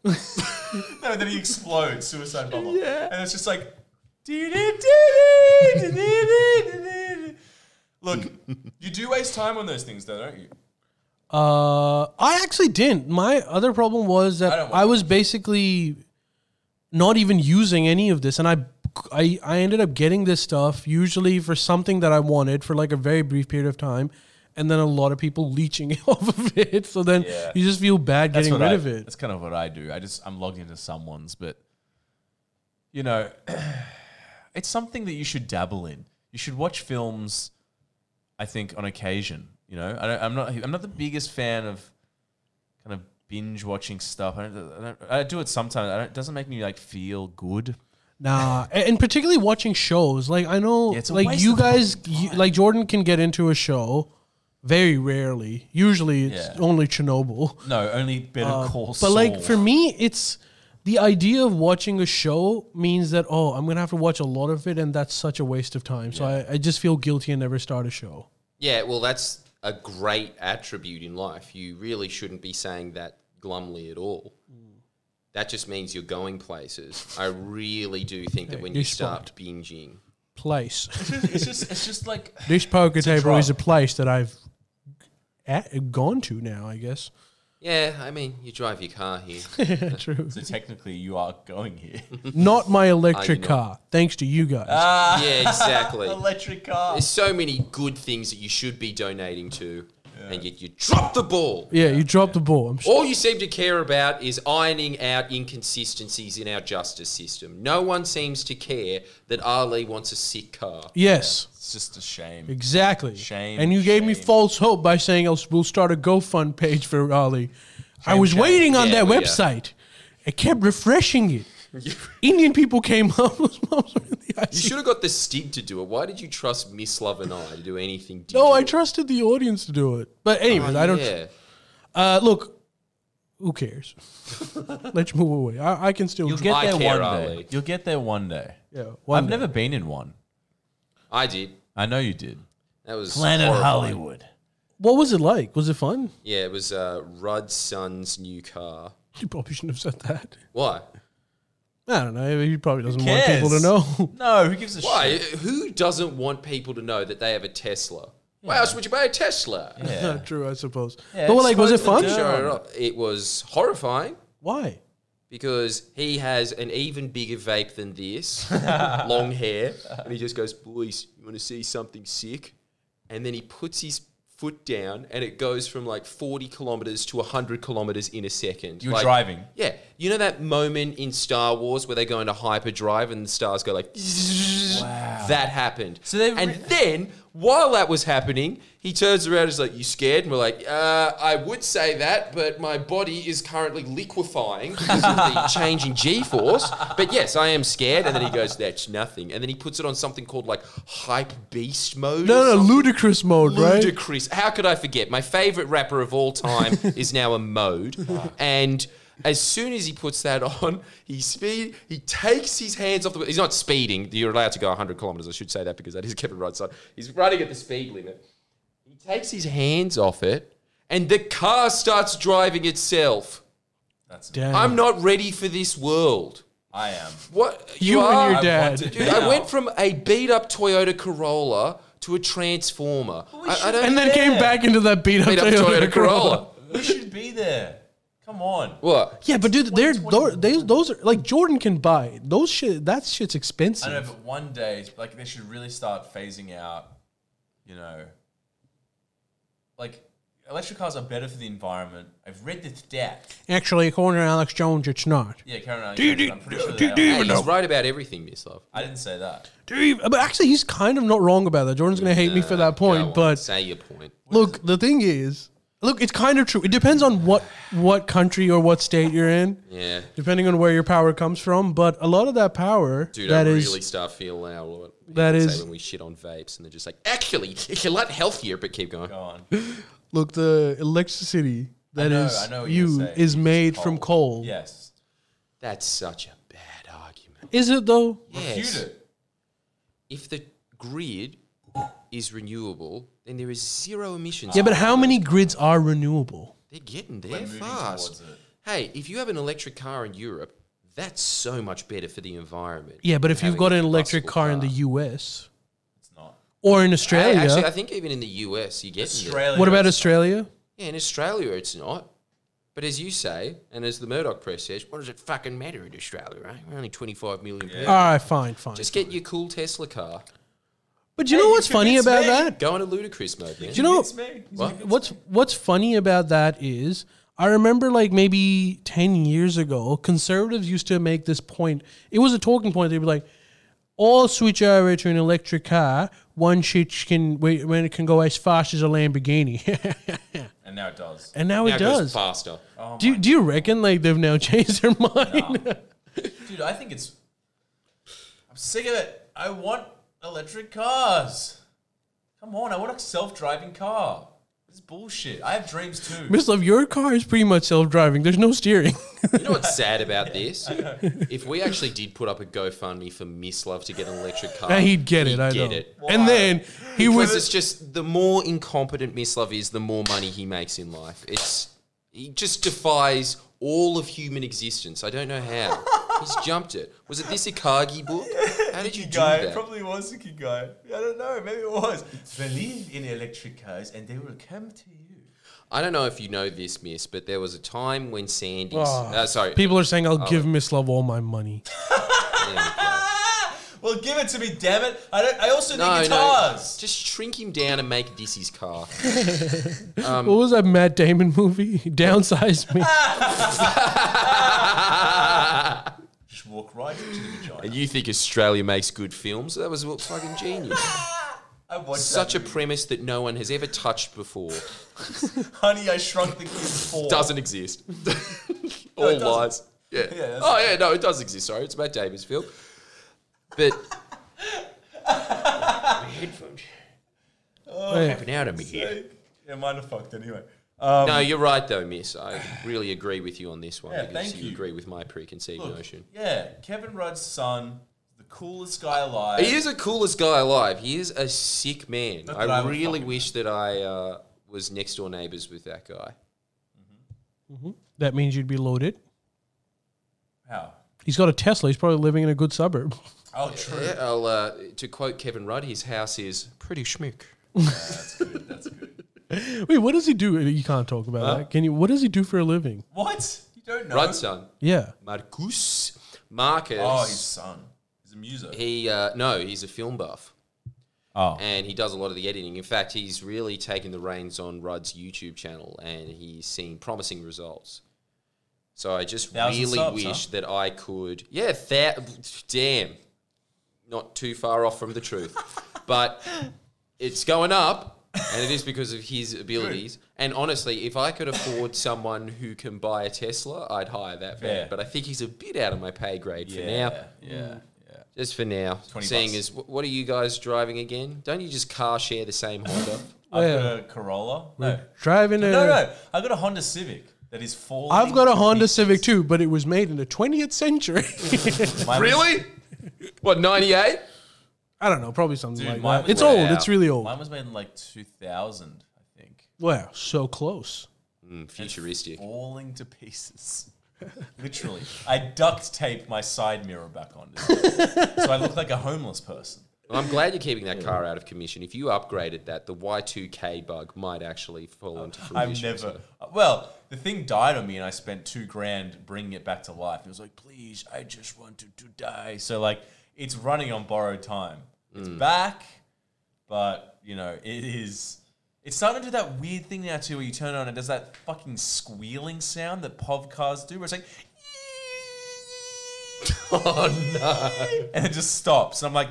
Speaker 1: No, then he explodes, suicide bubble.
Speaker 3: Yeah.
Speaker 1: and it's just like. Look, you do waste time on those things, though, don't you?
Speaker 2: Uh, I actually didn't. My other problem was that
Speaker 1: I don't
Speaker 2: I,
Speaker 1: want
Speaker 2: was basically not even using any of this, and I, I, I ended up getting this stuff usually for something that I wanted for like a very brief period of time, and then a lot of people leeching off of it. So then
Speaker 1: Yeah.
Speaker 2: you just feel bad getting rid
Speaker 1: what I-
Speaker 2: of it.
Speaker 1: That's kind of what I do. I just I'm logged into someone's, but you know, it's something that you should dabble in. You should watch films. I think on occasion, you know, I don't, I'm not I'm not the biggest fan of kind of binge watching stuff. I, don't, I, don't, I do it sometimes. I don't, it doesn't make me like feel good.
Speaker 2: Nah, a- and particularly watching shows. Like I know,
Speaker 1: Yeah, it's a
Speaker 2: like
Speaker 1: waste
Speaker 2: you
Speaker 1: of fucking
Speaker 2: guys, you, like Jordan can get into a show very rarely. Usually, it's
Speaker 1: Yeah.
Speaker 2: only Chernobyl.
Speaker 1: No, only better call.
Speaker 2: Uh, But like for me, it's the idea of watching a show means that oh, I'm gonna have to watch a lot of it, and that's such a waste of time. So I, I just feel guilty and never start a show.
Speaker 3: Yeah, well, that's a great attribute in life. You really shouldn't be saying that glumly at all. That just means you're going places. I really do think that when you
Speaker 2: you're
Speaker 3: start binging,
Speaker 2: Place.
Speaker 1: it's just it's just like
Speaker 2: this poker table
Speaker 1: drug.
Speaker 2: is a place that I've at, gone to now. I guess.
Speaker 3: yeah, I mean, you drive your car here.
Speaker 2: True.
Speaker 1: so technically you are going here.
Speaker 2: Not my electric
Speaker 3: not?
Speaker 2: car, thanks to you guys.
Speaker 3: yeah, exactly.
Speaker 1: Electric car.
Speaker 3: There's so many good things that you should be donating to, and yet you drop the ball.
Speaker 2: Yeah, you dropped the ball. I'm sure.
Speaker 3: All you seem to care about is ironing out inconsistencies in our justice system. No one seems to care that Ali wants a sick car.
Speaker 2: Yes,
Speaker 1: It's just a shame.
Speaker 2: exactly.
Speaker 1: Shame,
Speaker 2: And you gave me
Speaker 1: shame.
Speaker 2: false hope by saying else we'll start a GoFund page for Ali. I was
Speaker 1: shame.
Speaker 2: waiting on
Speaker 3: Yeah,
Speaker 2: that
Speaker 3: well, yeah.
Speaker 2: website. I kept refreshing it. Indian people came up. Those moms were in the
Speaker 3: You
Speaker 2: ICU.
Speaker 3: should have got the Stig to do it. Why did you trust Miss Love and I to do anything?
Speaker 2: No, I
Speaker 3: digital?
Speaker 2: trusted the audience to do it. But anyways, I don't.
Speaker 1: Oh,
Speaker 3: Yeah.
Speaker 2: Uh, look, who cares? Let's move away. I, I can still.
Speaker 1: You'll
Speaker 2: dr-
Speaker 1: get
Speaker 3: I
Speaker 1: there
Speaker 3: care,
Speaker 1: one
Speaker 3: Ali.
Speaker 1: day. You'll get there one day.
Speaker 2: yeah, one
Speaker 1: I've
Speaker 2: day.
Speaker 1: never been in one.
Speaker 3: I did.
Speaker 1: I know you did.
Speaker 3: That was
Speaker 1: Planet
Speaker 3: horrifying.
Speaker 1: Hollywood.
Speaker 2: What was it like? Was it fun?
Speaker 3: Yeah, it was uh, Rudd's son's new car.
Speaker 2: You probably shouldn't have said that.
Speaker 3: Why?
Speaker 2: I don't know. He probably doesn't want
Speaker 1: cares?
Speaker 2: people to know.
Speaker 1: No, who gives a
Speaker 3: Why?
Speaker 1: shit?
Speaker 3: Who doesn't want people to know that they have a Tesla? Why else would you buy a Tesla?
Speaker 1: Yeah.
Speaker 2: Not true, I suppose.
Speaker 1: Yeah,
Speaker 2: but
Speaker 1: it's
Speaker 2: like, was it
Speaker 1: fun
Speaker 2: fun?
Speaker 1: to do.
Speaker 3: Sure enough, It was horrifying.
Speaker 2: Why?
Speaker 3: because he has an even bigger vape than this, long hair, and he just goes, "Boys, you want to see something sick?" And then he puts his foot down, and it goes from like forty kilometers to hundred kilometers in a second.
Speaker 1: You're
Speaker 3: Like-
Speaker 1: driving.
Speaker 3: Yeah, you know that moment in Star Wars where they go into hyperdrive and the stars go like, that happened.
Speaker 1: So they've
Speaker 3: and
Speaker 1: re-
Speaker 3: then while that was happening, he turns around and is like, "You scared?" And we're like, uh, "I would say that, but my body is currently liquefying because of the change in G-force. But yes, I am scared." And then he goes, "That's nothing." And then he puts it on something called like hype beast mode. or
Speaker 2: No, no,
Speaker 3: something.
Speaker 2: ludicrous mode, right?
Speaker 3: Ludacris. How could I forget? My favorite rapper of all time is now a mode. and as soon as he puts that on, he speed. He takes his hands off the. He's not speeding. You're allowed to go 100 kilometers. I should say that because that is Kevin Rudd's son. He's running at the speed limit. He takes his hands off it, and the car starts driving itself.
Speaker 2: Damn.
Speaker 3: I'm not ready for this world.
Speaker 1: I am.
Speaker 3: What
Speaker 2: you, and
Speaker 3: are-
Speaker 2: your
Speaker 1: I
Speaker 2: dad.
Speaker 1: wanted
Speaker 3: Dude, I went from a beat up Toyota Corolla to a Transformer. I, I don't
Speaker 2: and then came back into that beat up,
Speaker 3: beat up
Speaker 2: Toyota,
Speaker 3: Toyota Corolla.
Speaker 1: We should be there. Come on.
Speaker 3: What?
Speaker 2: Yeah, but dude, they're those, they, those are like Jordan can buy those shit. That
Speaker 1: I
Speaker 2: shit's
Speaker 1: know,
Speaker 2: expensive.
Speaker 1: but one day, like, they should really start phasing out, you know, like, electric cars are better for the environment. I've read this stat.
Speaker 2: Actually, according to Alex Jones, it's not.
Speaker 1: Yeah, Karen, I'm pretty sure they
Speaker 3: Hey,
Speaker 1: are.
Speaker 3: he's right about everything, Miss Love.
Speaker 1: I didn't say that.
Speaker 2: Dude, but actually, he's kind of not wrong about that. Jordan's gonna hate me for that
Speaker 3: Go on,
Speaker 2: point, but
Speaker 3: say your point.
Speaker 2: Look, the thing is, look, it's kind of true. It depends on what what country or what state you're in,
Speaker 3: Yeah,
Speaker 2: depending on where your power comes from. But a lot of that power
Speaker 3: dude,
Speaker 2: that
Speaker 3: I
Speaker 2: is
Speaker 3: really start feeling out what people
Speaker 2: that
Speaker 3: say
Speaker 2: is-
Speaker 3: when we shit on vapes, and they're just like, actually, it's a lot healthier. But keep going.
Speaker 1: Go on.
Speaker 2: look the electricity that
Speaker 1: know-
Speaker 2: is
Speaker 1: I know what you're
Speaker 2: you
Speaker 1: saying. It's
Speaker 2: is made
Speaker 1: coal.
Speaker 2: from coal.
Speaker 1: Yes.
Speaker 3: That's such a bad argument.
Speaker 2: Is it though?
Speaker 1: Refute
Speaker 3: Yes.
Speaker 1: it.
Speaker 3: If the grid is renewable, then there is zero emissions.
Speaker 2: Yeah, but
Speaker 1: Uh,
Speaker 2: how many grids are renewable?
Speaker 3: They're getting there
Speaker 1: moving
Speaker 3: fast.
Speaker 1: towards it.
Speaker 3: Hey, if you have an electric car in Europe, that's so much better for the environment.
Speaker 2: Yeah, but
Speaker 3: than
Speaker 2: if you've
Speaker 3: having
Speaker 2: got
Speaker 3: a
Speaker 2: an electric
Speaker 3: combustible
Speaker 2: car in the U.S.
Speaker 1: It's not.
Speaker 2: or in
Speaker 3: Hey,
Speaker 2: Australia,
Speaker 3: Actually, I think even in the US, you get there.
Speaker 1: Australia.
Speaker 2: what about Australia?
Speaker 3: Yeah, in Australia it's not. But as you say, and as the Murdoch press says, what does it fucking matter in Australia, right? We're only 25 million people.
Speaker 2: All right, fine, fine.
Speaker 3: Just get your cool Tesla car.
Speaker 2: but you know what's funny
Speaker 1: convinced
Speaker 2: about
Speaker 1: me.
Speaker 2: that?
Speaker 3: Go into ludicrous mode, man.
Speaker 2: You know,
Speaker 1: It's me.
Speaker 2: what's what's funny about that is I remember like maybe 10 years ago conservatives used to make this point. It was a talking point. They'd be like all switch over to an electric car, one switch can wait when it can go as fast as a Lamborghini.
Speaker 1: And now it does.
Speaker 2: and now,
Speaker 3: Now
Speaker 2: it
Speaker 3: it goes
Speaker 2: does.
Speaker 3: faster.
Speaker 2: Do you, do you reckon like they've now changed their mind?
Speaker 1: Dude, I think it's. I'm sick of it. I want electric cars. Come on, I want a self-driving car. This is bullshit. I have dreams too.
Speaker 2: Miss Love, your car is pretty much self-driving. There's no steering.
Speaker 3: You know what's sad about this? If we actually did put up a GoFundMe for Miss Love to get an electric car,
Speaker 2: and he'd get it,
Speaker 3: he'd
Speaker 2: I
Speaker 3: get
Speaker 2: know.
Speaker 3: it.
Speaker 2: And then he
Speaker 3: Because
Speaker 2: was
Speaker 3: it's just the more incompetent Miss Love is, the more money he makes in life. It's he just defies all of human existence. I don't know how. He's jumped it. Was it this Ikagi book? How did you do
Speaker 1: guy.
Speaker 3: that?
Speaker 1: probably was Ikigai. I don't know. Maybe it was. Believe in electric cars, and they will come to you.
Speaker 3: I don't know if you know this, Miss, but there was a time when
Speaker 1: Oh.
Speaker 3: Sandy. Uh, sorry.
Speaker 2: people are saying I'll give Miss Love all my money.
Speaker 3: there we go.
Speaker 1: Well, give it to me, damn it. I, don't, I also need
Speaker 3: No, no.
Speaker 1: guitars.
Speaker 3: Just shrink him down and make this his car.
Speaker 2: what was that Matt Damon movie? Downsize me.
Speaker 1: Just walk right into the vagina.
Speaker 3: And you think Australia makes good films? That was fucking genius.
Speaker 1: I watched
Speaker 3: Such a
Speaker 1: that.
Speaker 3: premise that no one has ever touched before.
Speaker 1: Honey, I shrunk the kid four.
Speaker 3: Doesn't exist.
Speaker 1: it
Speaker 3: All
Speaker 1: doesn't.
Speaker 3: lies. Yeah.
Speaker 1: that's-
Speaker 3: oh yeah, no, it does exist. Sorry, it's about Davis film. But
Speaker 4: My headphones.
Speaker 1: Oh.
Speaker 2: Yeah.
Speaker 4: Tapping out of me here.
Speaker 1: Yeah, mine are fucked anyway.
Speaker 3: no, you're right though, Miss. I really agree with you on this one
Speaker 1: Um, Yeah,
Speaker 3: because
Speaker 1: thank
Speaker 3: you
Speaker 1: you.
Speaker 3: agree with my preconceived
Speaker 1: Look,
Speaker 3: notion.
Speaker 1: yeah, Kevin Rudd's son, the coolest guy alive.
Speaker 3: He is the coolest guy alive. He is a sick man.
Speaker 1: that I
Speaker 3: I
Speaker 1: would
Speaker 3: really
Speaker 1: fucking
Speaker 3: wish that I uh, was next door neighbors with that guy.
Speaker 2: That means you'd be loaded.
Speaker 1: How?
Speaker 2: He's got a Tesla. He's probably living in a good suburb.
Speaker 1: Oh, true.
Speaker 3: Yeah, I'll, uh, to quote Kevin Rudd, his house is pretty schmick.
Speaker 2: Wait, what does he do? You can't talk about that. Can you? What does he do for a living?
Speaker 1: What? You don't know?
Speaker 3: Rudd's son,
Speaker 2: Yeah.
Speaker 3: Marcus Marcus.
Speaker 1: Oh, his son. He's a muser.
Speaker 3: he uh, no, he's a film buff.
Speaker 1: Oh.
Speaker 3: and he does a lot of the editing. In fact, he's really taken the reins on Rudd's YouTube channel, and he's seen promising results. So I just
Speaker 1: Thousand
Speaker 3: really
Speaker 1: subs,
Speaker 3: wish
Speaker 1: huh?
Speaker 3: that I could, yeah, that damn, not too far off from the truth, but it's going up, and it is because of his abilities. And honestly, if I could afford someone who can buy a Tesla, I'd hire that man.
Speaker 1: Fair.
Speaker 3: But I think he's a bit out of my pay grade
Speaker 1: yeah,
Speaker 3: for now.
Speaker 1: Yeah, yeah.
Speaker 3: Just for now,
Speaker 1: 20
Speaker 3: seeing
Speaker 1: bucks.
Speaker 3: as wh- what are you guys driving again? Don't you just car share the same Honda?
Speaker 1: I've
Speaker 2: Yeah.
Speaker 1: got a Corolla. No.
Speaker 2: Driving a.
Speaker 1: No, no. I've got a Honda Civic that is falling.
Speaker 2: I've got a Honda
Speaker 1: pieces.
Speaker 2: Civic too, but it was made in the 20th century.
Speaker 1: Mine was-
Speaker 3: really? What ninety eight?
Speaker 2: I don't know, probably something
Speaker 1: Dude, mine
Speaker 2: like that. It's
Speaker 1: was-
Speaker 2: old. It's really old.
Speaker 1: Mine was made in like 2000, I think.
Speaker 2: Wow, so close.
Speaker 3: Futuristic.
Speaker 1: Falling to pieces. Literally. I duct taped my side mirror back on. so I look like a homeless person.
Speaker 3: Well, I'm glad you're keeping that car out of commission. If you upgraded that, the Y two K bug might actually fall into fruition.
Speaker 1: I've
Speaker 3: so-
Speaker 1: never. Uh, Well, the thing died on me, and I spent two grand bringing it back to life. It was like, please, I just wanted to die. So like, it's running on borrowed time. It's back, but you know, it is. It's starting to do that weird thing now too, where you turn it on and it does that fucking squealing sound that pov cars do, where it's like. Oh no! And it just stops, and I'm like,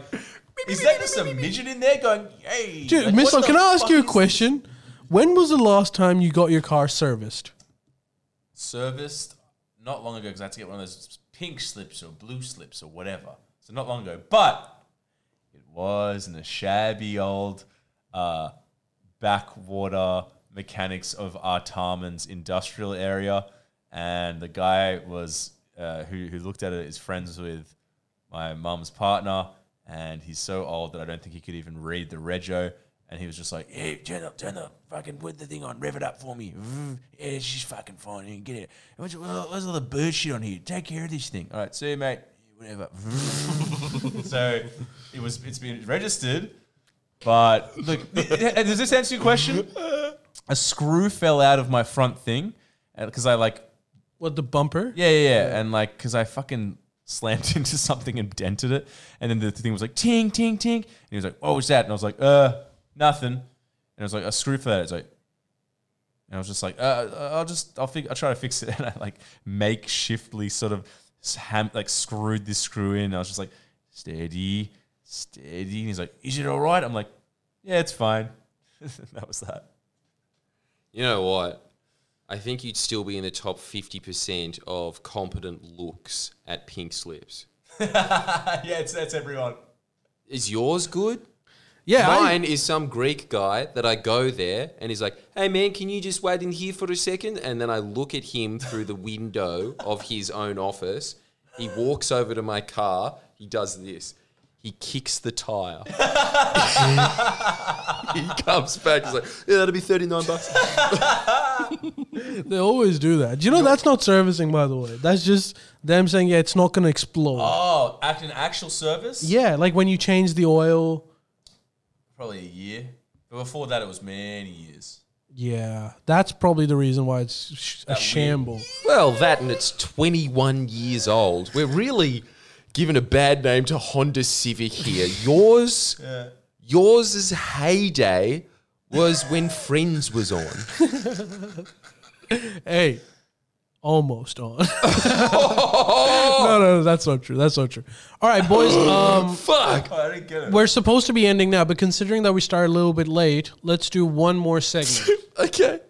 Speaker 1: "Is that just a midget in there going, hey?"
Speaker 2: Dude,
Speaker 1: like,
Speaker 2: Miss,
Speaker 1: what
Speaker 2: can
Speaker 1: the
Speaker 2: I ask
Speaker 1: fuck
Speaker 2: you a
Speaker 1: is this?"
Speaker 2: question? When was the last time you got your car serviced?
Speaker 1: serviced not long ago because I had to get one of those pink slips or blue slips or whatever. So not long ago, but it was in a shabby old uh, backwater mechanics of Artarman's industrial area, and the guy was uh, who who looked at it is friends with my mum's partner, and he's so old that I don't think he could even read the rego. And he was just like, "Hey, turn up, turn the fucking put the thing on, rev it up for me. Vroom. Yeah, she's fucking fine. You can get it. What's, what's all the bird shit on here? Take care of this thing. All right, see you, mate. Whatever." Vroom. so it was. It's been registered, but look, does this answer your question? A screw fell out of my front thing because I like
Speaker 2: What, the bumper?
Speaker 1: yeah, yeah, yeah. And like, because I fucking slammed into something and dented it. And then the thing was like, ting, ting, ting. And he was like, what was that? And I was like, uh, nothing. And I was like, a screw for that. It's like, and I was just like, uh, uh, I'll just, I'll, fig- I'll try to fix it. And I like makeshiftly sort of s- ham- like screwed this screw in. And I was just like, steady, steady. And he's like, is it all right? I'm like, yeah, it's fine. that was that.
Speaker 3: You know what? I think you'd still be in the top fifty percent of competent looks at pink slips.
Speaker 1: yeah, it's, that's everyone.
Speaker 3: Is yours good?
Speaker 2: Yeah, I-
Speaker 3: Mine is some Greek guy that I go there and he's like, hey man, can you just wait in here for a second? And then I look at him through the window of his own office. He walks over to my car. He does this. He kicks the tire. he comes back. He's like, yeah, that'll be 39 bucks.
Speaker 2: they always do that. Do you know that's not servicing, by the way? That's just them saying, yeah, it's not going to explode.
Speaker 1: Oh, act an actual service?
Speaker 2: yeah, like when you change the oil.
Speaker 1: probably a year. But before that, it was many years.
Speaker 2: Yeah, that's probably the reason why it's sh- a
Speaker 1: That
Speaker 2: shamble.
Speaker 3: Well, that and it's 21 years old. We're really given a bad name to Honda Civic here. Yours, yours' heyday was when Friends was on.
Speaker 2: Hey, almost on. no, no, that's not true. That's not true. All right, boys. Um,
Speaker 3: Fuck.
Speaker 1: I didn't get it.
Speaker 2: we're supposed to be ending now, but considering that we started a little bit late, let's do one more segment.
Speaker 3: Okay.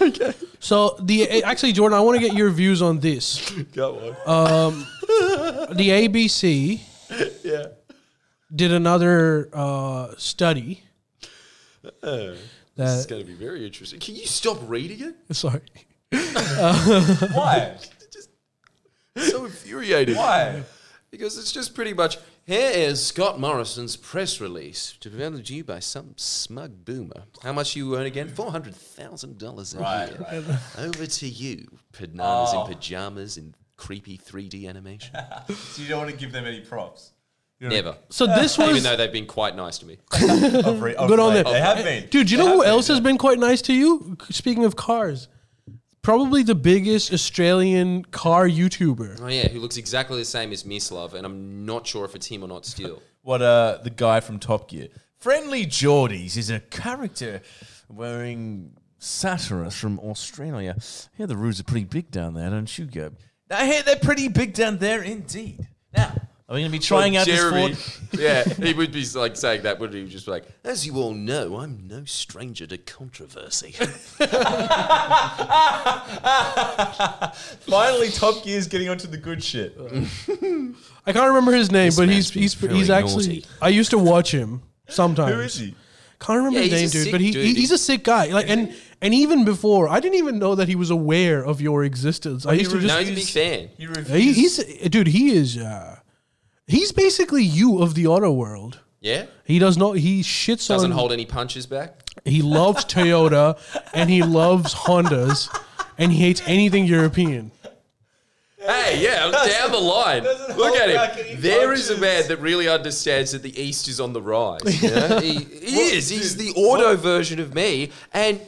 Speaker 3: Okay.
Speaker 2: so the eh, actually, Jordan, I want to get your views on this.
Speaker 3: Go on.
Speaker 2: The ABC
Speaker 3: yeah.
Speaker 2: did another uh, study.
Speaker 3: It's
Speaker 2: That
Speaker 3: going to be very interesting. Can you stop reading it?
Speaker 2: sorry.
Speaker 1: Why?
Speaker 3: It's so infuriating.
Speaker 1: Why?
Speaker 3: Because it's just pretty much here is Scott Morrison's press release developed to you by some smug boomer. How much you earn again? Four hundred thousand dollars a
Speaker 1: Right, Oh.
Speaker 3: year. Over to you, bananas in pajamas in creepy three D animation.
Speaker 1: So you don't want to give them any props.
Speaker 3: Never.
Speaker 2: So this was
Speaker 3: Even though they've been quite nice to me.
Speaker 1: Of re- of
Speaker 2: Good on
Speaker 1: late.
Speaker 2: them.
Speaker 1: They have been.
Speaker 2: Dude, you know who else has been quite nice to you? Speaking of cars, probably the biggest Australian car YouTuber.
Speaker 3: Oh yeah, who looks exactly the same as Mislav, and I'm not sure if it's him or not still.
Speaker 1: what uh the guy from Top Gear. Friendly Geordies is a character wearing satirist from Australia. I hear the roofs are pretty big down there, don't you, Gob? I hear they're pretty big down there indeed. Now, are we going to be trying out
Speaker 3: Jeremy,
Speaker 1: this Ford?
Speaker 3: yeah, he would be like saying that, wouldn't he? He would Just be like, as you all know, I'm no stranger to controversy.
Speaker 1: Finally, Top Gear's getting onto the good shit.
Speaker 2: I can't remember his name, but he's
Speaker 3: man's
Speaker 2: he's
Speaker 3: been
Speaker 2: he's
Speaker 3: really
Speaker 2: actually.
Speaker 3: naughty.
Speaker 2: I used to watch him sometimes.
Speaker 1: Who is he?
Speaker 2: Can't remember
Speaker 3: Yeah,
Speaker 2: his name,
Speaker 3: he's a
Speaker 2: dude.
Speaker 3: sick
Speaker 2: But he,
Speaker 3: dude.
Speaker 2: he- he's a sick guy. Like and and even before, I didn't even know that he was aware of your existence. I used to
Speaker 1: re-
Speaker 2: just
Speaker 3: no, he's a big fan.
Speaker 1: He
Speaker 2: he,
Speaker 1: reviews.
Speaker 2: he's eh, dude. He is. uh He's basically you of the auto world.
Speaker 3: Yeah,
Speaker 2: He does not. He shits
Speaker 3: doesn't
Speaker 2: on.
Speaker 3: hold any punches back.
Speaker 2: He loves Toyota and he loves Hondas and he hates anything European.
Speaker 3: Hey, yeah, down the line.
Speaker 1: doesn't
Speaker 3: Look
Speaker 1: hold
Speaker 3: at
Speaker 1: back
Speaker 3: him.
Speaker 1: any
Speaker 3: There is a
Speaker 1: punches.
Speaker 3: man that really understands that the East is on the rise. you know? He, he is. He's the auto version of me. And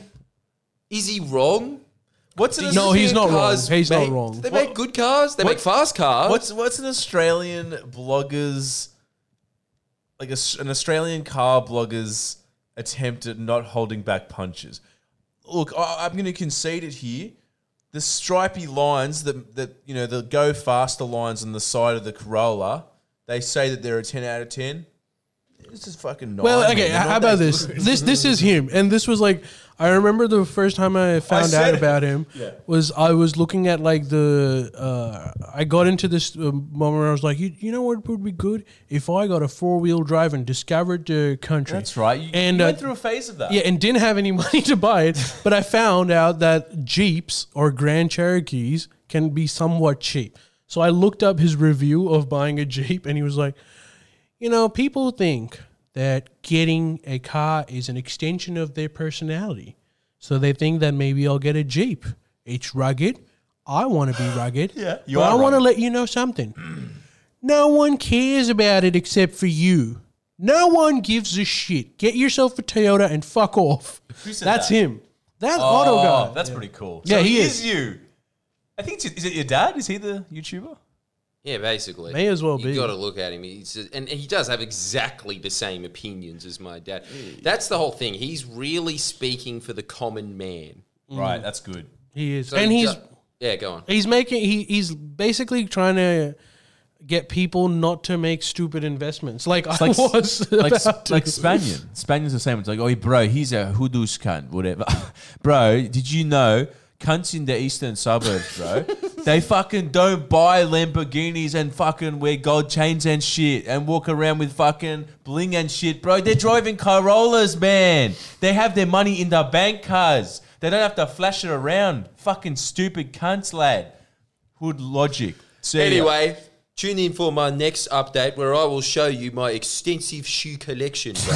Speaker 3: is he wrong?
Speaker 1: What's an
Speaker 2: No, he's not wrong.
Speaker 3: Cars
Speaker 2: He's
Speaker 3: make,
Speaker 2: not wrong.
Speaker 3: They make good cars. They make fast cars.
Speaker 1: What's what's an Australian blogger's like a, an Australian car blogger's attempt at not holding back punches? Look, I, I'm going to concede it here. The stripy lines that that you know the go faster lines on the side of the Corolla, they say that they're a 10 out of 10. This is fucking nine.
Speaker 2: Well,
Speaker 1: Oh, man.
Speaker 2: okay,
Speaker 1: They're
Speaker 2: how
Speaker 1: not
Speaker 2: about
Speaker 1: that
Speaker 2: this?
Speaker 1: good.
Speaker 2: This this is him. And this was like I remember the first time I found
Speaker 1: said
Speaker 2: out
Speaker 1: it.
Speaker 2: about him
Speaker 1: Yeah.
Speaker 2: was I was looking at like the uh, I got into this uh, moment where I was like, you, you know what would be good if I got a four wheel drive and discovered the country.
Speaker 1: That's right. You,
Speaker 2: and
Speaker 1: you
Speaker 2: uh,
Speaker 1: went through a phase of that.
Speaker 2: Yeah, and didn't have any money to buy it. But I found out that Jeeps or Grand Cherokees can be somewhat cheap. So I looked up his review of buying a Jeep, and he was like, you know, people think that getting a car is an extension of their personality. So they think that maybe I'll get a Jeep. It's rugged. I want to be rugged. yeah,
Speaker 1: you
Speaker 2: but
Speaker 1: are
Speaker 2: I want to
Speaker 1: rugged.
Speaker 2: let you know something. No one cares about it except for you. No one gives a shit. Get yourself a Toyota and fuck off.
Speaker 1: said
Speaker 2: That's
Speaker 1: that?
Speaker 2: him. That auto
Speaker 1: Oh,
Speaker 2: guy.
Speaker 1: that's pretty cool.
Speaker 2: Yeah,
Speaker 1: So
Speaker 2: he
Speaker 1: is. you. I think it's, is it your dad? Is he the
Speaker 2: Mm.
Speaker 1: YouTuber?
Speaker 3: Yeah, basically.
Speaker 2: May as well
Speaker 3: you
Speaker 2: be.
Speaker 3: got to look at him. He's and, and he does have exactly the same opinions as my dad. That's the whole thing. He's really speaking for the common man.
Speaker 1: Right, that's good.
Speaker 2: He is,
Speaker 3: So
Speaker 2: and
Speaker 3: he
Speaker 2: he's
Speaker 3: do- yeah, go on.
Speaker 2: he's making he he's basically trying to get people not to make stupid investments like I
Speaker 1: like-
Speaker 2: was
Speaker 1: like
Speaker 2: about to.
Speaker 1: like Spaniard. Spaniards are the same. It's like, oh, bro, he's a hoodoo's cunt, whatever. bro, did you know cunts in the eastern suburbs, bro? they fucking don't buy Lamborghinis and fucking wear gold chains and shit and walk around with fucking bling and shit, bro. They're driving Corollas, man. They have their money in their bank cards. They don't have to flash it around. Fucking stupid cunts, lad. Hood logic. See ya.
Speaker 3: Anyway, tune in for my next update where I will show you my extensive shoe collection. so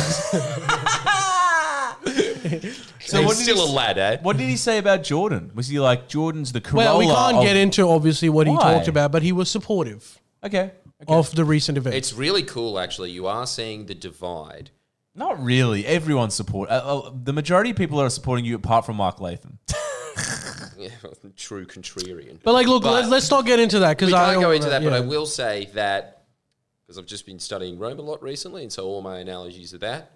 Speaker 1: so what did,
Speaker 3: still
Speaker 1: he,
Speaker 3: a lad, eh?
Speaker 1: what did he say about Jordan? Was he like Jordan's the Corolla?
Speaker 2: well we can't
Speaker 1: of-
Speaker 2: get into obviously what he
Speaker 1: Why?
Speaker 2: talked about but he was supportive
Speaker 1: Okay. okay.
Speaker 2: of the recent event
Speaker 3: It's really cool, actually. You are seeing the divide.
Speaker 1: Not really. Everyone support. Uh, uh, the majority of people are supporting you, apart from Mark Latham.
Speaker 3: Yeah, True contrarian.
Speaker 2: but like look let, us not get into that because
Speaker 3: we
Speaker 2: I
Speaker 3: can't
Speaker 2: don't
Speaker 3: go
Speaker 2: wanna-
Speaker 3: into that, but I
Speaker 2: yeah.
Speaker 3: will say that because I've just been studying Rome a lot recently, and so all my analogies are that.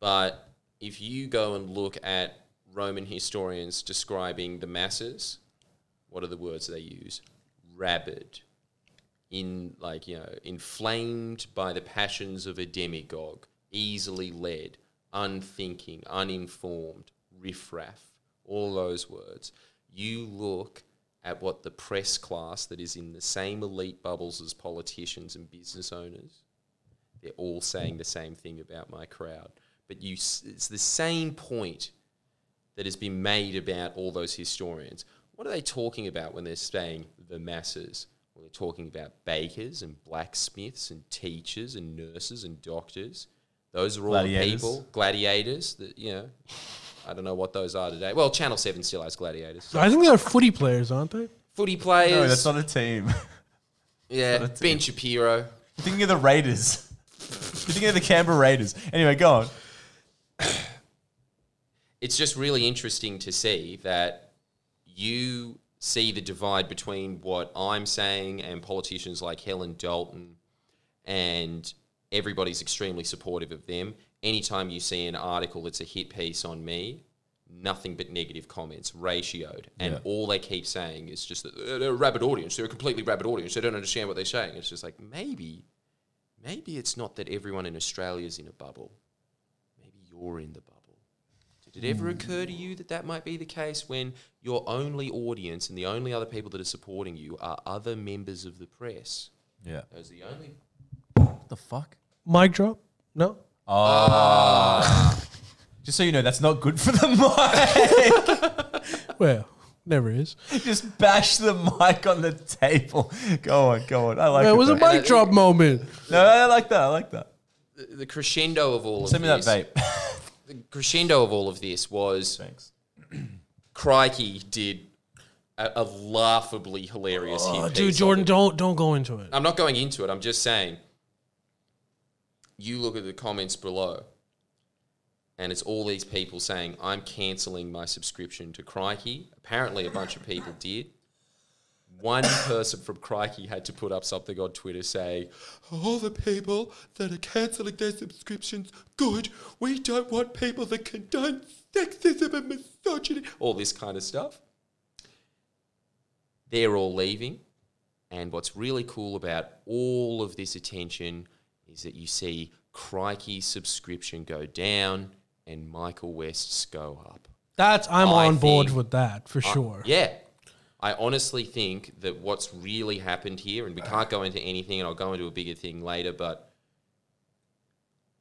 Speaker 3: But if you go and look at Roman historians describing the masses, what are the words they use? Rabid, in like you know, inflamed by the passions of a demagogue, easily led, unthinking, uninformed, riffraff, all those words. You look at what the press class that is in the same elite bubbles as politicians and business owners, they're all saying the same thing about my crowd. But you, s- it's the same point that has been made about all those historians. What are they talking about when they're saying the masses? Well, they're talking about bakers and blacksmiths and teachers and nurses and doctors. Those are all
Speaker 1: Gladiators.
Speaker 3: the people, gladiators. That you know, I don't know what those are today. Well, Channel Seven still has gladiators,
Speaker 2: I think they're footy players, aren't they?
Speaker 3: footy players.
Speaker 1: No, that's not a team.
Speaker 3: yeah, Ben Shapiro.
Speaker 1: Thinking of the Raiders. Thinking of the Canberra Raiders. Anyway, go on.
Speaker 3: it's just really interesting to see that you see the divide between what I'm saying and politicians like Helen Dalton, and everybody's extremely supportive of them. Anytime you see an article that's a hit piece on me, nothing but negative comments, ratioed. And all they keep saying is just that they're a rabid audience. They're a completely rabid audience. They don't understand what they're saying. It's just like, maybe, maybe it's not that everyone in Australia is in a bubble. Maybe you're in the bubble. Did it ever
Speaker 1: Hmm.
Speaker 3: occur to you that that might be the case when your only audience and the only other people that are supporting you are other members of the press?
Speaker 1: Yeah.
Speaker 3: Those are the only.
Speaker 1: What the fuck?
Speaker 2: Mic drop? No.
Speaker 1: Just so you know, that's not good for the
Speaker 2: Well, never is.
Speaker 1: mic. Just bash the mic on the table. Go on, go on. I like
Speaker 2: Well, it was a
Speaker 1: though.
Speaker 2: mic drop moment.
Speaker 1: No, I like that. I like that.
Speaker 3: The, the crescendo of all
Speaker 1: Send me
Speaker 3: of
Speaker 1: that
Speaker 3: this.
Speaker 1: vape.
Speaker 3: The crescendo of all of this was
Speaker 1: Thanks.
Speaker 3: Crikey did a, a laughably hilarious hit piece
Speaker 2: Oh, Dude,
Speaker 3: on
Speaker 2: Jordan,
Speaker 3: it.
Speaker 2: don't don't go into it.
Speaker 3: I'm not going into it. I'm just saying. You look at the comments below, and it's all these people saying, "I'm cancelling my subscription to Crikey." Apparently, a bunch of people did. One person from Crikey had to put up something on Twitter saying, "All the people that are cancelling their subscriptions, good. We don't want people that condone sexism and misogyny, all this kind of stuff." They're all leaving. And what's really cool about all of this attention is that you see Crikey's subscription go down and Michael West's go up.
Speaker 2: That's I'm
Speaker 1: Oh,
Speaker 3: I
Speaker 2: on board
Speaker 3: think-
Speaker 2: with that for
Speaker 1: Uh,
Speaker 2: sure.
Speaker 3: Yeah. I honestly think that what's really happened here, and we can't go into anything, and I'll go into a bigger thing later, but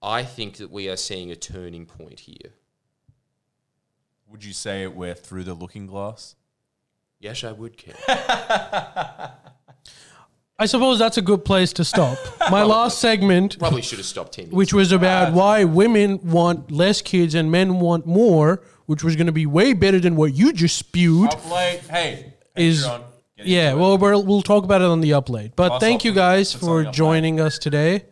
Speaker 3: I think that we are seeing a turning point here.
Speaker 1: Would you say we're through the looking glass?
Speaker 3: Yes, I would care.
Speaker 2: I suppose that's a good place to stop. My last segment,
Speaker 3: Probably should have stopped 10 minutes.
Speaker 2: which was
Speaker 1: Uh,
Speaker 2: about why women want less kids and men want more, which was going to be way better than what you just spewed.
Speaker 1: Up late. Hey. Patreon,
Speaker 2: is
Speaker 1: get into
Speaker 2: yeah.
Speaker 1: it.
Speaker 2: Well, we'll we'll talk about it on the up late. But
Speaker 1: Boss
Speaker 2: thank
Speaker 1: up
Speaker 2: you
Speaker 1: late.
Speaker 2: guys
Speaker 1: That's
Speaker 2: for
Speaker 1: on the up
Speaker 2: joining us today.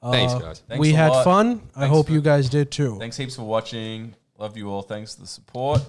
Speaker 2: uh,
Speaker 3: Thanks, guys.
Speaker 1: Thanks
Speaker 2: we
Speaker 1: a
Speaker 2: had
Speaker 1: lot.
Speaker 2: fun. I
Speaker 1: Thanks
Speaker 2: hope
Speaker 1: for-
Speaker 2: you guys did too.
Speaker 1: Thanks heaps for watching. Love you all. Thanks for the support.